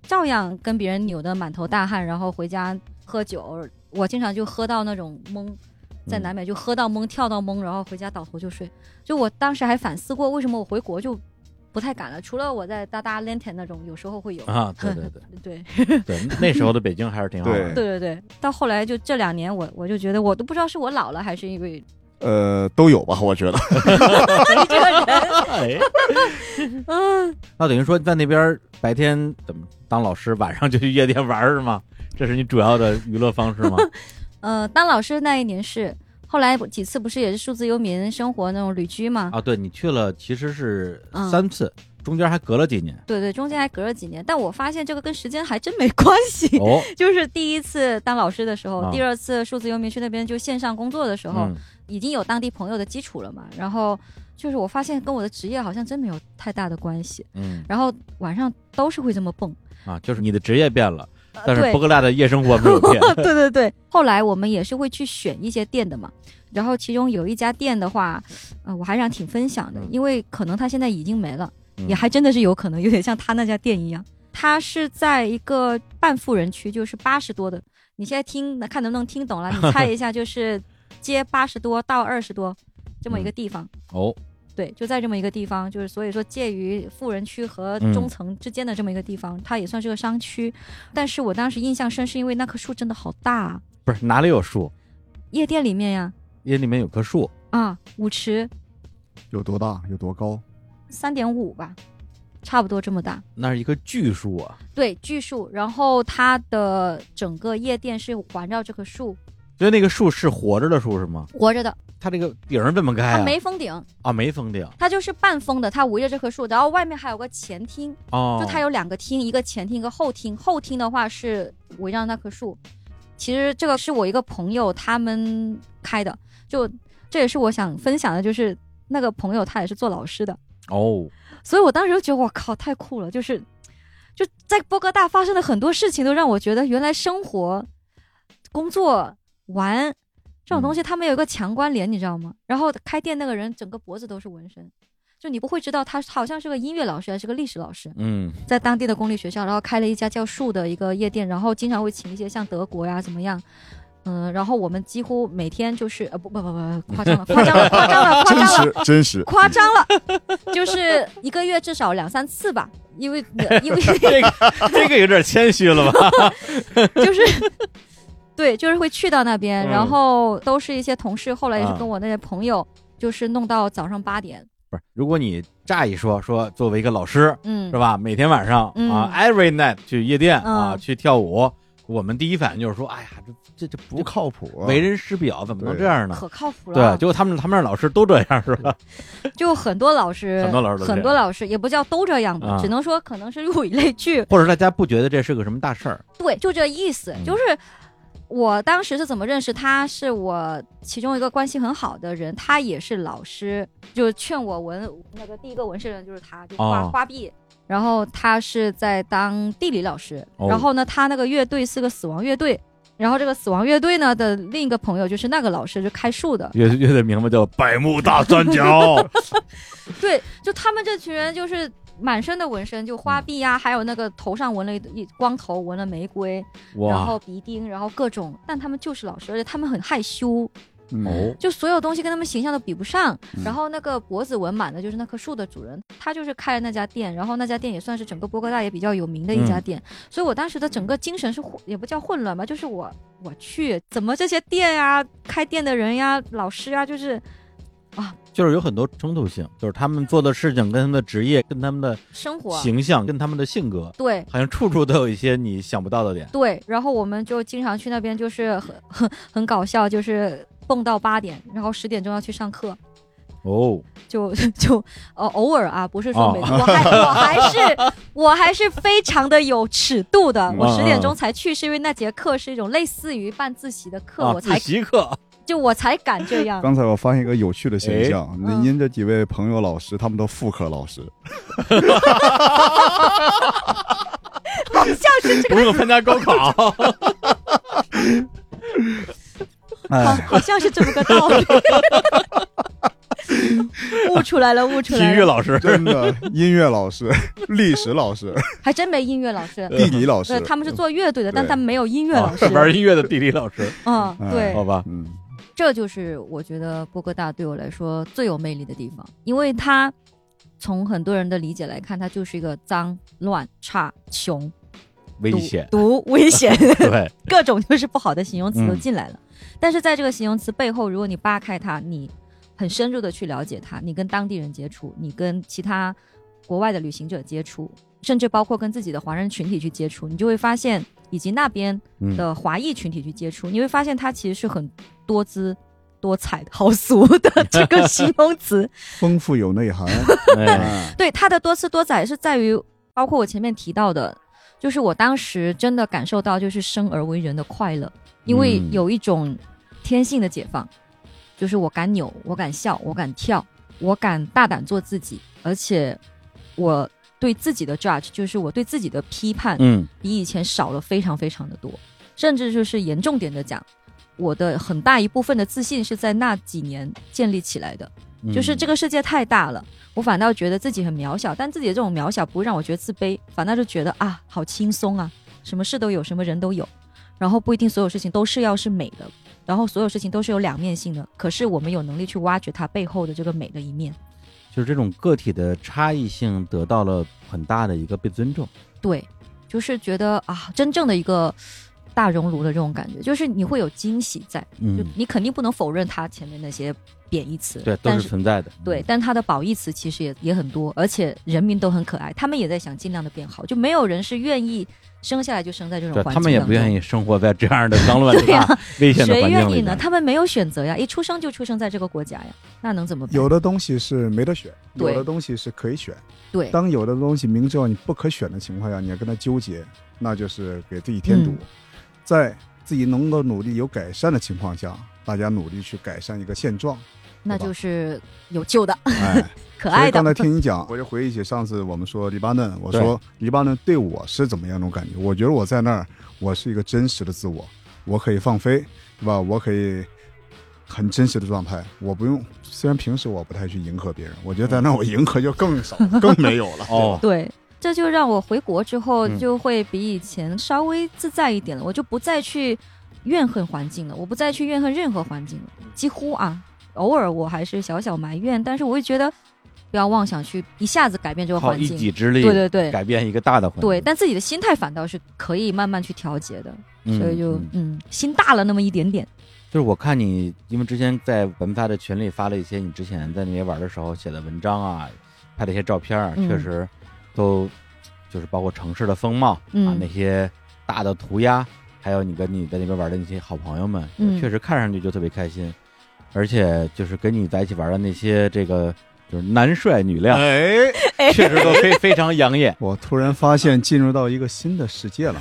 [SPEAKER 4] 照样跟别人扭得满头大汗，然后回家喝酒，我经常就喝到那种懵。在南美就喝到懵，跳到懵，然后回家倒头就睡。就我当时还反思过，为什么我回国就不太敢了。除了我在大大 lantern 那种，有时候会有。
[SPEAKER 2] 啊，对对 对
[SPEAKER 4] 对
[SPEAKER 2] 对，那时候的北京还是挺好玩的。哎
[SPEAKER 4] 对对对，到后来就这两年我，我就觉得我都不知道是我老了，还是因为
[SPEAKER 3] 呃，都有吧，我觉得。
[SPEAKER 4] 这个人，
[SPEAKER 2] 哎，
[SPEAKER 4] 嗯，
[SPEAKER 2] 那等于说在那边白天怎么当老师，晚上就去夜店玩儿是吗？这是你主要的娱乐方式 吗？
[SPEAKER 4] 呃，当老师那一年是，后来几次不是也是数字游民生活那种旅居嘛？
[SPEAKER 2] 啊，对你去了其实是
[SPEAKER 4] 嗯
[SPEAKER 2] 三次，中间还隔了几年。
[SPEAKER 4] 对对，中间还隔了几年，但我发现这个跟时间还真没关系。
[SPEAKER 2] 哦，
[SPEAKER 4] 就是第一次当老师的时候，
[SPEAKER 2] 啊
[SPEAKER 4] 第二次数字游民去那边就线上工作的时候，
[SPEAKER 2] 嗯
[SPEAKER 4] 已经有当地朋友的基础了嘛。然后就是我发现跟我的职业好像真没有太大的关系。
[SPEAKER 2] 嗯
[SPEAKER 4] 然后晚上都是会这么蹦，
[SPEAKER 2] 啊，就是你的职业变了，
[SPEAKER 4] 呃
[SPEAKER 2] 但是
[SPEAKER 4] 对
[SPEAKER 2] 博格大的夜生活没有变。
[SPEAKER 4] 对对 对，后来我们也是会去选一些店的嘛，然后其中有一家店的话，呃，我还想挺分享的，因为可能它现在已经没了，
[SPEAKER 2] 嗯
[SPEAKER 4] 也还真的是有可能，有点像他那家店一样。它是在一个半富人区，就是八十多的。你现在听，看能不能听懂了？你猜一下，就是街八十多到二十多这么一个地方。
[SPEAKER 2] 哦，
[SPEAKER 4] 对，就在这么一个地方，就是所以说介于富人区和中层之间的这么一个地方，它也算是个商区。但是我当时印象深，是因为那棵树真的好大、啊，
[SPEAKER 2] 不是哪里有树，
[SPEAKER 4] 夜店里面呀，
[SPEAKER 2] 夜里面有棵树，
[SPEAKER 4] 啊，舞池
[SPEAKER 3] 有多大？有多高？
[SPEAKER 4] 三点五吧，差不多这么大。
[SPEAKER 2] 那是一棵巨树啊，
[SPEAKER 4] 对，巨树，然后它的整个夜店是环绕这棵树
[SPEAKER 2] 所以那个树是活着的树是吗？
[SPEAKER 4] 活着的，
[SPEAKER 2] 它这个顶儿怎么开
[SPEAKER 4] 它
[SPEAKER 2] 啊？
[SPEAKER 4] 没封顶，
[SPEAKER 2] 啊，没封顶
[SPEAKER 4] 它就是半封的，它围着这棵树，然后外面还有个前厅，
[SPEAKER 2] 哦，
[SPEAKER 4] 就它有两个厅，一个前厅，一个后厅。后厅的话是围绕那棵树。其实这个是我一个朋友他们开的，就这也是我想分享的，就是那个朋友他也是做老师的，
[SPEAKER 2] 哦，
[SPEAKER 4] 所以我当时就觉得我靠，太酷了！就是就在波哥大发生的很多事情，都让我觉得原来生活、工作、玩这种东西，他们有一个强关联，你知道吗？然后开店那个人整个脖子都是纹身。就你不会知道他好像是个音乐老师还是个历史老师，
[SPEAKER 2] 嗯
[SPEAKER 4] 在当地的公立学校，然后开了一家叫树的一个夜店，然后经常会请一些像德国呀怎么样，嗯、然后我们几乎每天就是呃不不不不夸 张了夸张了夸张了夸张
[SPEAKER 3] 真
[SPEAKER 4] 了，
[SPEAKER 3] 实，真实。
[SPEAKER 4] 夸张了，就是一个月至少两三次吧，因为因为
[SPEAKER 2] 这个有点谦虚了吧？
[SPEAKER 4] 就是。对，就是会去到那边，
[SPEAKER 2] 嗯
[SPEAKER 4] 然后都是一些同事，后来也是
[SPEAKER 2] 啊
[SPEAKER 4] 跟我那些朋友，就是弄到早上八点，
[SPEAKER 2] 不是，如果你乍一说说作为一个老师
[SPEAKER 4] 嗯
[SPEAKER 2] 是，吧，每天晚上
[SPEAKER 4] 嗯
[SPEAKER 2] 啊，every night 去夜店啊
[SPEAKER 4] 嗯
[SPEAKER 2] 去跳舞，我们第一反应就是说，哎呀，这这这不
[SPEAKER 3] 不靠谱啊，
[SPEAKER 2] 为人师表，怎么能
[SPEAKER 3] 对
[SPEAKER 2] 这样呢？
[SPEAKER 4] 可靠谱
[SPEAKER 2] 对，啊
[SPEAKER 4] 了。
[SPEAKER 2] 结果他们他们让老师都这样是吧？
[SPEAKER 4] 就很多老师，
[SPEAKER 2] 很多老师都这样
[SPEAKER 4] 很多老师也不叫都这样吧
[SPEAKER 2] 啊，
[SPEAKER 4] 只能说可能是物以类聚。
[SPEAKER 2] 或者大家不觉得这是个什么大事儿？
[SPEAKER 4] 对，就这意思
[SPEAKER 2] 嗯，
[SPEAKER 4] 就是。我当时是怎么认识他？是我其中一个关系很好的人，他也是老师，就劝我纹那个第一个纹身人就是他，就花、
[SPEAKER 2] 哦
[SPEAKER 4] 花臂。然后他是在当地理老师，
[SPEAKER 2] 哦
[SPEAKER 4] 然后呢，他那个乐队是个死亡乐队，然后这个死亡乐队呢的另一个朋友就是那个老师，就开树的，
[SPEAKER 2] 乐乐队名字叫百慕大三角，
[SPEAKER 4] 对，就他们这群人就是满身的纹身，就花
[SPEAKER 2] 嗯
[SPEAKER 4] 臂呀、还有那个头上纹了一一光头，纹了玫瑰，然
[SPEAKER 2] 哇
[SPEAKER 4] 后鼻钉，然后各种，但他们就是老师，而且他们很害羞，
[SPEAKER 3] 嗯
[SPEAKER 2] 哦，
[SPEAKER 4] 就所有东西跟他们形象都比不上。
[SPEAKER 3] 嗯
[SPEAKER 4] 然后那个脖子纹满的就是那棵树的主人，他就是开了那家店，然后那家店也算是整个波哥大也比较有名的一家店，所以我当时的整个精神是混，也不叫混乱吧，就是我我去，怎么这些店呀、开店的人呀、老师呀，就是
[SPEAKER 2] 就是有很多冲突性，就是他们做的事情跟他们的职业、跟他们的
[SPEAKER 4] 生活
[SPEAKER 2] 形象、跟他们的性格，
[SPEAKER 4] 对。
[SPEAKER 2] 好像处处都有一些你想不到的点。
[SPEAKER 4] 对，然后我们就经常去那边，就是很很 很搞笑，就是蹦到八点，然后十点钟要去上课，
[SPEAKER 2] 哦，
[SPEAKER 4] 就 就呃偶尔啊，不是说
[SPEAKER 2] 哦
[SPEAKER 4] 每次，我还我还是我还是非常的有尺度的。我
[SPEAKER 2] 嗯
[SPEAKER 4] 十点
[SPEAKER 2] 嗯
[SPEAKER 4] 钟才去，是因为那节课是一种类似于半自习的课，
[SPEAKER 2] 啊，
[SPEAKER 4] 我
[SPEAKER 2] 自
[SPEAKER 4] 才
[SPEAKER 2] 习课，
[SPEAKER 4] 就我才敢这样。
[SPEAKER 3] 刚才我发现一个有趣的现象，
[SPEAKER 4] 哎
[SPEAKER 3] 您您这几位朋友老师，他们都副科 老师，
[SPEAKER 2] 不用参加高 考，
[SPEAKER 4] 好
[SPEAKER 3] 哎，，
[SPEAKER 4] 好像是这么个 道理。悟出来了，悟出
[SPEAKER 2] 体
[SPEAKER 4] 来
[SPEAKER 2] 育
[SPEAKER 4] 了，
[SPEAKER 2] 老师
[SPEAKER 3] 真的，音乐老师、历史老师、
[SPEAKER 4] 还真没音乐老师。
[SPEAKER 3] 地理老师
[SPEAKER 4] 对，，他们是做乐队的，但
[SPEAKER 3] 对
[SPEAKER 4] 他们没有音
[SPEAKER 2] 哦
[SPEAKER 4] 乐老师。
[SPEAKER 2] 玩音乐的地理老师，
[SPEAKER 4] 嗯，对。
[SPEAKER 2] 好吧？
[SPEAKER 3] 嗯，
[SPEAKER 4] 这就是我觉得波哥大对我来说最有魅力的地方，因为他从很多人的理解来看，他就是一个脏、乱、差、穷、
[SPEAKER 2] 危
[SPEAKER 4] 毒
[SPEAKER 2] 险，
[SPEAKER 4] 毒、危险，
[SPEAKER 2] 对，哎
[SPEAKER 4] 各种就是不好的形容词都
[SPEAKER 2] 嗯
[SPEAKER 4] 进来了。但是在这个形容词背后，如果你扒开它，你很深入的去了解它，你跟当地人接触，你跟其他国外的旅行者接触，甚至包括跟自己的华人群体去接触，你就会发现，以及那边的华裔群体去接触，你会发现它其实是很多姿多彩的、好俗的 这个形容词。
[SPEAKER 3] 丰富有内涵，
[SPEAKER 2] 哎
[SPEAKER 3] 哎
[SPEAKER 4] 对它的多姿多彩是在于，包括我前面提到的，就是我当时真的感受到就是生而为人的快乐，因为
[SPEAKER 2] 嗯
[SPEAKER 4] 有一种天性的解放，就是我敢扭，我敢笑，我敢跳，我敢大胆做自己，而且我对自己的 judge，就是我对自己的批判，
[SPEAKER 2] 嗯，
[SPEAKER 4] 比以前少了非常非常的多，甚至就是严重点的讲，我的很大一部分的自信是在那几年建立起来的。就是这
[SPEAKER 2] 个，
[SPEAKER 4] 个世界太大了，我反倒觉得自己很渺小，但自己的这种渺小不会让我觉得自卑，反倒就觉得啊，好轻松啊，什么事都有，什么人都有，然后不一定所有事情都是要是美的，然后所有事情都是有两面性的，可是我们有能力去挖掘它背后的这个美的一面。
[SPEAKER 2] 就是这种个体的差异性得到了很大的一个被尊重，
[SPEAKER 4] 对，就是觉得啊，真正的一个大熔炉的这种感觉，就是你会有惊喜在，就
[SPEAKER 2] 嗯，
[SPEAKER 4] 你肯定不能否认它前面那些贬义词，
[SPEAKER 2] 对，都
[SPEAKER 4] 但
[SPEAKER 2] 是
[SPEAKER 4] 是
[SPEAKER 2] 存在的，嗯
[SPEAKER 4] 对，但它的褒义词其实也也很多，而且人民都很可爱，他们也在想尽量的变好，就没有人是愿意生下来就生在这种
[SPEAKER 2] 对
[SPEAKER 4] 环境
[SPEAKER 2] 他们也不愿
[SPEAKER 4] 意。
[SPEAKER 2] 意生活在这样的脏乱
[SPEAKER 4] 对
[SPEAKER 2] 差、危险的
[SPEAKER 4] 谁
[SPEAKER 2] 环
[SPEAKER 4] 愿
[SPEAKER 2] 境里
[SPEAKER 4] 意呢？
[SPEAKER 2] 面。
[SPEAKER 4] 他们没有选择呀，一出生就出生在这个国家呀，那能怎么办？
[SPEAKER 3] 有的东西是没得选，有
[SPEAKER 4] 对
[SPEAKER 3] 的东西是可以选。
[SPEAKER 4] 对
[SPEAKER 3] 当有的东西明知道你不可选的情况下，你还跟他纠结，那就是给自己添堵。
[SPEAKER 4] 嗯
[SPEAKER 3] 在自己能够努力有改善的情况下，大家努力去改善一个现状。
[SPEAKER 4] 那就是有救的，
[SPEAKER 3] 哎，
[SPEAKER 4] 可
[SPEAKER 3] 所
[SPEAKER 4] 爱
[SPEAKER 3] 以刚才
[SPEAKER 4] 的。
[SPEAKER 3] 听你讲，我就回忆起上次我们说黎巴嫩，我说黎巴嫩对我是怎么样一种感觉？我觉得我在那儿，我是一个真实的自我，我可以放飞，对吧？我可以很真实的状态，我不用。虽然平时我不太去迎合别人，我觉得在那儿我迎合就更少，更没有 了。
[SPEAKER 2] 哦，
[SPEAKER 4] 对，这就让我回国之后
[SPEAKER 2] 嗯
[SPEAKER 4] 就会比以前稍微自在一点了，我就不再去怨恨环境了，我不再去怨恨任何环境了，几乎啊，偶尔我还是小小埋怨，但是我会觉得不要妄想去一下子改变这个
[SPEAKER 2] 靠
[SPEAKER 4] 环
[SPEAKER 2] 一
[SPEAKER 4] 境
[SPEAKER 2] 己，之力，
[SPEAKER 4] 对对对
[SPEAKER 2] 改变一个大的环境，
[SPEAKER 4] 对，但自己的心态反倒是可以慢慢去调节的，
[SPEAKER 2] 嗯
[SPEAKER 4] 所以就
[SPEAKER 2] 嗯
[SPEAKER 4] 嗯，心大了那么一点点。
[SPEAKER 2] 就是我看你，因为之前在咱们仨的群里发了一些你之前在那边玩的时候写的文章啊，拍的一些照片啊，
[SPEAKER 4] 嗯
[SPEAKER 2] 确实都就是包括城市的风貌、啊
[SPEAKER 4] 嗯，
[SPEAKER 2] 那些大的涂鸦，还有你跟你在那边玩的那些好朋友们，
[SPEAKER 4] 嗯
[SPEAKER 2] 确实看上去就特别开心，而且就是跟你在一起玩的那些这个就是男帅女靓，
[SPEAKER 5] 哎，
[SPEAKER 2] 确实都非非常养眼。
[SPEAKER 3] 我突然发现进入到一个新的世界了。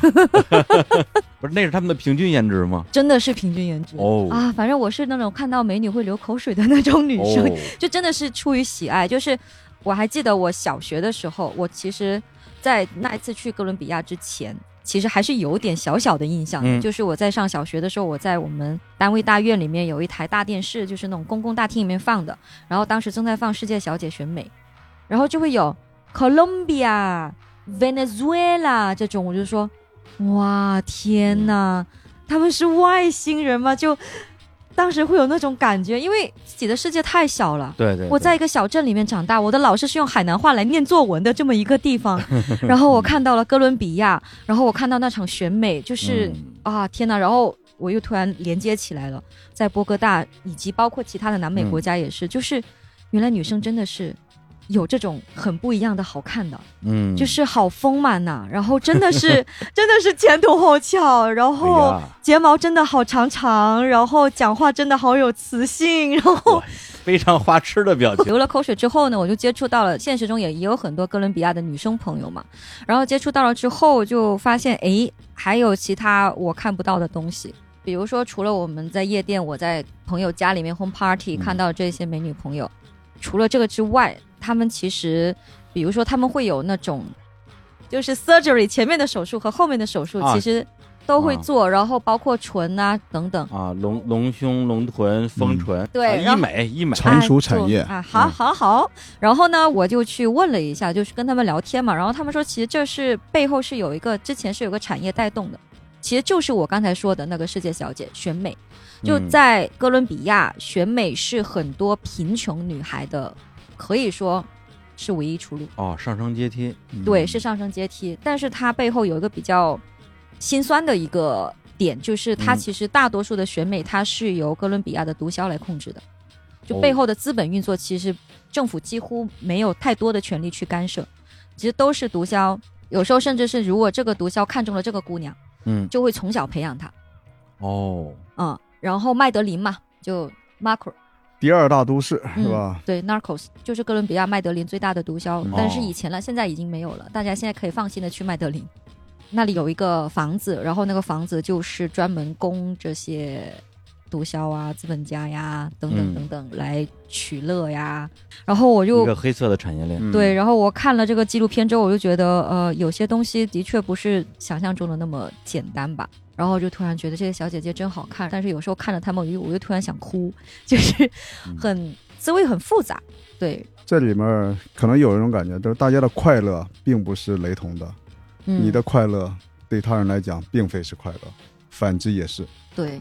[SPEAKER 2] 不是，那是他们的平均颜值吗？
[SPEAKER 4] 真的是平均颜值。
[SPEAKER 2] 哦
[SPEAKER 4] 啊，反正我是那种看到美女会流口水的那种女生，
[SPEAKER 2] 哦，
[SPEAKER 4] 就真的是出于喜爱。就是我还记得我小学的时候，我其实，在那一次去哥伦比亚之前，其实还是有点小小的印象的。
[SPEAKER 2] 嗯
[SPEAKER 4] 就是我在上小学的时候，我在我们单位大院里面有一台大电视，就是那种公共大厅里面放的，然后当时正在放《世界小姐选美》，然后就会有 Colombia、Venezuela 这种，我就说，哇，天呐，他们是外星人吗？就。当时会有那种感觉，因为自己的世界太小了，
[SPEAKER 2] 对对，
[SPEAKER 4] 我在一个小镇里面长大，我的老师是用海南话来念作文的这么一个地方，然后我看到了哥伦比亚，然后我看到那场选美，就是、
[SPEAKER 2] 嗯
[SPEAKER 4] 啊天呐，然后我又突然连接起来了，在波哥大以及包括其他的南美国家也是，就是原来女生真的是。有这种很不一样的好看的，
[SPEAKER 2] 嗯，
[SPEAKER 4] 就是好丰满呐、然后真的 是真的是前凸后翘，然后
[SPEAKER 2] 哎呀
[SPEAKER 4] 睫毛真的好长长，然后讲话真的好有磁性，然后
[SPEAKER 2] 非常花痴的表情。
[SPEAKER 4] 流了口水之后呢，我就接触到了现实中也也有很多哥伦比亚的女生朋友嘛，然后接触到了之后就发现，诶，还有其他我看不到的东西，比如说除了我们在夜店，我在朋友家里面 home party
[SPEAKER 2] 嗯
[SPEAKER 4] 看到这些美女朋友，除了这个之外，她们其实，比如说她们会有那种，就是 surgery 前面的手术和后面的手术
[SPEAKER 2] 啊
[SPEAKER 4] 其实都会
[SPEAKER 2] 啊
[SPEAKER 4] 做，然后包括唇啊等等，
[SPEAKER 2] 啊，隆隆胸、隆臀、
[SPEAKER 3] 嗯
[SPEAKER 2] 丰唇，
[SPEAKER 4] 对
[SPEAKER 2] 啊
[SPEAKER 4] 然
[SPEAKER 2] 医
[SPEAKER 4] 后
[SPEAKER 2] 美、医美，
[SPEAKER 3] 成熟
[SPEAKER 4] 哎
[SPEAKER 3] 产
[SPEAKER 4] 做
[SPEAKER 3] 业
[SPEAKER 4] 啊，好
[SPEAKER 2] 嗯
[SPEAKER 4] 好好。然后呢，我就去问了一下，就是跟他们聊天嘛，然后他们说，其实这是背后是有一个
[SPEAKER 2] 嗯
[SPEAKER 4] 之前是有个产业带动的，其实就是我刚才说的那个世界小姐选美，就
[SPEAKER 2] 嗯
[SPEAKER 4] 在哥伦比亚，选美是很多贫穷女孩的，可以说是唯一出路，
[SPEAKER 2] 哦，上升阶梯，
[SPEAKER 3] 嗯
[SPEAKER 4] 对，是上升阶梯，但是它背后有一个比较心酸的一个。点就是它
[SPEAKER 2] 嗯
[SPEAKER 4] 其实大多数的选美，它是由哥伦比亚的毒枭来控制的。就
[SPEAKER 2] 哦
[SPEAKER 4] 背后的资本运作，其实政府几乎没有太多的权利去干涉，其实都是毒枭。有时候甚至是如果这个毒枭看中了这个姑娘，
[SPEAKER 2] 嗯，
[SPEAKER 4] 就会从小培养她，
[SPEAKER 2] 哦，
[SPEAKER 4] 嗯，然后麦德林嘛，就 Marco
[SPEAKER 3] 第二大都市是吧？
[SPEAKER 4] 对 Narcos 就是哥伦比亚麦德林最大的毒枭，
[SPEAKER 3] 嗯
[SPEAKER 4] 但
[SPEAKER 2] 哦
[SPEAKER 4] 是以前了，现在已经没有了，大家现在可以放心的去麦德林，那里有一个房子，然后那个房子就是专门供这些毒枭啊、资本家呀等
[SPEAKER 2] 嗯
[SPEAKER 4] 等等等、来取乐呀，然后我就嗯
[SPEAKER 2] 一个黑色的产业链，
[SPEAKER 3] 嗯
[SPEAKER 4] 对，然后我看了这个纪录片之后，我就觉得，呃，有些东西的确不是想象中的那么简单吧。然后我就突然觉得这些小姐姐真好看，但是有时候看着她们，我又我又突然想哭，就是
[SPEAKER 3] 嗯
[SPEAKER 4] 很滋味很复杂。对，
[SPEAKER 3] 这里面可能有一种感觉，就是大家的快乐并不是雷同的，
[SPEAKER 4] 嗯，
[SPEAKER 3] 你的快乐对他人来讲并非是快乐，反之也是。
[SPEAKER 4] 对，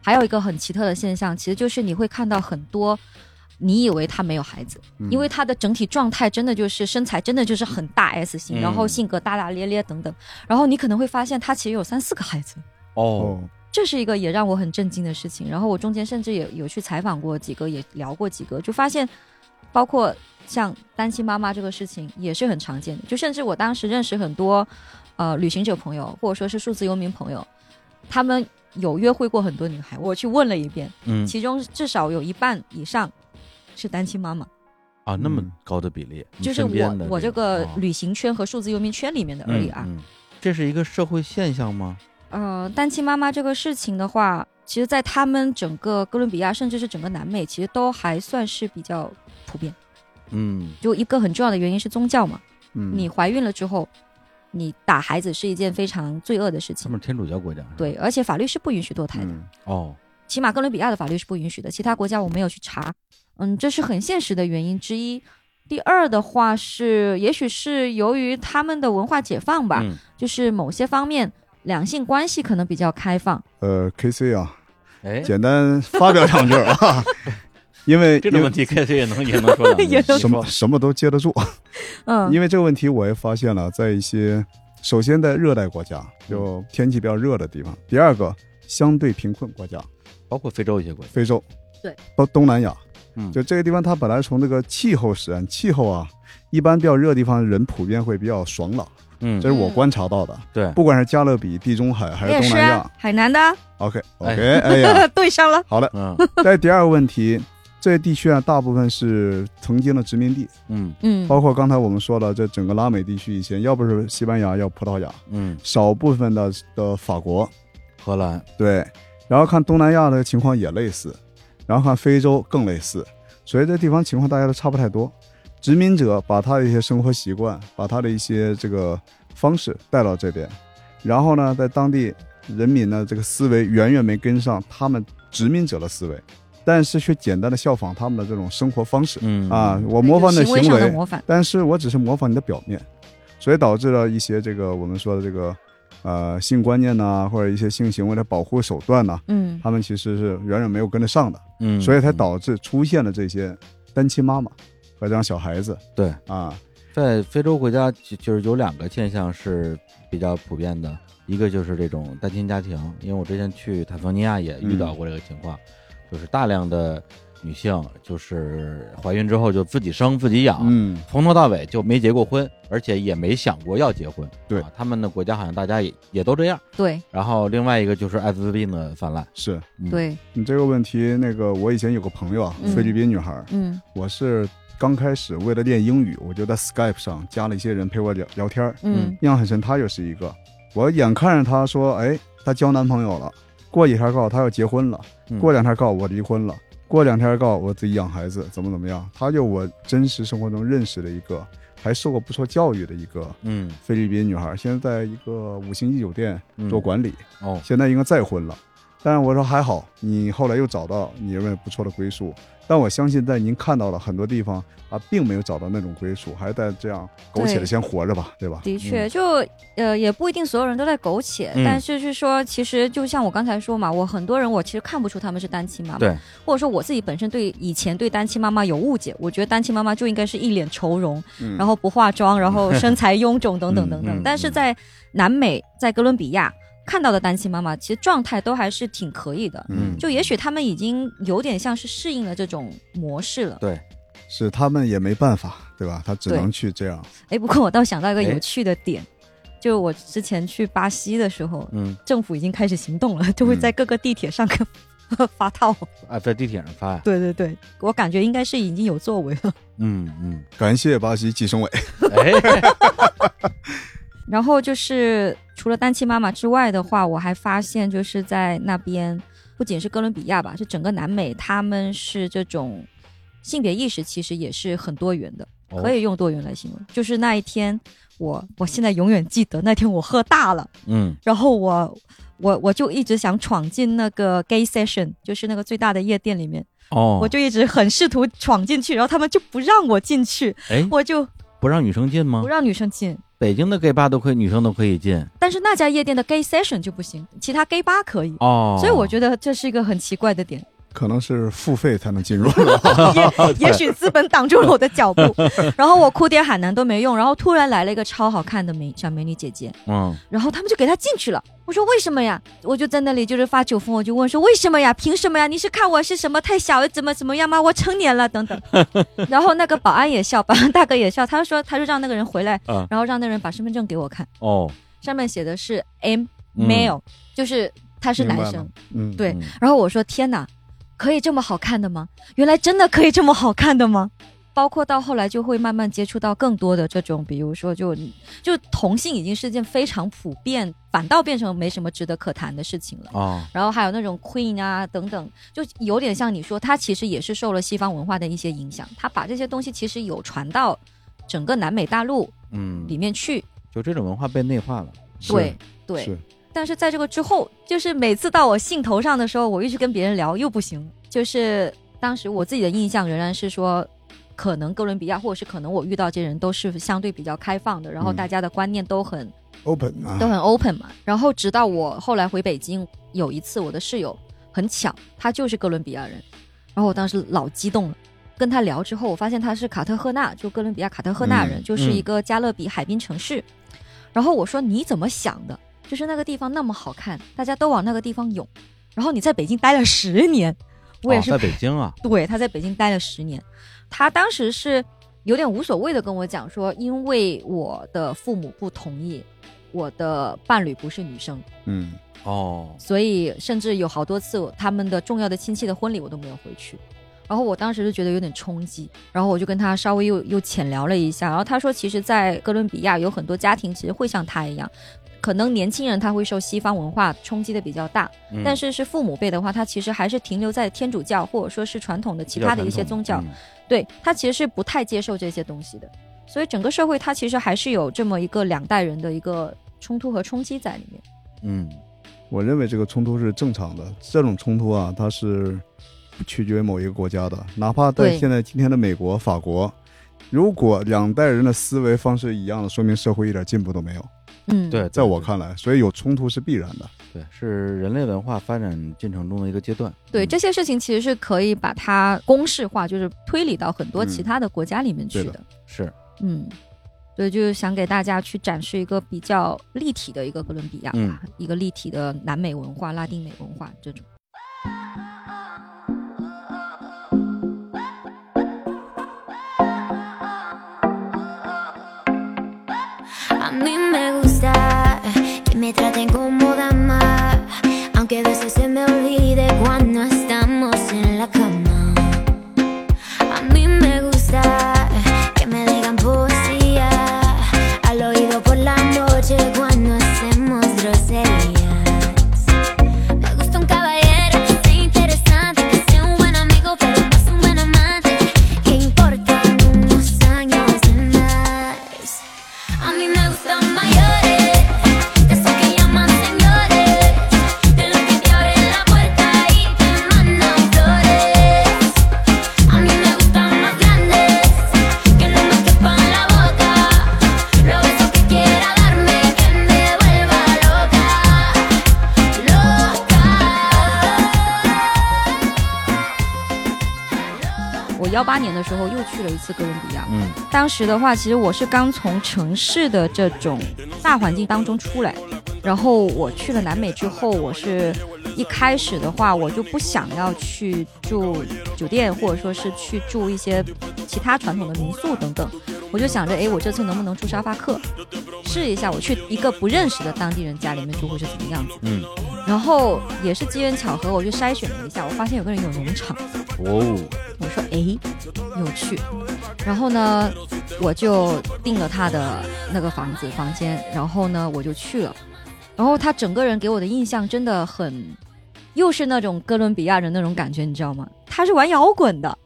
[SPEAKER 4] 还有一个很奇特的现象，其实就是你会看到很多，你以为她没有孩子，
[SPEAKER 3] 嗯
[SPEAKER 4] 因为她的整体状态真的就是身材真的就是很大 S 型，然后
[SPEAKER 2] 嗯
[SPEAKER 4] 性格大大咧咧等等，然后你可能会发现她其实有三四个孩子。
[SPEAKER 2] 哦，
[SPEAKER 3] 哦，
[SPEAKER 4] 这是一个也让我很震惊的事情。然后我中间甚至也有去采访过几个，也聊过几个，就发现，包括像单亲妈妈这个事情也是很常见的。就甚至我当时认识很多，呃，旅行者朋友或者说是数字游民朋友，他们有约会过很多女孩，我去问了一遍，
[SPEAKER 2] 嗯
[SPEAKER 4] 其中至少有一半以上是单亲妈妈，
[SPEAKER 2] 啊，那么
[SPEAKER 3] 嗯
[SPEAKER 2] 高的比例，你
[SPEAKER 4] 就是
[SPEAKER 2] 身边
[SPEAKER 4] 我
[SPEAKER 2] 的
[SPEAKER 4] 我这个
[SPEAKER 2] 哦
[SPEAKER 4] 旅行圈和数字游民圈里面的而已啊。
[SPEAKER 2] 嗯嗯这是一个社会现象吗？
[SPEAKER 4] 呃，单亲妈妈这个事情的话，其实，在他们整个哥伦比亚，甚至是整个南美，其实都还算是比较普遍。
[SPEAKER 2] 嗯，
[SPEAKER 4] 就一个很重要的原因是宗教嘛，
[SPEAKER 3] 嗯，
[SPEAKER 4] 你怀孕了之后，你打孩子是一件非常罪恶的事
[SPEAKER 2] 他
[SPEAKER 4] 情
[SPEAKER 2] 们。是天主教国家，是吧
[SPEAKER 4] 对，，而且法律是不允许堕胎的，
[SPEAKER 3] 嗯
[SPEAKER 2] 哦，
[SPEAKER 4] 起码哥伦比亚的法律是不允许的，其他国家我没有去查。嗯，这是很现实的原因之一。第二的话是，也许是由于他们的文化解放吧，
[SPEAKER 2] 嗯
[SPEAKER 4] 就是某些方面两性关系可能比较开放。
[SPEAKER 3] 呃，K C 啊，
[SPEAKER 2] 哎，
[SPEAKER 3] 简单发表两句儿啊， 因为
[SPEAKER 2] 这种问题 K C 也能也能说两 句
[SPEAKER 4] 也能
[SPEAKER 2] 你
[SPEAKER 3] 什 么
[SPEAKER 2] 说
[SPEAKER 3] 什么都接得住，
[SPEAKER 4] 嗯，
[SPEAKER 3] 因为这个问题我也发现
[SPEAKER 4] 嗯
[SPEAKER 3] 了，在一些首先在热带国家，就天气比较热的地方；第二个，相对贫困国家，
[SPEAKER 5] 包括非洲一些国家，
[SPEAKER 3] 非洲，
[SPEAKER 4] 对，
[SPEAKER 3] 到东南亚，
[SPEAKER 5] 嗯
[SPEAKER 3] 就这个地方，它本来从这个气候使然，气候啊，一般比较热的地方人普遍会比较爽朗，
[SPEAKER 5] 嗯
[SPEAKER 3] 这是我观察到的。
[SPEAKER 5] 对
[SPEAKER 3] 不管是加勒比、地中海还
[SPEAKER 4] 我也
[SPEAKER 3] 是东
[SPEAKER 4] 是
[SPEAKER 3] 南
[SPEAKER 4] 啊
[SPEAKER 3] 亚
[SPEAKER 4] 海南的，
[SPEAKER 3] ，OK OK，哎呀，
[SPEAKER 4] 对上了。
[SPEAKER 3] 好嘞。
[SPEAKER 5] 嗯
[SPEAKER 3] 再第二个问题，这些地区啊，大部分是曾经的殖民地，
[SPEAKER 5] 嗯
[SPEAKER 4] 嗯，
[SPEAKER 3] 包括刚才我们说了，这整个拉美地区以前要不是西班牙，要葡萄牙，
[SPEAKER 5] 嗯，
[SPEAKER 3] 少部分的的法国，
[SPEAKER 5] 荷兰，
[SPEAKER 3] 对，然后看东南亚的情况也类似，然后看非洲更类似，所以这地方情况大家都差不太多。殖民者把他的一些生活习惯，把他的一些这个方式带到这边，然后呢，在当地人民呢这个思维远远没跟上他们殖民者的思维，但是却简单的效仿他们的这种生活方式、
[SPEAKER 5] 嗯
[SPEAKER 3] 啊，，我模仿你的
[SPEAKER 4] 行为
[SPEAKER 3] 行
[SPEAKER 4] 上的
[SPEAKER 3] 为，
[SPEAKER 4] 模仿，
[SPEAKER 3] 但是我只是模仿你的表面，所以导致了一些这个我们说的这个呃性观念呐、或者一些性行为的保护手段呐、
[SPEAKER 4] 嗯
[SPEAKER 3] 他们其实是远远没有跟得上的，
[SPEAKER 5] 嗯，
[SPEAKER 3] 所以才导致出现了这些单亲妈妈和这样小孩子。
[SPEAKER 5] 对
[SPEAKER 3] 啊，
[SPEAKER 5] 在非洲国家，就就是有两个现象是比较普遍的，一个就是这种单亲家庭，因为我之前去坦桑尼亚也遇到过这个情况，就是大量的女性就是怀孕之后就自己生自己
[SPEAKER 2] 啊
[SPEAKER 5] 养，
[SPEAKER 3] 嗯，
[SPEAKER 5] 从头到尾就没结过婚，而且也没想过要结婚。
[SPEAKER 3] 对
[SPEAKER 5] 啊他们的国家好像大家也也都这样。
[SPEAKER 4] 对
[SPEAKER 5] 然后另外一个就是艾滋病的泛滥，
[SPEAKER 3] 是
[SPEAKER 5] 嗯
[SPEAKER 4] 对，
[SPEAKER 3] 你这个问题，那个我以前有个朋友啊，
[SPEAKER 4] 嗯
[SPEAKER 3] 菲律宾女孩儿，
[SPEAKER 4] 嗯
[SPEAKER 3] 我是刚开始为了练英语，我就在 Skype 上加了一些人陪我聊聊天儿，
[SPEAKER 4] 嗯
[SPEAKER 3] 印象很深，她也是一个。我眼看着她说，哎，她交男朋友了，过几天告诉她要结婚了，
[SPEAKER 5] 嗯
[SPEAKER 3] 过两天告诉我离婚了，过两天告诉我自己养孩子，怎么怎么样。她就我真实生活中认识的一个，还受过不错教育的一个
[SPEAKER 5] 嗯
[SPEAKER 3] 菲律宾女孩，现在在一个五星级酒店
[SPEAKER 5] 嗯
[SPEAKER 3] 做管理，
[SPEAKER 5] 哦
[SPEAKER 3] 现在应该再婚了。但是我说还好，你后来又找到你认为不错的归宿。但我相信，在您看到了很多地方啊，并没有找到那种归宿，还在这样苟且的
[SPEAKER 4] 对
[SPEAKER 3] 先活着吧，对吧？
[SPEAKER 4] 的确，就呃也不一定所有人都在苟且，
[SPEAKER 5] 嗯
[SPEAKER 4] 但是是说，其实就像我刚才说嘛，我很多人我其实看不出他们是单亲妈妈，
[SPEAKER 5] 对，
[SPEAKER 4] 或者说我自己本身对以前对单亲妈妈有误解，我觉得单亲妈妈就应该是一脸愁容，
[SPEAKER 3] 嗯
[SPEAKER 4] 然后不化妆，然后身材臃肿等等等
[SPEAKER 5] 嗯嗯
[SPEAKER 4] 等
[SPEAKER 5] 嗯。
[SPEAKER 4] 但是在南美，在哥伦比亚看到的单亲妈妈，其实状态都还是挺可以的，
[SPEAKER 3] 嗯，
[SPEAKER 4] 就也许他们已经有点像是适应了这种模式了。
[SPEAKER 3] 是他们也没办法，对吧？他只
[SPEAKER 4] 对
[SPEAKER 3] 能去这样。
[SPEAKER 4] 哎，不过我倒想到一个
[SPEAKER 5] 哎
[SPEAKER 4] 有趣的点，就是我之前去巴西的时候，
[SPEAKER 5] 嗯
[SPEAKER 4] 政府已经开始行动了，就会在各个地铁上个、 发套。
[SPEAKER 5] 啊，在地铁上发呀，
[SPEAKER 4] 对对对，我感觉应该是已经有作为了。
[SPEAKER 5] 嗯嗯，
[SPEAKER 3] 感谢巴西计生委。
[SPEAKER 5] 哎，
[SPEAKER 4] 然后就是除了单亲妈妈之外的话，我还发现就是在那边，不仅是哥伦比亚吧，是整个南美，他们是这种性别意识其实也是很多元的，
[SPEAKER 5] 哦
[SPEAKER 4] 可以用多元来形容。就是那一天，我我现在永远记得那天我喝大了，
[SPEAKER 5] 嗯
[SPEAKER 4] 然后我我我就一直想闯进那个 gay session，就是那个最大的夜店里面，
[SPEAKER 5] 哦，
[SPEAKER 4] 我就一直很试图闯进去，然后他们就不让我进去，
[SPEAKER 5] 哎
[SPEAKER 4] 我就
[SPEAKER 5] 不让女生进吗
[SPEAKER 4] 不？让女生进。
[SPEAKER 5] 北京的 gay 吧都可以，女生都可以进
[SPEAKER 4] 但是那家夜店的 gay session 就不行，其他 gay 吧可以。
[SPEAKER 5] 哦，
[SPEAKER 4] 所以我觉得这是一个很奇怪的点，
[SPEAKER 3] 可能是付费才能进 入了，
[SPEAKER 4] 也也许资本挡住了我的脚步，然后我哭爹喊娘都没用，然后突然来了一个超好看的美小美女姐姐，
[SPEAKER 5] 嗯
[SPEAKER 4] 然后他们就给她进去了。我说为什么呀？我就在那里就是发酒疯，我就问说为什么呀？凭什么呀？你是看我是什么太小怎么怎么样吗？我成年了等等。然后那个保安也笑，保安大哥也笑，他说他就让那个人回来，
[SPEAKER 5] 嗯
[SPEAKER 4] 然后让那人把身份证给我看，
[SPEAKER 5] 哦，
[SPEAKER 4] 上面写的是 M
[SPEAKER 5] 嗯
[SPEAKER 4] male，、就是他是
[SPEAKER 3] 明
[SPEAKER 4] 男
[SPEAKER 3] 白
[SPEAKER 4] 生
[SPEAKER 3] 了。嗯，
[SPEAKER 4] 对
[SPEAKER 5] 嗯
[SPEAKER 4] 然后我说天哪，可以这么好看的吗？原来真的可以这么好看的吗？包括到后来就会慢慢接触到更多的这种，比如说就就同性已经是件非常普遍，反倒变成没什么值得可谈的事情了。
[SPEAKER 5] 哦，
[SPEAKER 4] 然后还有那种 queen 啊等等，就有点像你说，它其实也是受了西方文化的一些影响，它把这些东西其实有传到整个南美大陆
[SPEAKER 5] 嗯，
[SPEAKER 4] 里面去。
[SPEAKER 5] 就这种文化被内化了，
[SPEAKER 3] 是
[SPEAKER 4] 对对，
[SPEAKER 3] 是
[SPEAKER 4] 但是在这个之后，就是每次到我兴头上的时候，我一直跟别人聊又不行。就是当时我自己的印象仍然是说，可能哥伦比亚或者是可能我遇到这些人都是相对比较开放的，然后
[SPEAKER 3] 嗯
[SPEAKER 4] 大家的观念都很、
[SPEAKER 3] open 啊，
[SPEAKER 4] 都很 open 嘛。然后直到我后来回北京，有一次我的室友很巧，他就是哥伦比亚人，然后我当时老激动了。跟他聊之后，我发现他是卡特赫纳，就哥伦比亚卡特赫纳人，
[SPEAKER 3] 嗯
[SPEAKER 4] 就是
[SPEAKER 5] 嗯
[SPEAKER 4] 一个加勒比海滨城市。然后我说你怎么想的？
[SPEAKER 5] 就是那个地方那么好看，大家都往那个地方涌。然后你在北京待了十年，我也
[SPEAKER 2] 哦
[SPEAKER 5] 是、
[SPEAKER 2] 在北京啊，
[SPEAKER 5] 对，他在北京待了十年，他当时是有点无所谓的跟我讲说，因为我的父母不同意，我的伴侣不是女生，
[SPEAKER 3] 嗯，
[SPEAKER 2] 哦，
[SPEAKER 5] 所以甚至有好多次我他们的重要的亲戚的婚礼我都没有回去。然后我当时就觉得有点冲击，然后我就跟他稍微又又浅聊了一下，然后他说，其实，在哥伦比亚有很多家庭其实会像他一样，可能年轻人他会受西方文化冲击的比较大，
[SPEAKER 2] 嗯
[SPEAKER 5] 但是是父母辈的话，他其实还是停留在天主教或者说是传统的其他的一些宗教，
[SPEAKER 2] 嗯
[SPEAKER 5] 对他其实是不太接受这些东西的，所以整个社会它其实还是有这么一个两代人的一个冲突和冲击在里面。
[SPEAKER 2] 嗯，
[SPEAKER 3] 我认为这个冲突是正常的，这种冲突啊，它是不取决于某一个国家的，哪怕在
[SPEAKER 5] 对
[SPEAKER 3] 现在今天的美国、法国，如果两代人的思维方式一样的，说明社会一点进步都没有，
[SPEAKER 5] 嗯，
[SPEAKER 2] 对，
[SPEAKER 3] 在
[SPEAKER 2] 对
[SPEAKER 3] 我，看来，所以有冲突是必然的。
[SPEAKER 2] 对，是人类文化发展进程中的一个阶段。
[SPEAKER 5] 对
[SPEAKER 2] 嗯
[SPEAKER 5] 这些事情其实是可以把它公式化，就是推理到很多
[SPEAKER 2] 嗯
[SPEAKER 5] 其他的国家里面去
[SPEAKER 3] 对
[SPEAKER 5] 的。
[SPEAKER 2] 是
[SPEAKER 5] 嗯，所以就是想给大家去展示一个比较立体的一个哥伦比亚吧，
[SPEAKER 2] 嗯
[SPEAKER 5] 一个立体的南美文化、拉丁美文化这种。
[SPEAKER 6] A mí me gusta que me traten como dama, aunque a veces se me olvide cuando estamos en la cama. A mí me gusta que me digan poesía al oído por la noche cuando hacemos groserías. Me gusta un caballero que sea interesante, que sea un buen amigo, pero más un buen amante. ¿Qué importan unos años más? A mí me gustan mayores, de esos que llaman señores, de los que te abren la puerta y te mandan flores. A mí me gustan más grandes, que no me quepan la boca, los besos que quiera darme, que me vuelva loca, loca.
[SPEAKER 5] 我幺八年的时候又去了一次哥伦比亚，
[SPEAKER 2] 嗯，
[SPEAKER 5] 当时的话，其实我是刚从城市的这种大环境当中出来，然后我去了南美之后，我是一开始的话，我就不想要去住酒店，或者说是去住一些其他传统的民宿等等，我就想着，哎，我这次能不能住沙发客，试一下我去一个不认识的当地人家里面住会是什么样子。
[SPEAKER 2] 嗯，
[SPEAKER 5] 然后也是机缘巧合，我就筛选了一下，我发现有个人有农场。
[SPEAKER 2] 哦，
[SPEAKER 5] 我说诶，有趣。然后呢，我就订了他的那个房子房间，然后呢我就去了。然后他整个人给我的印象真的很，又是那种哥伦比亚人那种感觉，你知道吗？他是玩摇滚的，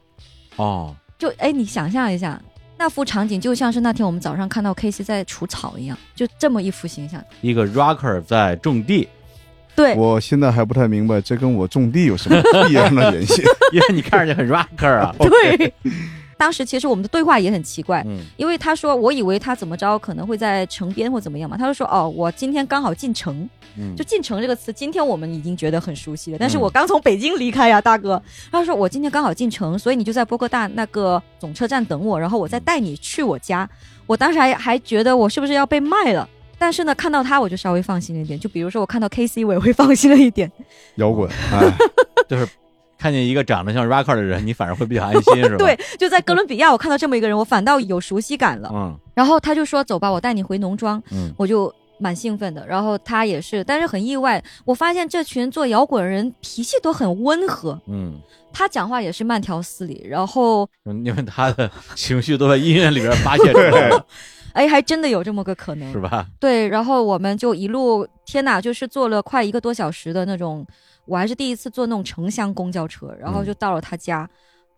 [SPEAKER 2] 哦，
[SPEAKER 5] 就诶，你想象一下。那幅场景就像是那天我们早上看到 K C 在除草一样，就这么一幅形象。
[SPEAKER 2] 一个 rocker 在种 地，
[SPEAKER 5] 对，
[SPEAKER 3] 我现在还不太明白，这跟我种地有什么必然的联系？
[SPEAKER 2] 因为你看上去很 rocker 啊。
[SPEAKER 5] 对。当时其实我们的对话也很奇怪，
[SPEAKER 2] 嗯
[SPEAKER 5] 因为他说我以为他怎么着可能会在城边或怎么样嘛，他就说哦，我今天刚好进城，
[SPEAKER 2] 嗯，
[SPEAKER 5] 就进城这个词，今天我们已经觉得很熟悉了，但是我刚从北京离开呀，大哥。他说我今天刚好进城，所以你就在波哥大那个总车站等我，然后我再带你去我家。我当时还还觉得我是不是要被卖了。但是呢，看到他我就稍微放心了一点。就比如说，我看到
[SPEAKER 2] 嗯
[SPEAKER 5] K C，我也会放心了一点。
[SPEAKER 3] 摇滚，哎，
[SPEAKER 2] 就是看见一个长得像 rocker 的人，你反而会比较安心，是吧？
[SPEAKER 5] 对，，就在哥伦比亚，我看到这么一个人，我反倒有熟悉感了。
[SPEAKER 2] 嗯
[SPEAKER 5] 然后他就说：“走吧，我带你回农庄。”
[SPEAKER 2] 嗯
[SPEAKER 5] 我就蛮兴奋的。然后他也是，但是很意外，我发现这群做摇滚人脾气都很温和，
[SPEAKER 2] 嗯。
[SPEAKER 5] 他讲话也是慢条斯理，然后
[SPEAKER 2] 因为他的 情绪都在音乐里边发泄出来了，
[SPEAKER 5] 哎，还真的有这么个可
[SPEAKER 2] 是
[SPEAKER 5] 能。
[SPEAKER 2] 吧？
[SPEAKER 5] 对，然后我们就一路，天哪，就是坐了快一个多小时的那种，我还是第一次坐那种城乡公交车，然
[SPEAKER 2] 嗯
[SPEAKER 5] 后就到了他家，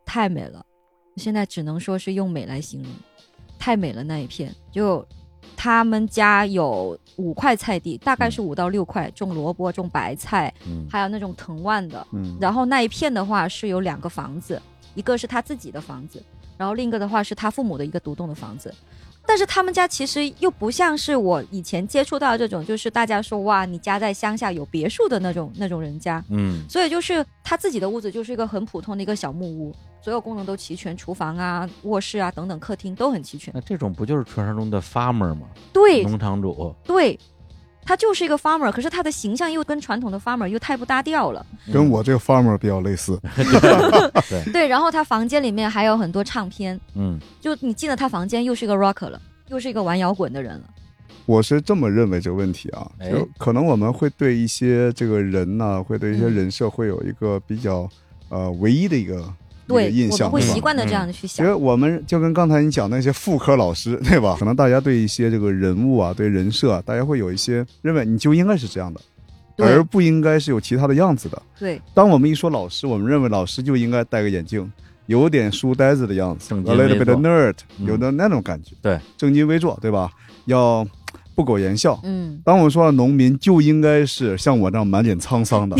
[SPEAKER 5] 太美了，现在只能说是用美来形容，太美了那一片。就他们家有五块菜地，大概是五到六块，种萝卜、种白菜，
[SPEAKER 2] 嗯
[SPEAKER 5] 还有那种藤蔓的，
[SPEAKER 3] 嗯，
[SPEAKER 5] 然后那一片的话是有两个房子，一个是他自己的房子，然后另一个的话是他父母的一个独栋的房子。但是他们家其实又不像是我以前接触到的这种，就是大家说哇，你家在乡下有别墅的那种那种人家。
[SPEAKER 2] 嗯
[SPEAKER 5] 所以就是他自己的屋子就是一个很普通的一个小木屋，所有功能都齐全，厨房啊、卧室啊等等，客厅都很齐全。
[SPEAKER 2] 嗯那这种不就是传说中的 farmer 吗？
[SPEAKER 5] 对
[SPEAKER 2] 农场主。
[SPEAKER 5] 对，他就是一个 farmer，可是他的形象又跟传统的 farmer 又太不搭调了。
[SPEAKER 3] 跟我这个 farmer 比较类似。
[SPEAKER 5] 对，然后他房间里面还有很多唱片，
[SPEAKER 2] 嗯，
[SPEAKER 5] 就你进了他房间又是一个 rocker 了，又是一个玩摇滚的人了。
[SPEAKER 3] 我是这么认为这个问题啊，
[SPEAKER 2] 哎
[SPEAKER 3] 就可能我们会对一些这个人呢、会对一些
[SPEAKER 5] 嗯
[SPEAKER 3] 人设会有一个比较呃唯一的一个一个
[SPEAKER 5] 对，
[SPEAKER 3] 印
[SPEAKER 5] 我们
[SPEAKER 3] 象，
[SPEAKER 5] 会
[SPEAKER 3] 对吧嗯
[SPEAKER 5] 习惯的这样的
[SPEAKER 3] 其
[SPEAKER 5] 去想。
[SPEAKER 3] 实我们就跟刚才你讲那些副科老师， 对吧？可能大家对一些这个人物啊，对人设、啊，大家会有一些认为你就应该是这样的，而
[SPEAKER 5] 对
[SPEAKER 3] 不应该是有其他的样子的。
[SPEAKER 5] 对，
[SPEAKER 3] 当我们一说老师，我们认为老师就应该戴个眼镜，有点书呆子的样子
[SPEAKER 2] 正
[SPEAKER 3] ，a
[SPEAKER 2] 襟
[SPEAKER 3] little
[SPEAKER 2] 危
[SPEAKER 3] bit
[SPEAKER 2] 坐
[SPEAKER 3] of nerd，、
[SPEAKER 2] 嗯
[SPEAKER 3] 有的那种感觉。
[SPEAKER 2] 对，
[SPEAKER 3] 正襟危坐，对吧？要不苟言笑。
[SPEAKER 5] 嗯，
[SPEAKER 3] 当我说到农民，就应该是像我这样满脸沧桑的，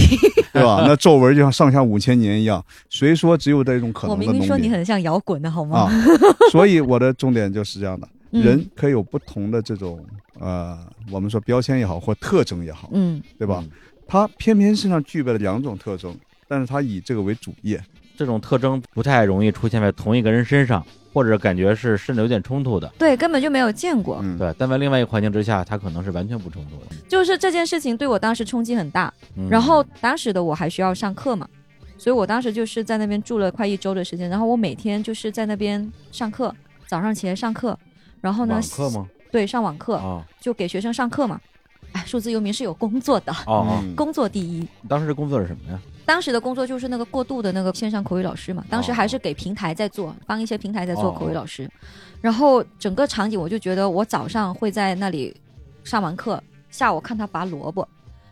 [SPEAKER 3] 对吧？那皱纹就像上下五千年一样。谁说只有这种可
[SPEAKER 5] 我
[SPEAKER 3] 能的
[SPEAKER 5] 明
[SPEAKER 3] 农
[SPEAKER 5] 明
[SPEAKER 3] 民？
[SPEAKER 5] 说你很像摇滚的好吗？
[SPEAKER 3] 啊， 所以我的重点就是这样的，
[SPEAKER 5] 嗯
[SPEAKER 3] 人可以有不同的这种呃，我们说标签也好或特征也好，
[SPEAKER 5] 嗯，
[SPEAKER 3] 对吧？他偏偏身上具备了两种特征，但是他以这个为主业，
[SPEAKER 2] 这种特征不太容易出现在同一个人身上，或者感觉是甚至有点冲突的。
[SPEAKER 5] 对，根本就没有见过。
[SPEAKER 3] 嗯，
[SPEAKER 2] 啊对，哦但在另外一个环境之下，它可能是完全不冲突的。
[SPEAKER 5] 就是这件事情对我当时冲击很大，
[SPEAKER 2] 嗯
[SPEAKER 5] 然后当时的我还需要上课嘛，所以我当时就是在那边住了快一周的时间，然后我每天就是在那边上课，早上起来上课，然后呢
[SPEAKER 2] 网，课吗？
[SPEAKER 5] 对，上网课
[SPEAKER 2] 啊
[SPEAKER 5] 就给学生上课嘛。哎，数字游民是有工作的，
[SPEAKER 2] 哦哦，
[SPEAKER 3] 嗯
[SPEAKER 5] 工作第一。
[SPEAKER 2] 当时的工作是什么呀？
[SPEAKER 5] 当时的工作就是那个过渡的那个线上口语老师嘛，当时还是给平台在做，帮一些平台在做口语老师。然后整个场景，我就觉得我早上会在那里上完课，下午看他拔萝卜，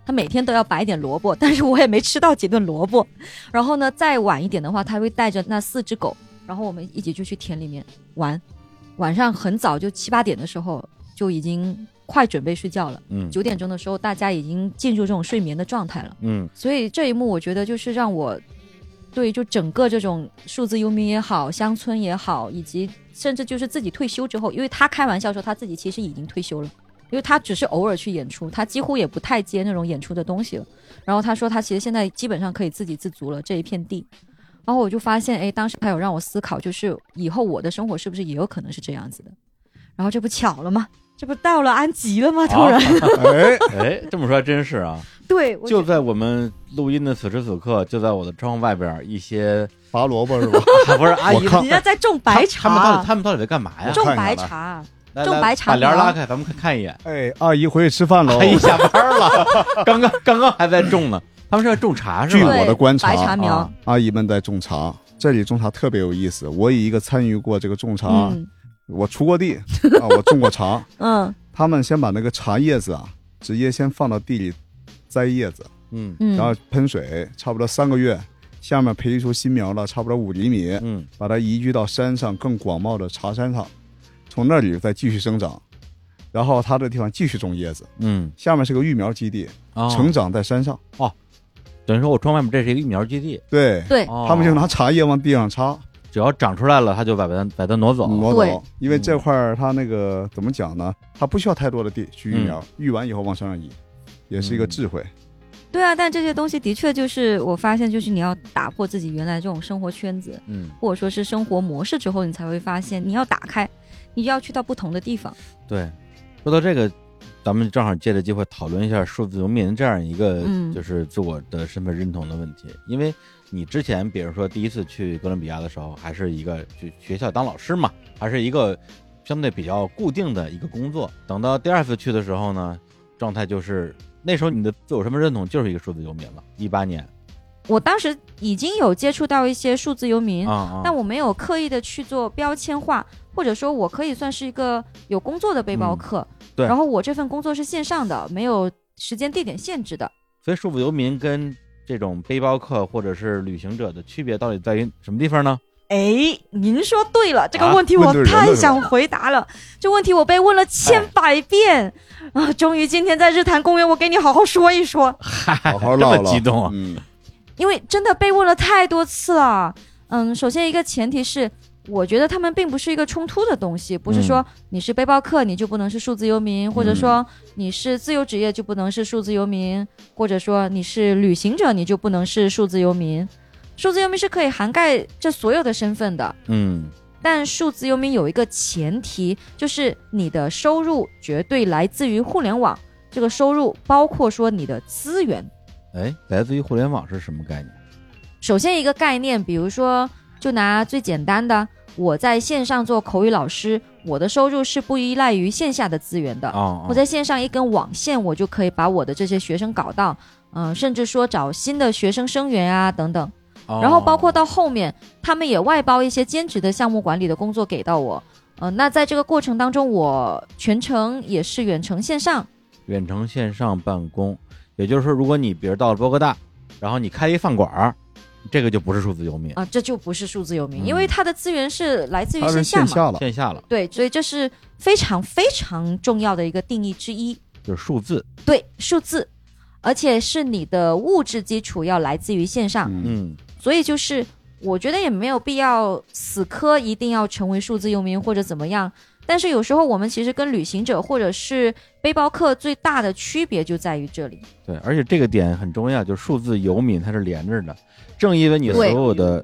[SPEAKER 5] 他每天都要拔一点萝卜，但是我也没吃到几顿萝卜。 然后呢，再晚一点的话，他会带着那四只狗，然后我们一起就去田里面玩。晚上很早就七八点的时候就已经快准备睡觉了，
[SPEAKER 2] 嗯
[SPEAKER 5] 九点钟的时候大家已经进入这种睡眠的状态了。
[SPEAKER 2] 嗯
[SPEAKER 5] 所以这一幕我觉得就是让我对就整个这种数字游民也好，乡村也好，以及甚至就是自己退休之后，因为他开玩笑说他自己其实已经退休了。因为他只是偶尔去演出，他几乎也不太接那种演出的东西了。然后他说他其实现在基本上可以自给自足了这一片地。然后我就发现，哎，当时他有让我思考，就是以后我的生活是不是也有可能是这样子的？然后这不巧了吗？这不到了安吉了吗？ 突然，
[SPEAKER 3] 哎，
[SPEAKER 2] 哎，这么说还真是啊，
[SPEAKER 5] 对，我
[SPEAKER 2] 就在我们录音的此时此刻，就在我的窗户外边儿一些
[SPEAKER 3] 拔萝卜是吧？
[SPEAKER 2] 啊不是阿姨
[SPEAKER 3] 我，看
[SPEAKER 5] 你那在种白
[SPEAKER 2] 他
[SPEAKER 5] 茶，
[SPEAKER 2] 们到底他们到底在干嘛哎呀？
[SPEAKER 5] 种
[SPEAKER 3] 看看
[SPEAKER 5] 白
[SPEAKER 3] 来
[SPEAKER 5] 茶。
[SPEAKER 2] 来
[SPEAKER 5] 种
[SPEAKER 2] 来
[SPEAKER 5] 白茶
[SPEAKER 2] 把帘儿
[SPEAKER 5] 苗
[SPEAKER 2] 拉开，咱们看看一眼。
[SPEAKER 3] 哎，阿姨回去吃饭喽
[SPEAKER 2] 阿。姨下班了，刚刚刚刚还在种呢，他们是在种茶是
[SPEAKER 3] 据
[SPEAKER 2] 吧？
[SPEAKER 3] 我的观察
[SPEAKER 5] 白茶苗
[SPEAKER 2] 啊，
[SPEAKER 3] 阿姨们在种茶，这里种茶特别有意思。我以一个参与过这个种茶，
[SPEAKER 5] 嗯
[SPEAKER 3] 我出过地啊，我种过茶。
[SPEAKER 5] 嗯
[SPEAKER 3] 他们先把那个茶叶子啊，直接先放到地里摘叶子，
[SPEAKER 2] 嗯
[SPEAKER 5] 嗯，
[SPEAKER 3] 然后喷水，差不多三个月，下面培育出新苗了，差不多五厘米，
[SPEAKER 2] 嗯，
[SPEAKER 3] 把它移居到山上更广袤的茶山上，从那里再继续生长，然后它的地方继续种叶子，
[SPEAKER 2] 嗯，
[SPEAKER 3] 下面是个育苗基地，
[SPEAKER 2] 哦
[SPEAKER 3] 成长在山上。
[SPEAKER 2] 等于说我窗外面这是一个育苗基地，
[SPEAKER 3] 对，
[SPEAKER 5] 对
[SPEAKER 2] 哦
[SPEAKER 3] 他们就拿茶叶往地上插，
[SPEAKER 2] 只要长出来了，他就把它把它挪走。
[SPEAKER 3] 挪
[SPEAKER 5] 对
[SPEAKER 3] 走，因为这块儿它那个怎么讲呢？它不需要太多的地去育苗，育完以后往山上移，也是一个
[SPEAKER 2] 嗯
[SPEAKER 3] 智慧。
[SPEAKER 5] 对啊，但这些东西的确就是我发现，就是你要打破自己原来这种生活圈子，
[SPEAKER 2] 嗯，
[SPEAKER 5] 或者说是生活模式之后，你才会发现你要打开，你要去到不同的地方。
[SPEAKER 2] 对。说到这个，咱们正好借着机会讨论一下数字游民这样一个
[SPEAKER 5] 嗯
[SPEAKER 2] 就是自我的身份认同的问题，因为你之前比如说第一次去哥伦比亚的时候，还是一个去学校当老师嘛，还是一个相对比较固定的一个工作。等到第二次去的时候呢，状态就是那时候你的自我身份认同就是一个数字游民了，一八年
[SPEAKER 5] 我当时已经有接触到一些数字游民，
[SPEAKER 2] 啊啊，
[SPEAKER 5] 但我没有刻意的去做标签化，或者说我可以算是一个有工作的背包客。
[SPEAKER 2] 嗯对
[SPEAKER 5] 然后我这份工作是线上的，没有时间地点限制的。
[SPEAKER 2] 所以数字游民跟这种背包客或者是旅行者的区别到底在于什么地方呢？
[SPEAKER 5] 哎，您说对了，这个
[SPEAKER 2] 啊
[SPEAKER 5] 问题我
[SPEAKER 3] 问对人了
[SPEAKER 5] 太
[SPEAKER 3] 是吧
[SPEAKER 5] 想回答了。这问题我被问了千百遍、啊！终于今天在日坛公园，我给你好好说一说，
[SPEAKER 3] 好好
[SPEAKER 2] 这
[SPEAKER 3] 唠
[SPEAKER 2] 么
[SPEAKER 3] 唠，
[SPEAKER 2] 激动啊！
[SPEAKER 3] 嗯，
[SPEAKER 5] 因为真的被问了太多次了。嗯，首先一个前提是，我觉得他们并不是一个冲突的东西，不是
[SPEAKER 3] 嗯
[SPEAKER 5] 说你是背包客你就不能是数字游民，或者说你是自由职业就不能是数字游民，或者说你是旅行者你就不能是数字游民。数字游民是可以涵盖这所有的身份的，
[SPEAKER 2] 嗯，
[SPEAKER 5] 但数字游民有一个前提，就是你的收入绝对来自于互联网，这个收入包括说你的资源。
[SPEAKER 2] 哎，来自于互联网是什么概念？
[SPEAKER 5] 首先一个概念，比如说，就拿最简单的，我在线上做口语老师，我的收入是不依赖于线下的资源的。
[SPEAKER 2] 啊
[SPEAKER 5] 我在线上一根网线，我就可以把我的这些学生搞到，嗯、甚至说找新的学生生源啊等等。
[SPEAKER 3] 哦
[SPEAKER 5] 然后包括到后面，他们也外包一些兼职的项目管理的工作给到我。嗯、那在这个过程当中，我全程也是远程线上，
[SPEAKER 2] 远程线上办公，也就是说，如果你比如到了波哥大，然后你开一饭馆儿，这个就不是数字游民，
[SPEAKER 5] 啊，这就不是数字游民，
[SPEAKER 2] 嗯
[SPEAKER 5] 因为它的资源是来自于
[SPEAKER 3] 它是
[SPEAKER 5] 线下
[SPEAKER 3] 线
[SPEAKER 5] 嘛。
[SPEAKER 3] 下了，
[SPEAKER 2] 线下了，
[SPEAKER 5] 对，所以这是非常非常重要的一个定义之一。
[SPEAKER 2] 就是数字，
[SPEAKER 5] 对，数字，而且是你的物质基础要来自于线上，
[SPEAKER 3] 嗯，
[SPEAKER 2] 嗯，
[SPEAKER 5] 所以就是我觉得也没有必要死磕一定要成为数字游民或者怎么样。但是有时候我们其实跟旅行者或者是背包客最大的区别就在于这里。
[SPEAKER 2] 对，而且这个点很重要，就是数字游民它是连着的，正因为你所
[SPEAKER 5] 对
[SPEAKER 2] 有的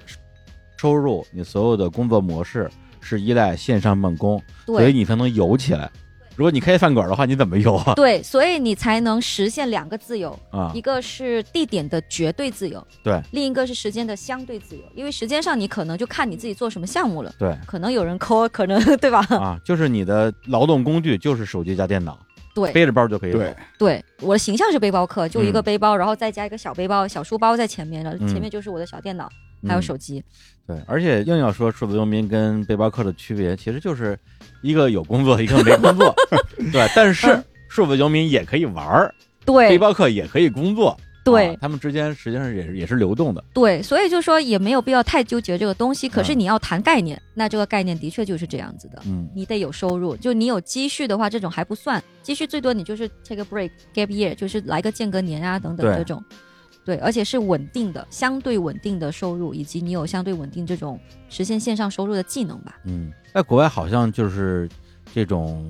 [SPEAKER 2] 收入，你所有的工作模式是依赖线上办公，所以
[SPEAKER 5] 对
[SPEAKER 2] 你才能游起来。如果你开饭馆儿的话，你怎么游啊？
[SPEAKER 5] 对，所以你才能实现两个自由。
[SPEAKER 2] 啊
[SPEAKER 5] 一，个是地点的绝对自由，
[SPEAKER 2] 对；
[SPEAKER 5] 另一个是时间的相对自由，因为时间上你可能就看你自己做什么项目了，
[SPEAKER 2] 对
[SPEAKER 5] 可能有人抠，可能 对吧？
[SPEAKER 2] 啊，就是你的劳动工具就是手机加电脑，
[SPEAKER 5] 对
[SPEAKER 2] 背着包就可以走。
[SPEAKER 3] 对，
[SPEAKER 5] 对，我的形象是背包客，就一个
[SPEAKER 2] 嗯
[SPEAKER 5] 背包，然后再加一个小背包、小书包在前面了，
[SPEAKER 2] 嗯
[SPEAKER 5] 前面就是我的小电脑，还有手机。
[SPEAKER 2] 对，而且硬要说数字游民跟背包客的区别，其实就是一个有工作，一个没工 作，对。但是
[SPEAKER 5] 嗯
[SPEAKER 2] 数字游民也可以玩儿，背
[SPEAKER 5] 对
[SPEAKER 2] 包啊客也可以工作，
[SPEAKER 5] 对
[SPEAKER 2] 啊他们之间实际上也是也是流动的。
[SPEAKER 5] 对，所以就说也没有必要太纠结这个东西。可是
[SPEAKER 2] 嗯
[SPEAKER 5] 你要谈概念，那这个概念的确就是这样子的。
[SPEAKER 2] 嗯，
[SPEAKER 5] 你得有收入，就你有积蓄的话，这种还不算。积蓄最多你就是 take a break gap year，就是来个间隔年啊等等
[SPEAKER 2] 对
[SPEAKER 5] 这种。对，而且是稳定的，相对稳定的收入，以及你有相对稳定这种实现线上收入的技能吧。
[SPEAKER 2] 嗯，在国外好像就是这种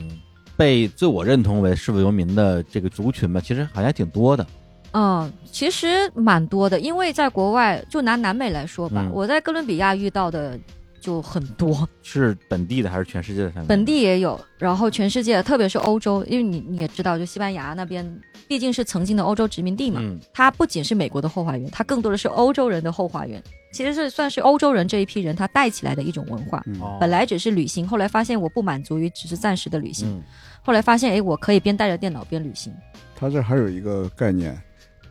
[SPEAKER 2] 被自我认同为数字游民的这个族群吧，其实好像还挺多的。
[SPEAKER 5] 嗯，其实蛮多的，因为在国外，就拿南美来说吧，
[SPEAKER 2] 嗯
[SPEAKER 5] 我在哥伦比亚遇到的就很多，
[SPEAKER 2] 是本地的还是全世界的范围？
[SPEAKER 5] 本地也有，然后全世界，特别是欧洲，因为你你也知道，就西班牙那边毕竟是曾经的欧洲殖民地嘛，
[SPEAKER 2] 嗯，
[SPEAKER 5] 它不仅是美国的后花园，它更多的是欧洲人的后花园。其实是算是欧洲人这一批人他带起来的一种文化。
[SPEAKER 3] 嗯，
[SPEAKER 2] 哦
[SPEAKER 5] 本来只是旅行，后来发现我不满足于只是暂时的旅行，
[SPEAKER 2] 嗯
[SPEAKER 5] 后来发现哎，我可以边带着电脑边旅行。
[SPEAKER 3] 它这还有一个概念，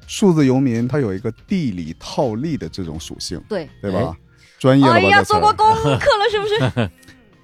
[SPEAKER 3] 数字游民它有一个地理套利的这种属性，
[SPEAKER 5] 对，
[SPEAKER 3] 对吧？专业了吧？
[SPEAKER 5] 哎呀，
[SPEAKER 3] 这词儿
[SPEAKER 5] 做过功课了是不是？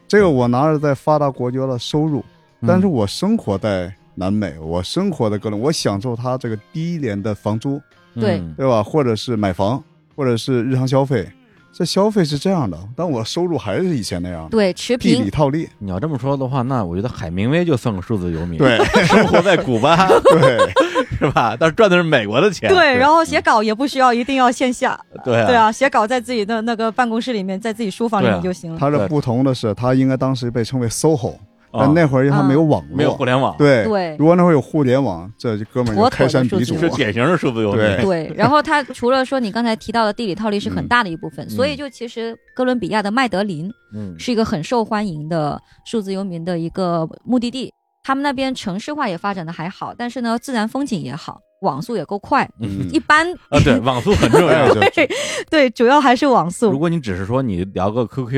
[SPEAKER 3] 这个我拿着在发达国家的收入，
[SPEAKER 2] 嗯
[SPEAKER 3] 但是我生活在南美，我生活在各种，我享受它这个低廉的房租，
[SPEAKER 5] 对
[SPEAKER 2] 嗯
[SPEAKER 3] 对吧？或者是买房，或者是日常消费，
[SPEAKER 5] 嗯
[SPEAKER 3] 这消费是这样的，但我收入还是以前那样的。
[SPEAKER 5] 对，持
[SPEAKER 3] 地理
[SPEAKER 5] 平。
[SPEAKER 3] 套利，
[SPEAKER 2] 你要这么说的话，那我觉得海明威就算个数字游民，，
[SPEAKER 3] 对
[SPEAKER 2] 生活在古 巴
[SPEAKER 3] 对，
[SPEAKER 2] 是吧？但是赚的是美国的钱，
[SPEAKER 5] 对，然后写稿也不需要一定要线下，
[SPEAKER 2] 对啊
[SPEAKER 5] 对啊，写稿在自己的那个办公室里面，在自己书房里
[SPEAKER 2] 对
[SPEAKER 5] 面
[SPEAKER 2] 啊
[SPEAKER 5] 就行了。
[SPEAKER 3] 它这不同的是，它应该当时被称为 SOHO，
[SPEAKER 2] 啊
[SPEAKER 3] 但那会儿因为它没有网络，
[SPEAKER 2] 没有互联网，
[SPEAKER 3] 对
[SPEAKER 5] 对
[SPEAKER 3] 如果那会儿有互联网，这就哥们儿就
[SPEAKER 5] 妥妥的
[SPEAKER 3] 开山鼻祖
[SPEAKER 5] 数字
[SPEAKER 2] 是
[SPEAKER 5] 游
[SPEAKER 3] 了，
[SPEAKER 2] 典型的数字游民，
[SPEAKER 3] 对
[SPEAKER 5] 对，然后它除了说你刚才提到的地理套利是很大的一部分，
[SPEAKER 3] 嗯
[SPEAKER 5] 所以就其实哥伦比亚的麦德林
[SPEAKER 2] 嗯
[SPEAKER 5] 是一个很受欢迎的数字游民的一个目的地。他们那边城市化也发展的还好，但是呢，自然风景也好，网速也够快。
[SPEAKER 2] 嗯
[SPEAKER 5] 一般
[SPEAKER 2] 啊，对，网速很重
[SPEAKER 3] 哎
[SPEAKER 2] 要。
[SPEAKER 3] 就
[SPEAKER 5] 对对，主要还是网
[SPEAKER 2] 如
[SPEAKER 5] 速。
[SPEAKER 2] 果你只是说你聊个 QQ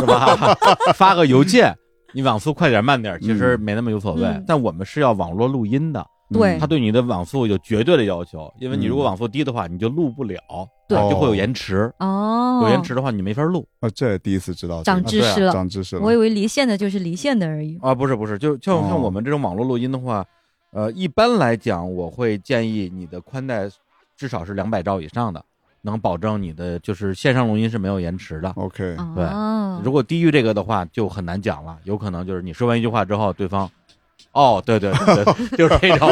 [SPEAKER 2] 是 吧，发个邮件，你网速快点慢点，其实没那么无所谓
[SPEAKER 5] 嗯。
[SPEAKER 2] 但我们是要网络录音的，
[SPEAKER 5] 对
[SPEAKER 2] 它对你的网速有绝对的要求，因为你
[SPEAKER 3] 嗯哦
[SPEAKER 2] 如果网速低的话，你就录不了，
[SPEAKER 5] 对
[SPEAKER 2] 就会有延迟。
[SPEAKER 5] 哦，
[SPEAKER 2] 有延迟的话，你没法录
[SPEAKER 3] 啊，这第一次知道这个，
[SPEAKER 5] 长知识
[SPEAKER 3] 啊
[SPEAKER 5] 了。
[SPEAKER 3] 长知识
[SPEAKER 5] 我以
[SPEAKER 3] 了，
[SPEAKER 5] 为离线的就是离线的而已。
[SPEAKER 2] 啊。不是不是，就就像
[SPEAKER 3] 哦
[SPEAKER 2] 我们这种网络录音的话，呃，一般来讲，我会建议你的宽带至少是两百兆以上的，能保证你的就是线上录音是没有延迟的。
[SPEAKER 3] OK，
[SPEAKER 2] 对
[SPEAKER 5] 哦，
[SPEAKER 2] 如果低于这个的话，就很难讲了，有可能就是你说完一句话之后，对方，哦，对对对，对 就是这种，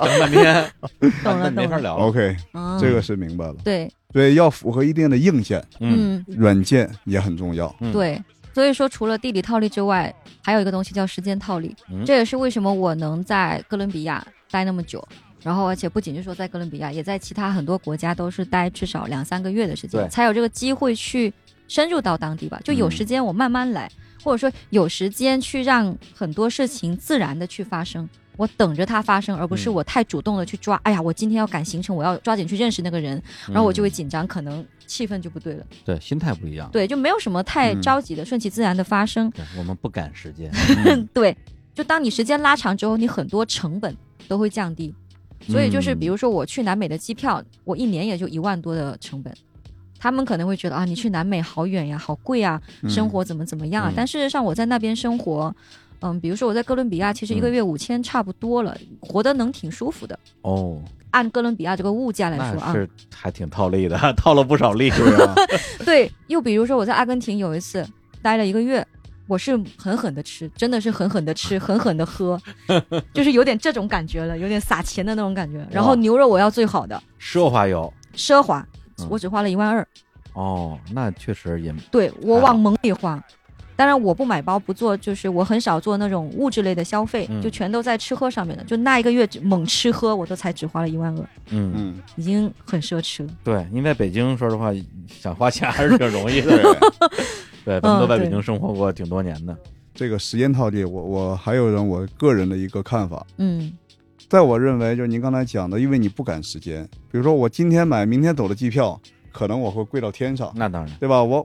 [SPEAKER 2] 等半天，
[SPEAKER 5] 懂
[SPEAKER 2] 那
[SPEAKER 5] 了
[SPEAKER 2] 你没
[SPEAKER 5] 懂
[SPEAKER 2] 法
[SPEAKER 5] 了。
[SPEAKER 2] 聊了。
[SPEAKER 3] OK，
[SPEAKER 5] 哦
[SPEAKER 3] 这个是明白了。
[SPEAKER 5] 对，
[SPEAKER 3] 所以要符合一定的硬件，
[SPEAKER 2] 嗯，
[SPEAKER 3] 软件也很重要。
[SPEAKER 2] 嗯，
[SPEAKER 5] 对，所以说除了地理套利之外，还有一个东西叫时间套利，
[SPEAKER 2] 嗯
[SPEAKER 5] 这也是为什么我能在哥伦比亚待那么久。然后，而且不仅是说在哥伦比亚，也在其他很多国家都是待至少两三个月的时
[SPEAKER 2] 对嗯
[SPEAKER 5] 间，才有这个机会去深入到当地吧。就有时间我慢慢来，或者说有时间去让很多事情自然的去发生。我等着它发生，而不是
[SPEAKER 7] 嗯
[SPEAKER 5] 我太主动的去抓。哎呀，我今天要赶行程，我要抓紧去认识那个人，
[SPEAKER 2] 嗯
[SPEAKER 5] 然后我就会紧张，可能气氛就不对了。
[SPEAKER 2] 对心态不一样。
[SPEAKER 5] 对，就没有什么太
[SPEAKER 3] 嗯
[SPEAKER 5] 着急的，顺其自然的发生。
[SPEAKER 2] 对，我们不赶时 间，嗯
[SPEAKER 5] 对，就当你时间拉长之后，你很多成本都会降低。所以就是，
[SPEAKER 2] 嗯
[SPEAKER 5] 比如说我去南美的机票，我一年也就一万多的成本。他们可能会觉得啊，你去南美好远呀，好贵呀，生活怎么怎么样啊？
[SPEAKER 2] 嗯
[SPEAKER 5] 但事实上，我在那边生活，嗯，比如说我在哥伦比亚，其实一
[SPEAKER 2] 嗯
[SPEAKER 5] 个月五千差不多了，活得能挺舒服的。
[SPEAKER 2] 哦，
[SPEAKER 5] 按哥伦比亚这个物价来说
[SPEAKER 2] 那
[SPEAKER 5] 啊，
[SPEAKER 2] 是还挺套利的， 套了不少利。
[SPEAKER 3] 对啊，
[SPEAKER 5] 对。又比如说我在阿根廷有一次待了一个月，我是狠狠的吃，真的是狠狠的吃，狠狠 的喝，就是有点这种感觉了，有点撒钱的那种感觉。然后牛肉我要最好的，
[SPEAKER 2] 奢华游
[SPEAKER 5] 奢华
[SPEAKER 2] 嗯，
[SPEAKER 5] 我只花了一万二。
[SPEAKER 2] 哦，那确实也
[SPEAKER 5] 对我
[SPEAKER 2] 还好
[SPEAKER 5] 往猛里花。当然，我不买包，不做，就是我很少做那种物质类的消费，
[SPEAKER 2] 嗯
[SPEAKER 5] 就全都在吃喝上面的。就那一个月只猛吃喝，我都才只花了一万二，
[SPEAKER 2] 嗯，
[SPEAKER 3] 嗯，
[SPEAKER 5] 已经很奢侈了。
[SPEAKER 2] 对，您在北京，说实话，想花钱还是挺容易的。
[SPEAKER 5] 嗯
[SPEAKER 2] 对，咱们都在北京生活过挺多年的。
[SPEAKER 3] 这个时间套利，我我还有人我个人的一个看法，
[SPEAKER 5] 嗯
[SPEAKER 3] 在我认为，就是您刚才讲的，因为你不赶时间，比如说我今天买明天走的机票，可能我会贵到天上，
[SPEAKER 2] 那当然，
[SPEAKER 3] 对吧？我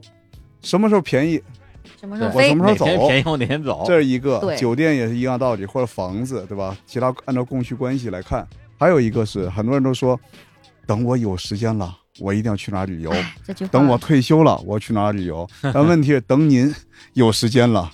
[SPEAKER 3] 什么时候便宜，
[SPEAKER 5] 什么时候
[SPEAKER 3] 我什
[SPEAKER 5] 飞？
[SPEAKER 3] 么时
[SPEAKER 2] 哪
[SPEAKER 3] 候走
[SPEAKER 2] 天，便宜我哪天走。
[SPEAKER 3] 这是一个
[SPEAKER 5] 对
[SPEAKER 3] 酒店也是一样道理，或者房子，对吧？其他按照供需关系来看，还有一个是很多人都说，等我有时间了，我一定要去哪旅游；
[SPEAKER 5] 哎这句话，
[SPEAKER 2] 嗯
[SPEAKER 3] 等我退休了，我去哪 旅游。但问题是，等您有时间了。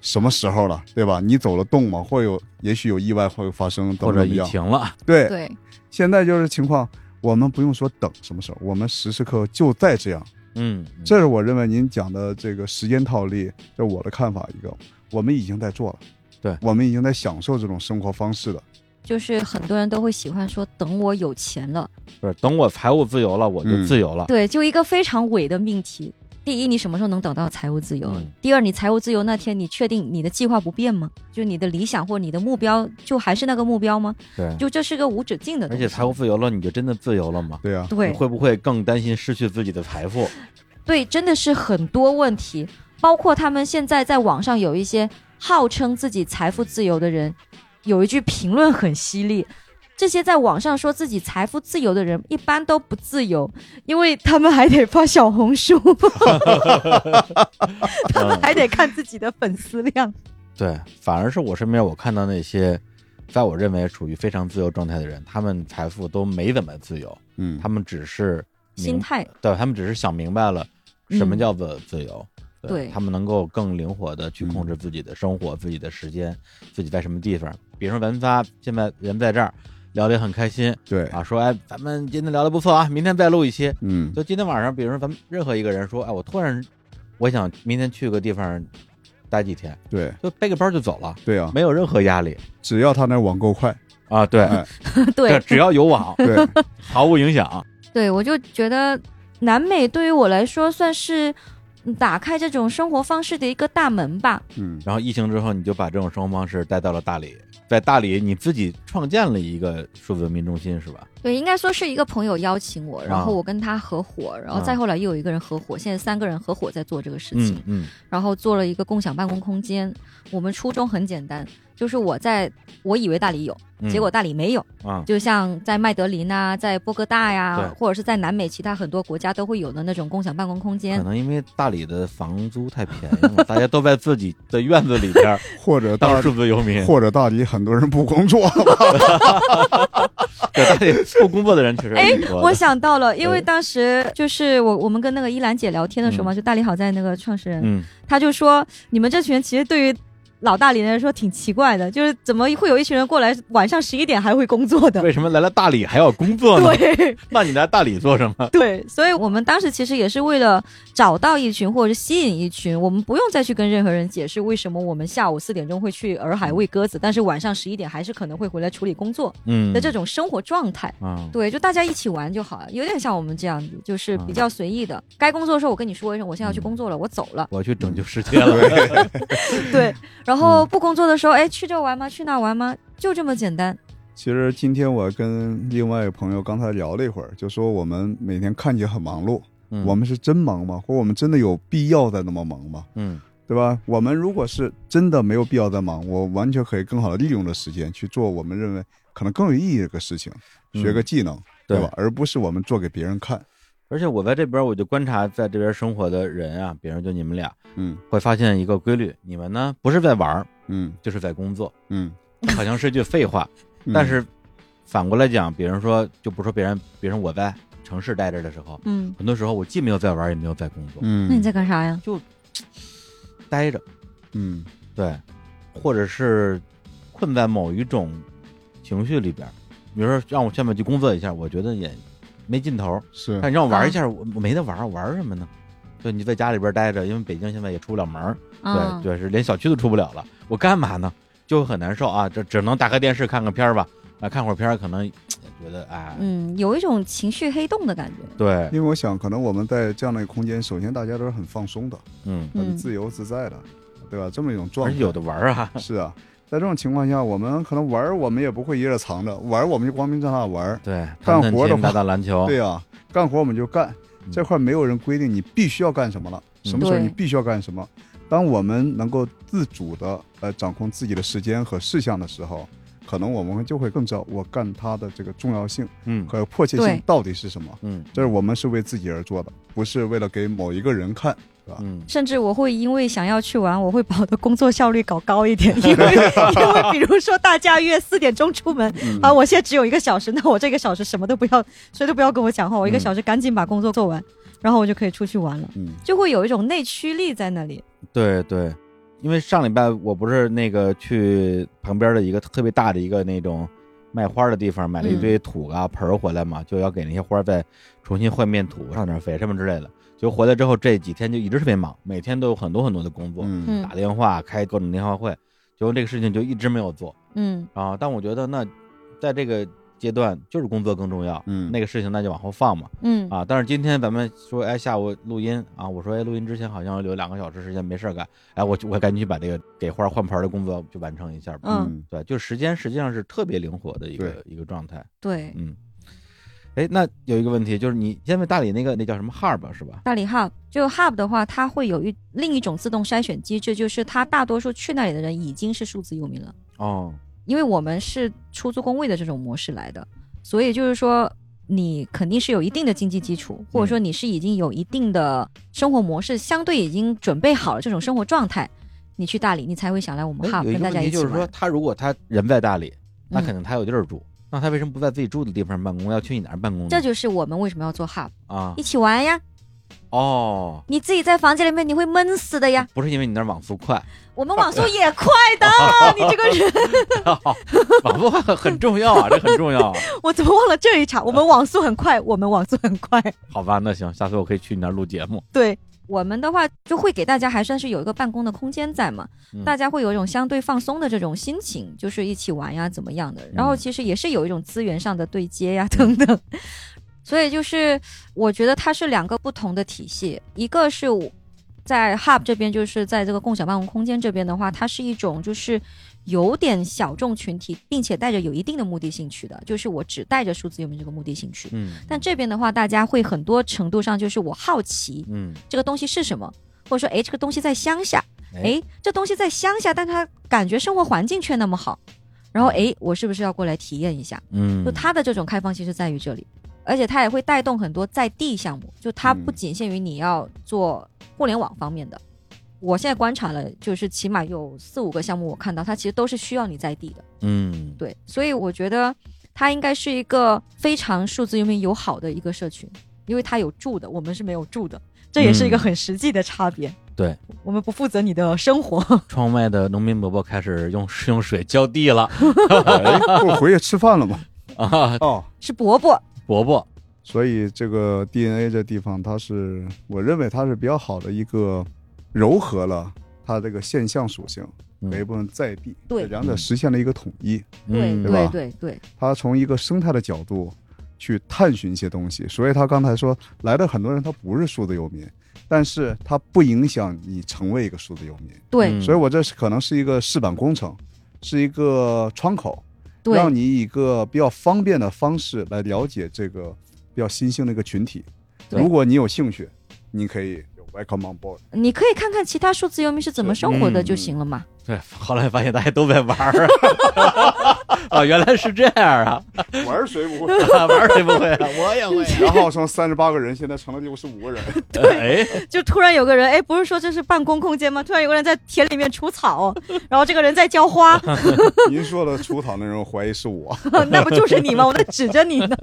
[SPEAKER 3] 什么时候了，对吧？你走了动吗？会有，也许有意外会发生，
[SPEAKER 2] 或
[SPEAKER 3] 等
[SPEAKER 2] 者
[SPEAKER 3] 等一
[SPEAKER 2] 疫
[SPEAKER 3] 样。
[SPEAKER 2] 情 了，
[SPEAKER 3] 对，
[SPEAKER 5] 对
[SPEAKER 3] 现在就是情况，我们不用说等什么时候，我们时时刻刻就在这样。
[SPEAKER 2] 嗯，
[SPEAKER 3] 这是我认为您讲的这个时间套利，这是我的看法一个，我们已经在做了，
[SPEAKER 2] 对
[SPEAKER 3] 我们已经在享受这种生活方式了。
[SPEAKER 5] 就是很多人都会喜欢说等我有钱了，
[SPEAKER 2] 不是等我财务自由了，我就
[SPEAKER 3] 嗯
[SPEAKER 2] 自由了。
[SPEAKER 5] 对，就一个非常伪的命题。第一，你什么时候能等到财务自由？
[SPEAKER 2] 嗯
[SPEAKER 5] 第二，你财务自由那天，你确定你的计划不变吗？就你的理想或者你的目标，就还是那个目标吗？
[SPEAKER 2] 对，
[SPEAKER 5] 就这是个无止境的
[SPEAKER 2] 嗯而
[SPEAKER 5] 东西。
[SPEAKER 2] 且财务自由了，你就真的自由了吗？
[SPEAKER 3] 对呀、啊
[SPEAKER 5] 对
[SPEAKER 2] 你，会不会更担心失去自己的财富？
[SPEAKER 5] 对，真的是很多问题，包括他们现在在网上有一些号称自己财富自由的人，有一句评论很犀利。这些在网上说自己财富自由的人，一般都不自由，因为他们还得发小红 书，他们还得看自己的粉丝
[SPEAKER 2] 嗯
[SPEAKER 5] 量。
[SPEAKER 2] 对，反而是我身边我看到那些，在我认为处于非常自由状态的人，他们财富都没怎么自由，
[SPEAKER 3] 嗯，
[SPEAKER 2] 他们只是
[SPEAKER 5] 心
[SPEAKER 2] 明
[SPEAKER 5] 态，
[SPEAKER 2] 对他们只是想明白了什么
[SPEAKER 5] 嗯
[SPEAKER 2] 叫做自由，
[SPEAKER 5] 对
[SPEAKER 2] 他们能够更灵活的去控制自己的生活、自己的时间、自己在什么地方。比如说咱仨现在人在这儿聊得很开心
[SPEAKER 3] 对，
[SPEAKER 2] 啊，说哎，咱们今天聊得不错啊，明天再录一期。
[SPEAKER 3] 嗯，
[SPEAKER 2] 就今天晚上，比如说咱们任何一个人说，哎，我突然我想明天去个地方待几天，
[SPEAKER 3] 对，
[SPEAKER 2] 就背个包就走了，
[SPEAKER 3] 对呀、啊，
[SPEAKER 2] 没有任何压力
[SPEAKER 3] 只要他那网购快，
[SPEAKER 2] 啊。对，
[SPEAKER 3] 哎
[SPEAKER 2] 这
[SPEAKER 5] 对
[SPEAKER 2] 只要有网，
[SPEAKER 3] 对，
[SPEAKER 2] 毫无影响。
[SPEAKER 5] 对，我就觉得南美对于我来说算是打开这种生活方式的一个大门吧。
[SPEAKER 3] 嗯，
[SPEAKER 2] 然后疫情之后，你就把这种生活方式带到了大理，在大理你自己创建了一个数字文明中心，是吧？
[SPEAKER 5] 对，应该说是一个朋友邀请我，然
[SPEAKER 2] 啊
[SPEAKER 5] 后我跟他合伙，然后
[SPEAKER 2] 啊
[SPEAKER 5] 再后来又有一个人合伙，现在三个人合伙在做这个事情，
[SPEAKER 2] 嗯嗯
[SPEAKER 5] 然后做了一个共享办公空间。我们初衷很简单，就是我在我以为大理有，
[SPEAKER 2] 嗯，
[SPEAKER 5] 结果大理没有，
[SPEAKER 2] 啊，
[SPEAKER 5] 就像在麦德林啊，在波哥大呀、
[SPEAKER 2] 对
[SPEAKER 5] 或者是在南美其他很多国家都会有的那种共享办公空
[SPEAKER 2] 可
[SPEAKER 5] 间。
[SPEAKER 2] 能因为大理的房租太便宜了，大家都在自己的院子里边 儿
[SPEAKER 5] 哦
[SPEAKER 3] 或者
[SPEAKER 2] 当
[SPEAKER 3] 大
[SPEAKER 2] 数字游民。
[SPEAKER 3] 或者大理很多人不 工作，
[SPEAKER 2] 对，大理不工作的人确实
[SPEAKER 5] 哎
[SPEAKER 2] 挺多
[SPEAKER 5] 我
[SPEAKER 2] 的。
[SPEAKER 5] 想到了，因为
[SPEAKER 2] 对
[SPEAKER 5] 当时就是我我们跟那个依兰姐聊天的时候嘛，就大理好在那个创始人，
[SPEAKER 2] 嗯，
[SPEAKER 5] 他就说你们这群人其实对于老大理人来说挺奇怪的，就是怎么会有一群人过来晚上十一点还会工作的？
[SPEAKER 2] 为什么来了大理还要工作呢？
[SPEAKER 5] 对
[SPEAKER 2] 那你来大理做什么？
[SPEAKER 5] 对，所以我们当时其实也是为了找到一群或者是吸引一群，我们不用再去跟任何人解释为什么我们下午四点钟会去洱海喂鸽子，但是晚上十一点还是可能会回来处理工作
[SPEAKER 2] 嗯
[SPEAKER 5] 的这种生活状态。
[SPEAKER 2] 啊，
[SPEAKER 5] 对，就大家一起玩就好了，有点像我们这样子，就是比
[SPEAKER 2] 啊
[SPEAKER 5] 较随意的。该工作的时候我跟你说一声，我现在要
[SPEAKER 2] 嗯
[SPEAKER 5] 去工作了，我走了。
[SPEAKER 2] 我去拯救世界了。
[SPEAKER 5] 嗯 对，然后不工作的时候，哎，去这玩吗？去那玩吗？就这么简单。
[SPEAKER 3] 其实今天我跟另外一个朋友刚才聊了一会儿，就说我们每天看起来很忙碌，
[SPEAKER 2] 嗯
[SPEAKER 3] 我们是真忙吗？或者我们真的有必要在那么忙吗？
[SPEAKER 2] 嗯
[SPEAKER 3] 对吧？我们如果是真的没有必要再忙，我完全可以更好的利用这时间去做我们认为可能更有意义的个事情，
[SPEAKER 2] 嗯
[SPEAKER 3] 学个技能，对吧？而不是我们做给别人看。
[SPEAKER 2] 而且我在这边，我就观察在这边生活的人啊，比如就你们俩，
[SPEAKER 3] 嗯
[SPEAKER 2] 会发现一个规律：你们呢不是在玩儿，
[SPEAKER 3] 嗯
[SPEAKER 2] 就是在工 作，
[SPEAKER 3] 嗯。
[SPEAKER 2] 好像是句废话，
[SPEAKER 3] 嗯
[SPEAKER 2] 但是反过来讲，比如说，就不说别人，比如说我在城市待着的时候，
[SPEAKER 5] 嗯，
[SPEAKER 2] 很多时候我既没有在玩儿，也没有在工作，
[SPEAKER 3] 嗯，
[SPEAKER 5] 那你在干啥呀？
[SPEAKER 2] 待着，
[SPEAKER 3] 嗯
[SPEAKER 2] 对，或者是困在某一种情绪里边儿，比如说让我下面去工作一下，我觉得也没尽头儿，
[SPEAKER 3] 是
[SPEAKER 2] 但你让我玩一下，我我没得玩儿，我玩儿什么呢？就你在家里边儿待着，因为北京现在嗯也出不了门儿，
[SPEAKER 5] 啊
[SPEAKER 2] 对，对，是连小区都出不了了，我干嘛呢？就很难受啊，这只能打开电视看个片儿吧，啊，看会儿片儿可能也觉得哎，
[SPEAKER 5] 嗯，有一种情绪黑洞的感觉。
[SPEAKER 2] 对，
[SPEAKER 3] 因为我想，可能我们在这样的一个空间，首先大家都是很放松的，
[SPEAKER 2] 嗯，
[SPEAKER 3] 很
[SPEAKER 5] 嗯，
[SPEAKER 3] 自由自在的，对吧？这么一种状
[SPEAKER 2] 而
[SPEAKER 3] 态
[SPEAKER 2] 且。有的玩儿啊，
[SPEAKER 3] 是啊，在这种情况下，我们可能玩儿我们也不会掖着藏着，玩儿我们就光明正大玩儿。
[SPEAKER 2] 对，弹
[SPEAKER 3] 干
[SPEAKER 2] 弹
[SPEAKER 3] 活的
[SPEAKER 2] 琴、打
[SPEAKER 3] 话
[SPEAKER 2] 打篮球，
[SPEAKER 3] 对啊，干活我们就干，
[SPEAKER 2] 哦嗯
[SPEAKER 3] 这块没有人规定你必须要干什么了，什么时候
[SPEAKER 5] 对
[SPEAKER 3] 你必须要干什么。当我们能够自主的呃掌控自己的时间和事项的时候，可能我们就会更知道我干它的这个重要性
[SPEAKER 2] 嗯
[SPEAKER 3] 和迫切
[SPEAKER 5] 对
[SPEAKER 3] 性到底是什么。
[SPEAKER 2] 嗯
[SPEAKER 3] 这是我们是为自己而做的，不是为了给某一个人看。
[SPEAKER 2] 嗯，
[SPEAKER 5] 甚至我会因为想要去玩，我会把我的工作效率搞高一点， 因为因为比如说大家约四点钟出门
[SPEAKER 3] 嗯
[SPEAKER 5] 啊，我现在只有一个小时，那我这个小时什么都不要，谁都不要跟我讲话，我一个小时赶紧把工作做完，然后我就可以出去玩了，
[SPEAKER 3] 嗯
[SPEAKER 5] 就会有一种内驱力在那里。
[SPEAKER 2] 对对，因为上礼拜我不是那个去旁边的一个特别大的一个那种卖花的地方买了一
[SPEAKER 5] 嗯
[SPEAKER 2] 堆土啊盆儿回来嘛，就要给那些花儿再重新换面土、上点肥什么之类的。就回来之后这几天就一直特别忙，每天都有很多很多的工作，
[SPEAKER 3] 嗯
[SPEAKER 2] 打电话、开各种电话会，结果这个事情就一直没有做
[SPEAKER 5] 嗯
[SPEAKER 2] 啊。但我觉得那在这个阶段就是工作更重要，
[SPEAKER 3] 嗯
[SPEAKER 2] 那个事情那就往后放嘛。
[SPEAKER 5] 嗯
[SPEAKER 2] 啊，但是今天咱们说，哎，下午录音啊，我说，哎，录音之前好像留两个小时时间没事儿干，哎，我就我赶紧去把这个给花换盆儿的工作就完成一下吧。
[SPEAKER 5] 嗯，
[SPEAKER 3] 嗯
[SPEAKER 2] 对，就是时间实际上是特别灵活的一个一个状态。
[SPEAKER 5] 对，
[SPEAKER 2] 嗯，哎，那有一个问题就是你现在大理那个那叫什么 Hub 是吧？
[SPEAKER 5] 大理 Hub 就 Hub 的话，它会有一另一种自动筛选机制，就是它大多数去那里的人已经是数字游民了。
[SPEAKER 2] 哦，
[SPEAKER 5] 因为我们是出租公位的这种模式来的，所以就是说你肯定是有一定的经济基础，或者
[SPEAKER 2] 嗯
[SPEAKER 5] 说你是已经有一定的生活模式，相对已经准备好了这种生活状态，你去大理，你才会想来我们
[SPEAKER 2] 哎
[SPEAKER 5] hub
[SPEAKER 2] 有一
[SPEAKER 5] 跟
[SPEAKER 2] 个问
[SPEAKER 5] 大家
[SPEAKER 2] 题
[SPEAKER 5] 一起
[SPEAKER 2] 就是说，
[SPEAKER 5] 玩。
[SPEAKER 2] 他如果他人在大理，那
[SPEAKER 5] 嗯
[SPEAKER 2] 肯定他有地儿住，那他为什么不在自己住的地方办公，要去你那儿办公呢？
[SPEAKER 5] 这就是我们为什么要做 hub，
[SPEAKER 2] 啊
[SPEAKER 5] 一，起玩呀！
[SPEAKER 2] 哦，
[SPEAKER 5] 你自己在房间里面你会闷死的呀！
[SPEAKER 2] 不是因为你那儿网速快，
[SPEAKER 5] 我们网速
[SPEAKER 2] 啊
[SPEAKER 5] 也快的，你这个人，
[SPEAKER 2] 网速快很很重要啊，这很重要啊。
[SPEAKER 5] 我怎么忘了这一场？我们网速很快，我们网速很快。
[SPEAKER 2] 好吧，那行，下次我可以去你那儿录节目。
[SPEAKER 5] 对 我们的话，就会给大家还算是有一个办公的空间在嘛，
[SPEAKER 2] 嗯
[SPEAKER 5] 大家会有一种相对放松的这种心情，就是一起玩啊呀，怎么样的。然后其实也是有一种资源上的对接呀，等等。 所以就是我觉得它是两个不同的体系，一个是我在 Hub 这边，就是在这个共享办公空间这边的话，它是一种就是有点小众群体，并且带着有一定的目的性去的，就是我只带着数字游民这个目的性去。
[SPEAKER 2] 嗯
[SPEAKER 5] 但这边的话，大家会很多程度上就是我好奇，
[SPEAKER 2] 嗯，
[SPEAKER 5] 这个东西是什么，或者说，哎，这个东西在乡下，
[SPEAKER 2] 哎
[SPEAKER 5] 哎，这东西在乡下，但它感觉生活环境却那么好，然后，哎，我是不是要过来体验一下？
[SPEAKER 2] 嗯
[SPEAKER 5] 就它的这种开放性是在于这里，而且它也会带动很多在地项目，就它不
[SPEAKER 3] 嗯
[SPEAKER 5] 仅限于你要做互联网方面的。我现在观察了，就是起码有四五个项目，我看到它其实都是需要你在地的，
[SPEAKER 2] 嗯
[SPEAKER 5] 对，所以我觉得它应该是一个非常数字游民友好的一个社群，因为它有住的，我们是没有住的，这也是一个
[SPEAKER 2] 嗯
[SPEAKER 5] 很实际的差别。
[SPEAKER 2] 对，
[SPEAKER 5] 我们不负责你的生活，
[SPEAKER 2] 窗外的农民伯伯开始用 用水浇地了
[SPEAKER 3] 哎不是回去吃饭了吗？
[SPEAKER 2] 啊，
[SPEAKER 3] 哦，
[SPEAKER 5] 是伯伯。
[SPEAKER 2] 伯伯，
[SPEAKER 3] 所以这个 DNA 这地方，它是我认为它是比较好的一个柔和了它这个现象属性
[SPEAKER 2] 嗯
[SPEAKER 3] 和一部分在地，
[SPEAKER 5] 对
[SPEAKER 3] 这两者实现了一个统一。
[SPEAKER 5] 对、
[SPEAKER 2] 嗯
[SPEAKER 3] 对吧
[SPEAKER 5] 对对对，
[SPEAKER 3] 它从一个生态的角度去探寻一些东西，所以他刚才说来的很多人他不是数字游民，但是他不影响你成为一个数字游民。
[SPEAKER 5] 对、
[SPEAKER 2] 嗯
[SPEAKER 3] 所以我这是可能是一个试板工程，是一个窗口，让
[SPEAKER 5] 对，
[SPEAKER 3] 你以一个比较方便的方式来了解这个比较新兴的一个群体。
[SPEAKER 5] 对
[SPEAKER 3] 如果你有兴趣，你可以有 Welcome on board。
[SPEAKER 5] 你可以看看其他数字游民是怎么生
[SPEAKER 2] 嗯
[SPEAKER 5] 活的就行了嘛。
[SPEAKER 8] 对，后来发现大家都在玩儿，
[SPEAKER 2] 哦
[SPEAKER 8] 啊，原来是这样啊，
[SPEAKER 3] 玩谁不会？
[SPEAKER 8] 啊玩儿谁不会啊？我也会。
[SPEAKER 3] 然后从三十八个人，现在成了六十五个人。
[SPEAKER 8] 哎，
[SPEAKER 5] 就突然有个人，哎，不是说这是办公空间吗？突然有个人在田里面除草，然后这个人在 浇花，
[SPEAKER 3] 您说的出草内容，怀疑是我。
[SPEAKER 5] 那不就是你吗？我在指着你呢。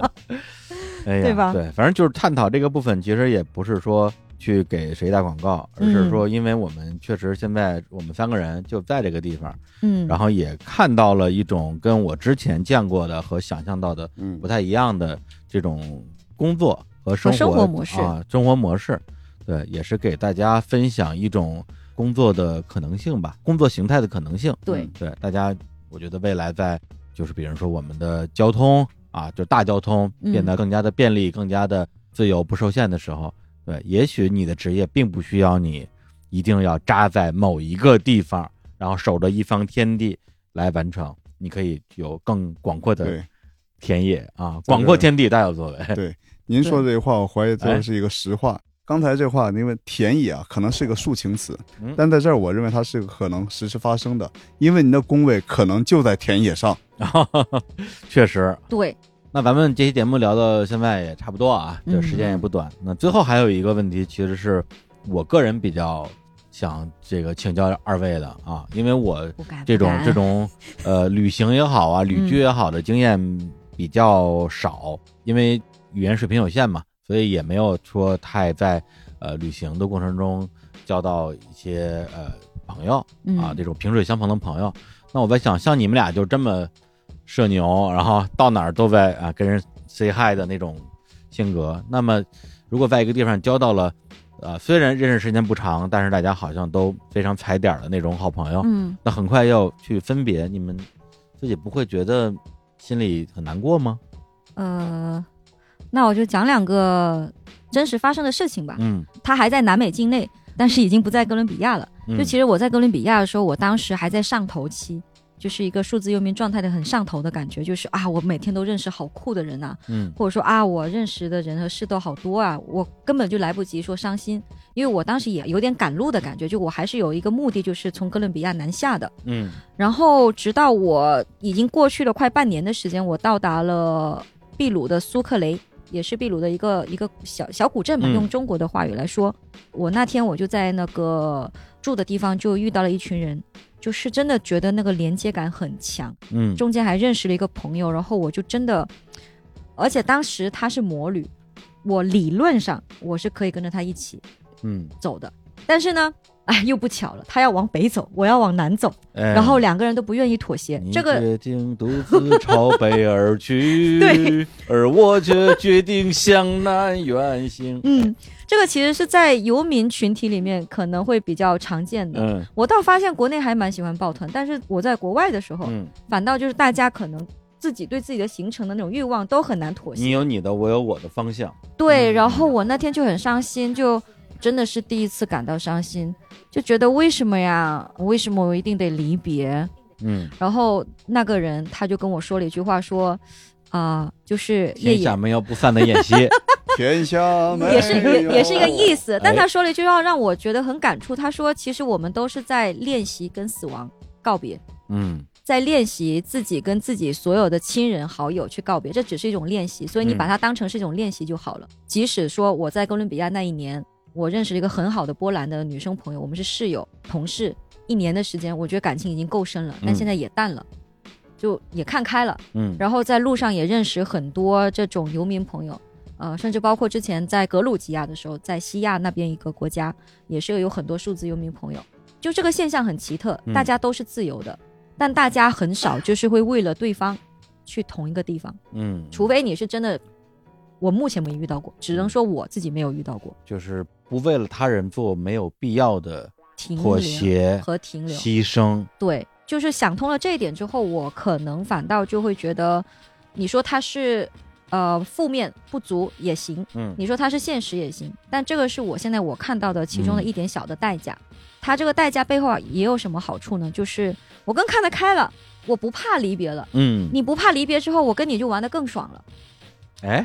[SPEAKER 8] 哎呀
[SPEAKER 5] 对吧
[SPEAKER 2] 对，反正就是探讨这个部分，其实也不是说去给谁打广告，而是
[SPEAKER 5] 嗯
[SPEAKER 2] 说，因为我们确实现在我们三个人就在这个地方，
[SPEAKER 5] 嗯，
[SPEAKER 2] 然后也看到了一种跟我之前见过的和想象到的
[SPEAKER 3] 嗯
[SPEAKER 2] 不太一样的这种工作和生活
[SPEAKER 5] 和生活模式
[SPEAKER 2] 啊，生活模式，对，也是给大家分享一种工作的可能性吧，工作形态的可能性。
[SPEAKER 5] 对，
[SPEAKER 2] 对，大家我觉得未来在就是比如说我们的交通啊，就大交通
[SPEAKER 5] 嗯
[SPEAKER 2] 变得更加的便利、更加的自由、不受限的时候，对，也许你的职业并不需要你一定要扎在某一个地方，然后守着一方天地来完成，你可以有更广阔的
[SPEAKER 3] 对，
[SPEAKER 2] 田野啊，广阔天地大有作为。
[SPEAKER 3] 您说这话，我怀疑这是一个实话。刚才这话，因为田野啊，可能是一个抒情词
[SPEAKER 2] 嗯，
[SPEAKER 3] 但在这儿，我认为它是可能实时发生的，因为您的工位可能就在田野 上。
[SPEAKER 2] 确实，
[SPEAKER 5] 对，
[SPEAKER 2] 那咱们这期节目聊到现在也差不多啊，这时间也不短。那最后还有一个问题，其实是我个人比较想这个请教二位的啊，因为我
[SPEAKER 5] 不敢
[SPEAKER 2] 这种
[SPEAKER 5] 不敢
[SPEAKER 2] 这种呃旅行也好啊，旅居也好的经验比较少，因为语言水平有限嘛，所以也没有说太在呃旅行的过程中交到一些呃朋友啊，
[SPEAKER 5] 嗯
[SPEAKER 2] 这种萍水相逢的朋友。那我在想，像你们俩就这么社牛，然后到哪儿都在啊跟人 say hi 的那种性格，那么如果在一个地方交到了。啊，虽然认识时间不长，但是大家好像都非常踩点儿的那种好朋友。
[SPEAKER 5] 嗯，
[SPEAKER 2] 那很快要去分别，你们自己不会觉得心里很难过吗？
[SPEAKER 5] 呃，那我就讲两个真实发生的事情吧。
[SPEAKER 2] 嗯，
[SPEAKER 5] 他还在南美境内，但是已经不在哥伦比亚了。
[SPEAKER 2] 嗯
[SPEAKER 5] 就其实我在哥伦比亚的时候，我当时还在上头期，就是一个数字游民状态的很上头的感觉，就是啊，我每天都认识好酷的人啊，
[SPEAKER 2] 嗯
[SPEAKER 5] 或者说啊，我认识的人和事都好多啊，我根本就来不及说伤心，因为我当时也有点赶路的感觉，就我还是有一个目的，就是从哥伦比亚南下的。
[SPEAKER 2] 嗯
[SPEAKER 5] 然后直到我已经过去了快半年的时间，我到达了秘鲁的苏克雷，也是秘鲁的一个一个小小古镇吧。
[SPEAKER 2] 嗯
[SPEAKER 5] 用中国的话语来说，我那天我就在那个住的地方就遇到了一群人，就是真的觉得那个连接感很强。
[SPEAKER 2] 嗯
[SPEAKER 5] 中间还认识了一个朋友，然后我就真的，而且当时她是魔女，我理论上我是可以跟着她一起
[SPEAKER 2] 嗯，
[SPEAKER 5] 走的，但是呢，哎，又不巧了，她要往北走，我要往南走。
[SPEAKER 2] 哎
[SPEAKER 5] 然后两个人都不愿意妥协
[SPEAKER 2] 你。
[SPEAKER 5] 这个
[SPEAKER 2] 决定独自朝北而去，
[SPEAKER 5] 对，
[SPEAKER 2] 而我却决定向南远行。
[SPEAKER 5] 嗯，这个其实是在游民群体里面可能会比较常见的。
[SPEAKER 2] 嗯
[SPEAKER 5] 我倒发现国内还蛮喜欢抱团，但是我在国外的时候，
[SPEAKER 2] 嗯，
[SPEAKER 5] 反倒就是大家可能自己对自己的行程的那种欲望都很难妥
[SPEAKER 2] 你嗯
[SPEAKER 5] 协。
[SPEAKER 2] 有你的，我有我的方向。
[SPEAKER 5] 对，然后我那天就很伤心，就真的是第一次感到伤心，就觉得为什么呀？为什么我一定得离别？
[SPEAKER 2] 嗯，
[SPEAKER 5] 然后那个人他就跟我说了一句话，说。啊、就是夜
[SPEAKER 2] 天
[SPEAKER 5] 野
[SPEAKER 2] 下没有不散的宴 席。
[SPEAKER 3] 天下没有啊
[SPEAKER 5] 也是也也是一个意思，但
[SPEAKER 2] 哎
[SPEAKER 5] 他说了一句话让我觉得很感触。他说：“其实我们都是在练习跟死亡告别，
[SPEAKER 2] 嗯
[SPEAKER 5] 在练习自己跟自己所有的亲人好友去告别，这只是一种练习，所以你
[SPEAKER 2] 嗯
[SPEAKER 5] 把它当成是一种练习就好了。即使说我在哥伦比亚那一年，我认识了一个很好的波兰的女生朋友，我们是室友、同事，一年的时间，我觉得感情已经够深了，但
[SPEAKER 2] 嗯
[SPEAKER 5] 现在也淡了，就也看开了。”
[SPEAKER 2] 嗯
[SPEAKER 5] 然后在路上也认识很多这种游民朋友，呃，甚至包括之前在格鲁吉亚的时候，在西亚那边一个国家，也是有很多数字游民朋友。就这个现象很奇特
[SPEAKER 2] 嗯，
[SPEAKER 5] 大家都是自由的，但大家很少就是会为了对方去同一个地方，
[SPEAKER 2] 嗯，
[SPEAKER 5] 除非你是真的，我目前没遇到过，只能说我自己没有遇到过
[SPEAKER 2] 就是不为了他人做没有必要的
[SPEAKER 5] 停
[SPEAKER 2] 妥
[SPEAKER 5] 留
[SPEAKER 2] 协、
[SPEAKER 5] 和停留。
[SPEAKER 2] 牺牲。
[SPEAKER 5] 对，就是想通了这一点之后，我可能反倒就会觉得，你说它是呃负面不足也行，
[SPEAKER 2] 嗯
[SPEAKER 5] 你说它是现实也行，但这个是我现在我看到的其中的一点小的代价。它这个代价背后啊也有什么好处呢？就是我更看得开了，我不怕离别了。
[SPEAKER 2] 嗯，
[SPEAKER 5] 你不怕离别之后，我跟你就玩得更爽了。
[SPEAKER 2] 哎，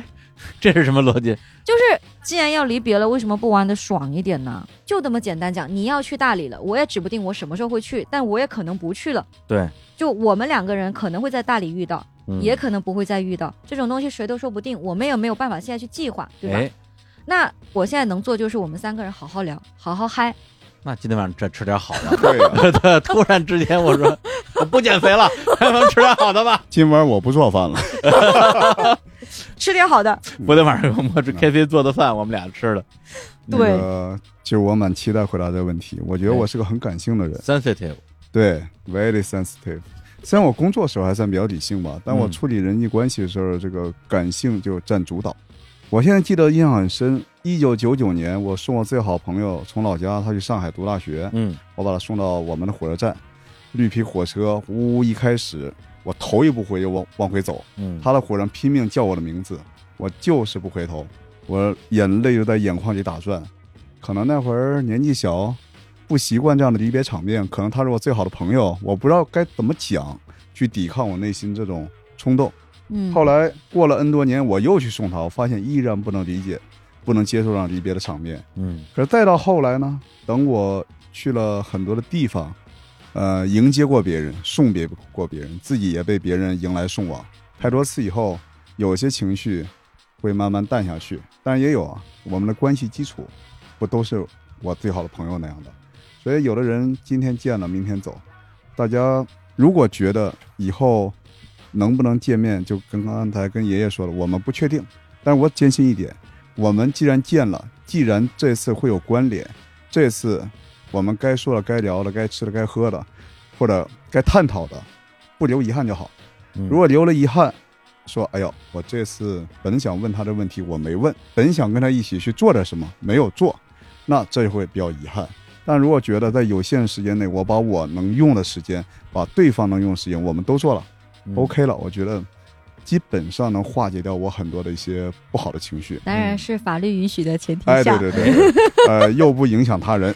[SPEAKER 2] 这是什么逻辑？
[SPEAKER 5] 就是既然要离别了，为什么不玩的爽一点呢？就这么简单讲，你要去大理了，我也指不定我什么时候会去，但我也可能不去了。
[SPEAKER 2] 对，
[SPEAKER 5] 就我们两个人可能会在大理遇到，
[SPEAKER 2] 嗯
[SPEAKER 5] 也可能不会再遇到，这种东西谁都说不定，我们也没有办法现在去计划，对吧？
[SPEAKER 2] 哎，
[SPEAKER 5] 那我现在能做就是我们三个人好好聊，好好嗨，
[SPEAKER 2] 那今天晚上再吃点好的。
[SPEAKER 3] 对啊呀、
[SPEAKER 2] 突然之间我说 我不减肥了， 咱们吃点好的吧。
[SPEAKER 3] 今晚我不做饭了，
[SPEAKER 5] 吃点好的。
[SPEAKER 3] 嗯
[SPEAKER 2] 昨天晚上我们这 K C 做的饭，我们俩吃的
[SPEAKER 3] 那
[SPEAKER 5] 对
[SPEAKER 3] 个其实我蛮期待回答这个问题。我觉得我是个很感性的人，
[SPEAKER 2] sensitive。
[SPEAKER 3] 对，very sensitive。虽然我工作时候还算比较理性吧，但我处理人际关系的时候，这个感性就占主导。我现在记得印象很深，一九九九年，我送我最好朋友从老家，他去上海读大学，
[SPEAKER 2] 嗯，
[SPEAKER 3] 我把他送到我们的火车站，绿皮火车呜呜一开始，我头也不回就往往回走，
[SPEAKER 2] 嗯
[SPEAKER 3] 他的火车拼命叫我的名字，我就是不回头，我眼泪就在眼眶里打转。可能那会儿年纪小，不习惯这样的离别场面，可能他是我最好的朋友，我不知道该怎么讲去抵抗我内心这种冲动。
[SPEAKER 5] 嗯，
[SPEAKER 3] 后来过了 N 多年，我又去宋朝，发现依然不能理解，不能接受这样离别的场面。
[SPEAKER 2] 嗯
[SPEAKER 3] 可是再到后来呢，等我去了很多的地方，呃，迎接过别人，送别过别人，自己也被别人迎来送往。太多次以后，有些情绪会慢慢淡下去，但也有啊，我们的关系基础不都是我最好的朋友那样的。所以有的人今天见了，明天走。大家如果觉得以后能不能见面，就跟刚才跟爷爷说了，我们不确定。但是我坚信一点，我们既然见了，既然这次会有关联，这次我们该说的、该聊的、该吃的、该喝的，或者该探讨的，不留遗憾就好。
[SPEAKER 2] 嗯
[SPEAKER 3] 如果留了遗憾，说哎呦，我这次本想问他的问题我没问，本想跟他一起去做点什么没有做，那这会比较遗憾。但如果觉得在有限时间内，我把我能用的时间，把对方能用的时间，我们都做了、
[SPEAKER 2] 嗯
[SPEAKER 3] o k 了，我觉得基本上能化解掉我很多的一些不好的情绪。
[SPEAKER 5] 当
[SPEAKER 2] 嗯
[SPEAKER 5] 然是法律允许的前提
[SPEAKER 3] 哎，
[SPEAKER 5] 下，
[SPEAKER 3] 对对对，对呃，又不影响他 人。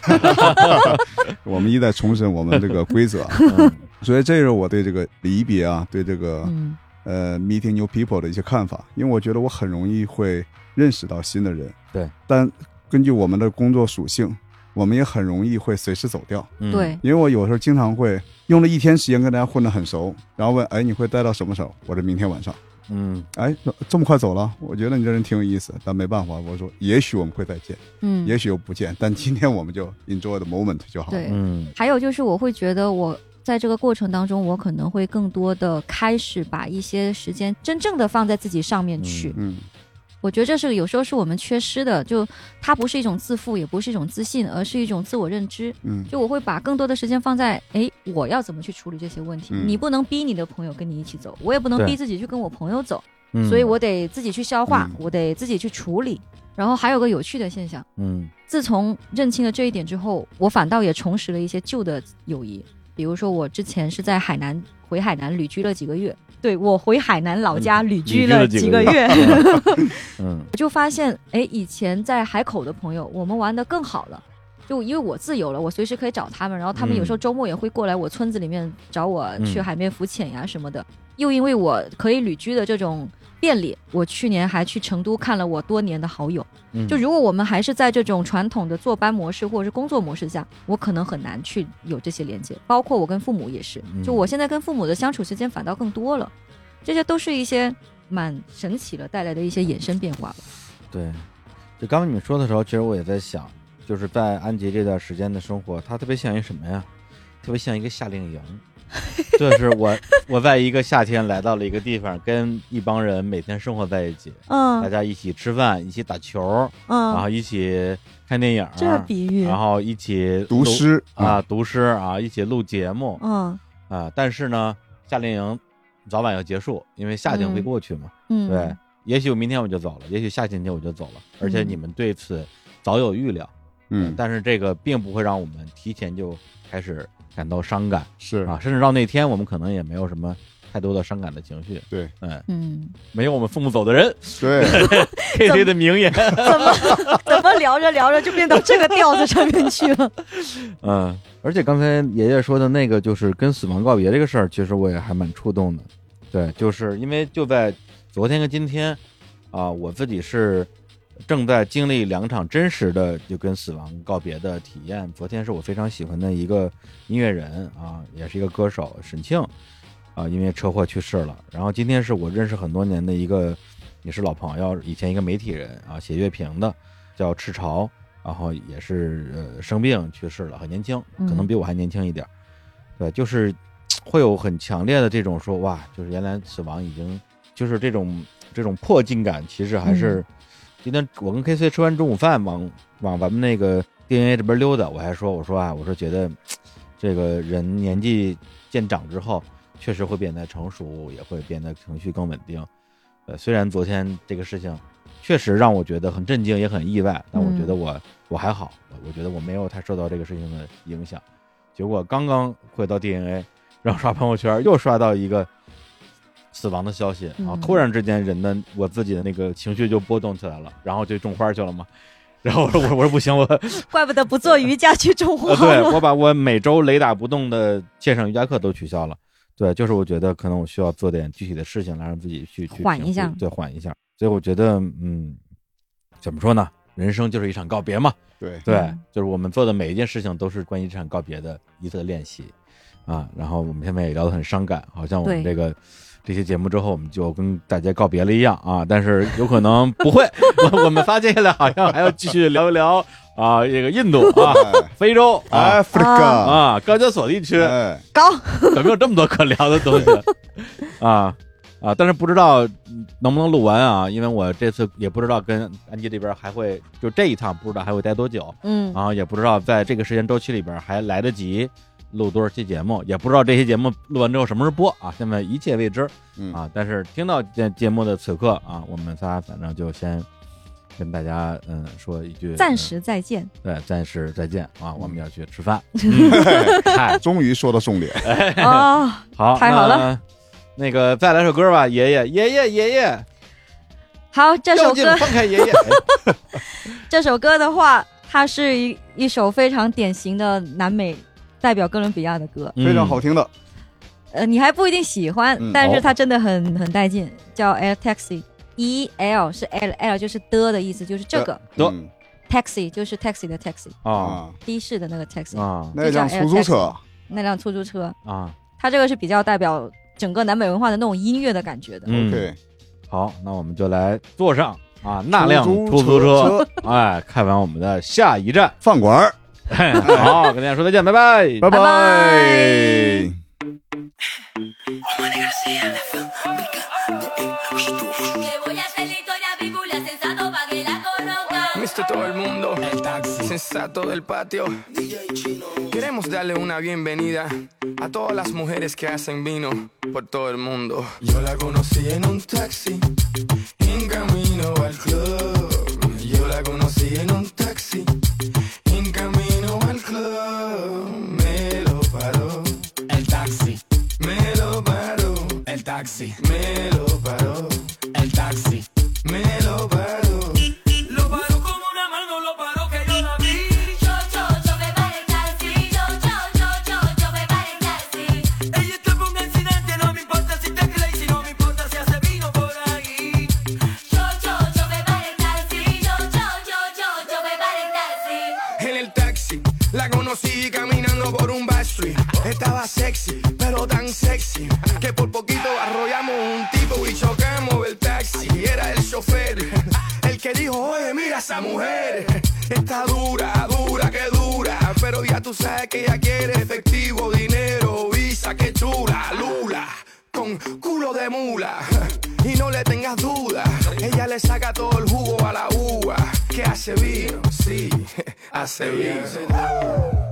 [SPEAKER 3] 我们一再重申我们这个规则，啊所以这是我对这个离别啊，对这个
[SPEAKER 5] 嗯
[SPEAKER 3] 呃 meeting new people 的一些看法，因为我觉得我很容易会认识到新的人。
[SPEAKER 2] 对，
[SPEAKER 3] 但根据我们的工作属性，我们也很容易会随时走掉。
[SPEAKER 2] 嗯，
[SPEAKER 5] 对，
[SPEAKER 3] 因为我有时候经常会用了一天时间跟大家混得很熟，然后问，哎，你会哎待到什么时候？我说明天晚上。
[SPEAKER 2] 嗯
[SPEAKER 3] 哎，这么快走了？我觉得你这人挺有意思，但没办法，我说也许我们会再见。
[SPEAKER 5] 嗯，
[SPEAKER 3] 也许又不见，但今天我们就 enjoy the moment 就好。
[SPEAKER 5] 对
[SPEAKER 2] 嗯
[SPEAKER 5] 还有就是，我会觉得我在这个过程当中，我可能会更多的开始把一些时间真正的放在自己上面去。
[SPEAKER 3] 嗯，
[SPEAKER 5] 我觉得这是有时候是我们缺失的，就它不是一种自负，也不是一种自信，而是一种自我认知。
[SPEAKER 3] 嗯
[SPEAKER 5] 就我会把更多的时间放在，哎，我要怎么去处理这些问题？
[SPEAKER 3] 嗯
[SPEAKER 5] 你不能逼你的朋友跟你一起走，我也不能
[SPEAKER 2] 对
[SPEAKER 5] 逼自己去跟我朋友走，
[SPEAKER 2] 嗯，
[SPEAKER 5] 所以我得自己去消化，
[SPEAKER 3] 嗯
[SPEAKER 5] 我得自己去处理。然后还有个有趣的现象。
[SPEAKER 2] 嗯
[SPEAKER 5] 自从认清了这一点之后，我反倒也重拾了一些旧的友谊，比如说我之前是在海南回海南旅居了几个月，对我回海南老家嗯旅居了几个月，
[SPEAKER 2] 嗯
[SPEAKER 5] 我就发现，哎，以前在海口的朋友，我们玩的更好了。就因为我自由了，我随时可以找他们，然后他们
[SPEAKER 2] 嗯
[SPEAKER 5] 有时候周末也会过来我村子里面找我
[SPEAKER 2] 嗯
[SPEAKER 5] 去海面浮潜呀什么的。又因为我可以旅居的这种便利，我去年还去成都看了我多年的好友。
[SPEAKER 2] 嗯
[SPEAKER 5] 就如果我们还是在这种传统的坐班模式或者是工作模式下，我可能很难去有这些连接。包括我跟父母也是，
[SPEAKER 4] 嗯
[SPEAKER 5] 就我现在跟父母的相处时间反倒更多了，这些都是一些蛮神奇的带来的一些衍生变化吧。
[SPEAKER 2] 对。就刚刚你们说的时候，其实我也在想，就是在安吉这段时间的生活，它特别像一什么呀？特别像一个夏令 营。就是我，我在一个夏天来到了一个地方，跟一帮人每天生活在一起，大
[SPEAKER 5] 嗯
[SPEAKER 2] 家一起吃饭，一起打球，然
[SPEAKER 4] 啊
[SPEAKER 5] 嗯，
[SPEAKER 2] 后一起看电影，啊
[SPEAKER 5] 这比喻，
[SPEAKER 2] 然后一起
[SPEAKER 3] 读
[SPEAKER 2] 录
[SPEAKER 3] 诗
[SPEAKER 2] 啊，，读诗啊，一起录节目
[SPEAKER 5] 嗯
[SPEAKER 2] 啊。但是呢，夏令营早晚要结束，因为夏天会
[SPEAKER 5] 嗯
[SPEAKER 2] 过去嘛。
[SPEAKER 5] 嗯，
[SPEAKER 2] 对，也许我明天我就走了，也许下星期我就走了。而且
[SPEAKER 5] 嗯
[SPEAKER 2] 你们对此早有预料，
[SPEAKER 3] 嗯，
[SPEAKER 2] 但是这个并不会让我们提前就开始感到伤感
[SPEAKER 3] 是
[SPEAKER 2] 啊，甚至到那天我们可能也没有什么太多的伤感的情绪。
[SPEAKER 3] 对，
[SPEAKER 2] 嗯，
[SPEAKER 5] 嗯，
[SPEAKER 2] 没有我们父母走的人
[SPEAKER 3] 对，
[SPEAKER 2] ，K C 的名言。
[SPEAKER 5] 怎么怎么聊着聊着就变到这个调子上面去了？
[SPEAKER 2] 嗯，而且刚才爷爷说的那个，就是跟死亡告别这个事儿，其实我也还蛮触动的。对，就是因为就在昨天跟今天，啊、我自己是正在经历两场真实的就跟死亡告别的体验。昨天是我非常喜欢的一个音乐人啊，也是一个歌手沈庆啊，因为车祸去世了。然后今天是我认识很多年的一个也是老朋友，以前一个媒体人啊，写乐评的，叫赤潮，然后也是呃生病去世了，很年轻，可能比我还年轻一点儿。对，就是会有很强烈的这种说哇，就是原来死亡已经就是这种这种迫近感，其实还是、今天我跟 K C 吃完中午饭，往往咱们那个 DNA 这边溜达，我还说我说啊，我说觉得这个人年纪渐长之后，确实会变得成熟，也会变得情绪更稳定。呃，虽然昨天这个事情确实让我觉得很震惊，也很意外，但我
[SPEAKER 4] 嗯
[SPEAKER 2] 觉得我、我还好，我我觉得我没有太受到这个事情的影响。结果刚刚回到 DNA，然后刷朋友圈又刷到一个死亡的消息，然后
[SPEAKER 4] 嗯
[SPEAKER 2] 突然之间人的我自己的那个情绪就波动起来了，然后就种花去了嘛。然后我说我我说不行，我
[SPEAKER 4] 怪不得不做瑜伽去种花
[SPEAKER 2] 呃，对
[SPEAKER 4] 了。
[SPEAKER 2] 我把我每周雷打不动的线上瑜伽课都取消了。对，就是我觉得可能我需要做点具体的事情来让自己去去
[SPEAKER 4] 缓
[SPEAKER 2] 平
[SPEAKER 4] 一下
[SPEAKER 2] 复对，缓一下。所以我觉得，嗯，怎么说呢？人生就是一场告别嘛。
[SPEAKER 3] 对
[SPEAKER 2] 对，
[SPEAKER 4] 嗯
[SPEAKER 2] 就是我们做的每一件事情都是关于这场告别的一次的练习啊。然后我们现在也聊得很伤感，好像我们
[SPEAKER 4] 对
[SPEAKER 2] 这个这期节目之后，我们就跟大家告别了一样啊。但是有可能不会， 我我们发接下来好像还要继续聊一聊啊，这个印度啊、非洲啊
[SPEAKER 3] 哎，Africa，
[SPEAKER 2] 啊、高加索地区，
[SPEAKER 3] 哎，
[SPEAKER 4] 高，
[SPEAKER 2] 怎么有这么多可聊的东西啊啊！但是不知道嗯能不能录完啊，因为我这次也不知道跟安吉这边还会就这一趟不知道还会待多久。
[SPEAKER 4] 嗯，
[SPEAKER 2] 然后也不知道在这个时间周期里边还来得及录多少期节目，也不知道这些节目录完之后什么时候播啊，现在一切未知
[SPEAKER 3] 嗯
[SPEAKER 2] 啊。但是听到这节目的此刻啊，我们仨反正就先跟大家嗯说一句
[SPEAKER 4] 暂、时再 见。
[SPEAKER 2] 嗯对暂时再见啊，我们要去吃 饭。嗯
[SPEAKER 3] 嗨终于说到重点，
[SPEAKER 5] 啊
[SPEAKER 4] 哦，
[SPEAKER 2] 好，
[SPEAKER 4] 太好
[SPEAKER 2] 那。那个再来首歌吧，爷爷爷爷爷爷，
[SPEAKER 4] 好，这首
[SPEAKER 2] 妖精
[SPEAKER 4] 歌，
[SPEAKER 2] 放开爷爷，哎
[SPEAKER 4] 这首歌的话，它是一一首非常典型的南美代表哥伦比亚的歌。
[SPEAKER 2] 嗯
[SPEAKER 3] 非常好。听的，
[SPEAKER 4] 呃，你还不一定喜欢
[SPEAKER 3] 嗯，
[SPEAKER 4] 但
[SPEAKER 2] 哦
[SPEAKER 4] 是它真的很很带劲，叫 Air Taxi。E L 是 L L 就是的的意思，就是这个
[SPEAKER 2] 得
[SPEAKER 3] 嗯
[SPEAKER 2] 呃
[SPEAKER 4] taxi 就是 taxi 的 taxi，
[SPEAKER 2] 啊
[SPEAKER 3] 啊，
[SPEAKER 4] 的士的那个 taxi，
[SPEAKER 2] 啊
[SPEAKER 3] 那辆出租车，
[SPEAKER 4] 那辆出租车，
[SPEAKER 2] 啊！
[SPEAKER 4] 它这个是比较代表整个南美文化的那种音乐的感觉的。
[SPEAKER 2] 嗯，
[SPEAKER 3] 对，
[SPEAKER 2] 好，那我们就来坐上啊那辆出
[SPEAKER 3] 出
[SPEAKER 2] 租
[SPEAKER 3] 租
[SPEAKER 2] 车，
[SPEAKER 3] 车
[SPEAKER 2] 哎，看完我们的下一 站，
[SPEAKER 3] 饭馆儿，
[SPEAKER 2] 嘿好，跟大家说再见，拜拜。
[SPEAKER 3] 拜
[SPEAKER 4] 拜拜。
[SPEAKER 6] Que voy a hacer la historia Biblia sensato para que la conozcan.
[SPEAKER 9] Mister todo el mundo, el taxi sensato del patio. Queremos darle una bienvenida a todas las mujeres que hacen vino por todo el mundo. Yo la conocí en un taxi, en camino al club. Yo la conocí en un taxi, en camino al club. Me lo paró,
[SPEAKER 10] El taxi,
[SPEAKER 9] me lo paró,
[SPEAKER 10] el taxi,
[SPEAKER 9] me lo paró,
[SPEAKER 10] el taxi.
[SPEAKER 9] me lo paró.
[SPEAKER 10] Lo paró como una mano, lo paró que yo la vi.
[SPEAKER 6] Yo, yo, yo me paré en taxi. Yo, yo, yo, yo, yo me paré en taxi.
[SPEAKER 10] Ella está por un accidente, no me importa si te crees y no me importa si hace vino por ahí.
[SPEAKER 6] Yo, yo, yo me paré en taxi. Yo, yo, yo, yo, yo me paré en taxi.
[SPEAKER 9] En el taxi la conocí caminando por un backstreet. Estaba sexy, pero tan sexy que por poquito arrollamos un tipo y chocamos el taxi. Era el chofer el que dijo: Oye, mira esa mujer. Está dura, dura, que dura. Pero ya tú sabes que ella quiere efectivo, dinero, visa, que chula, lula con culo de mula. Y no le tengas duda, ella le saca todo el jugo a la uva. Que hace vino, sí, hace vino.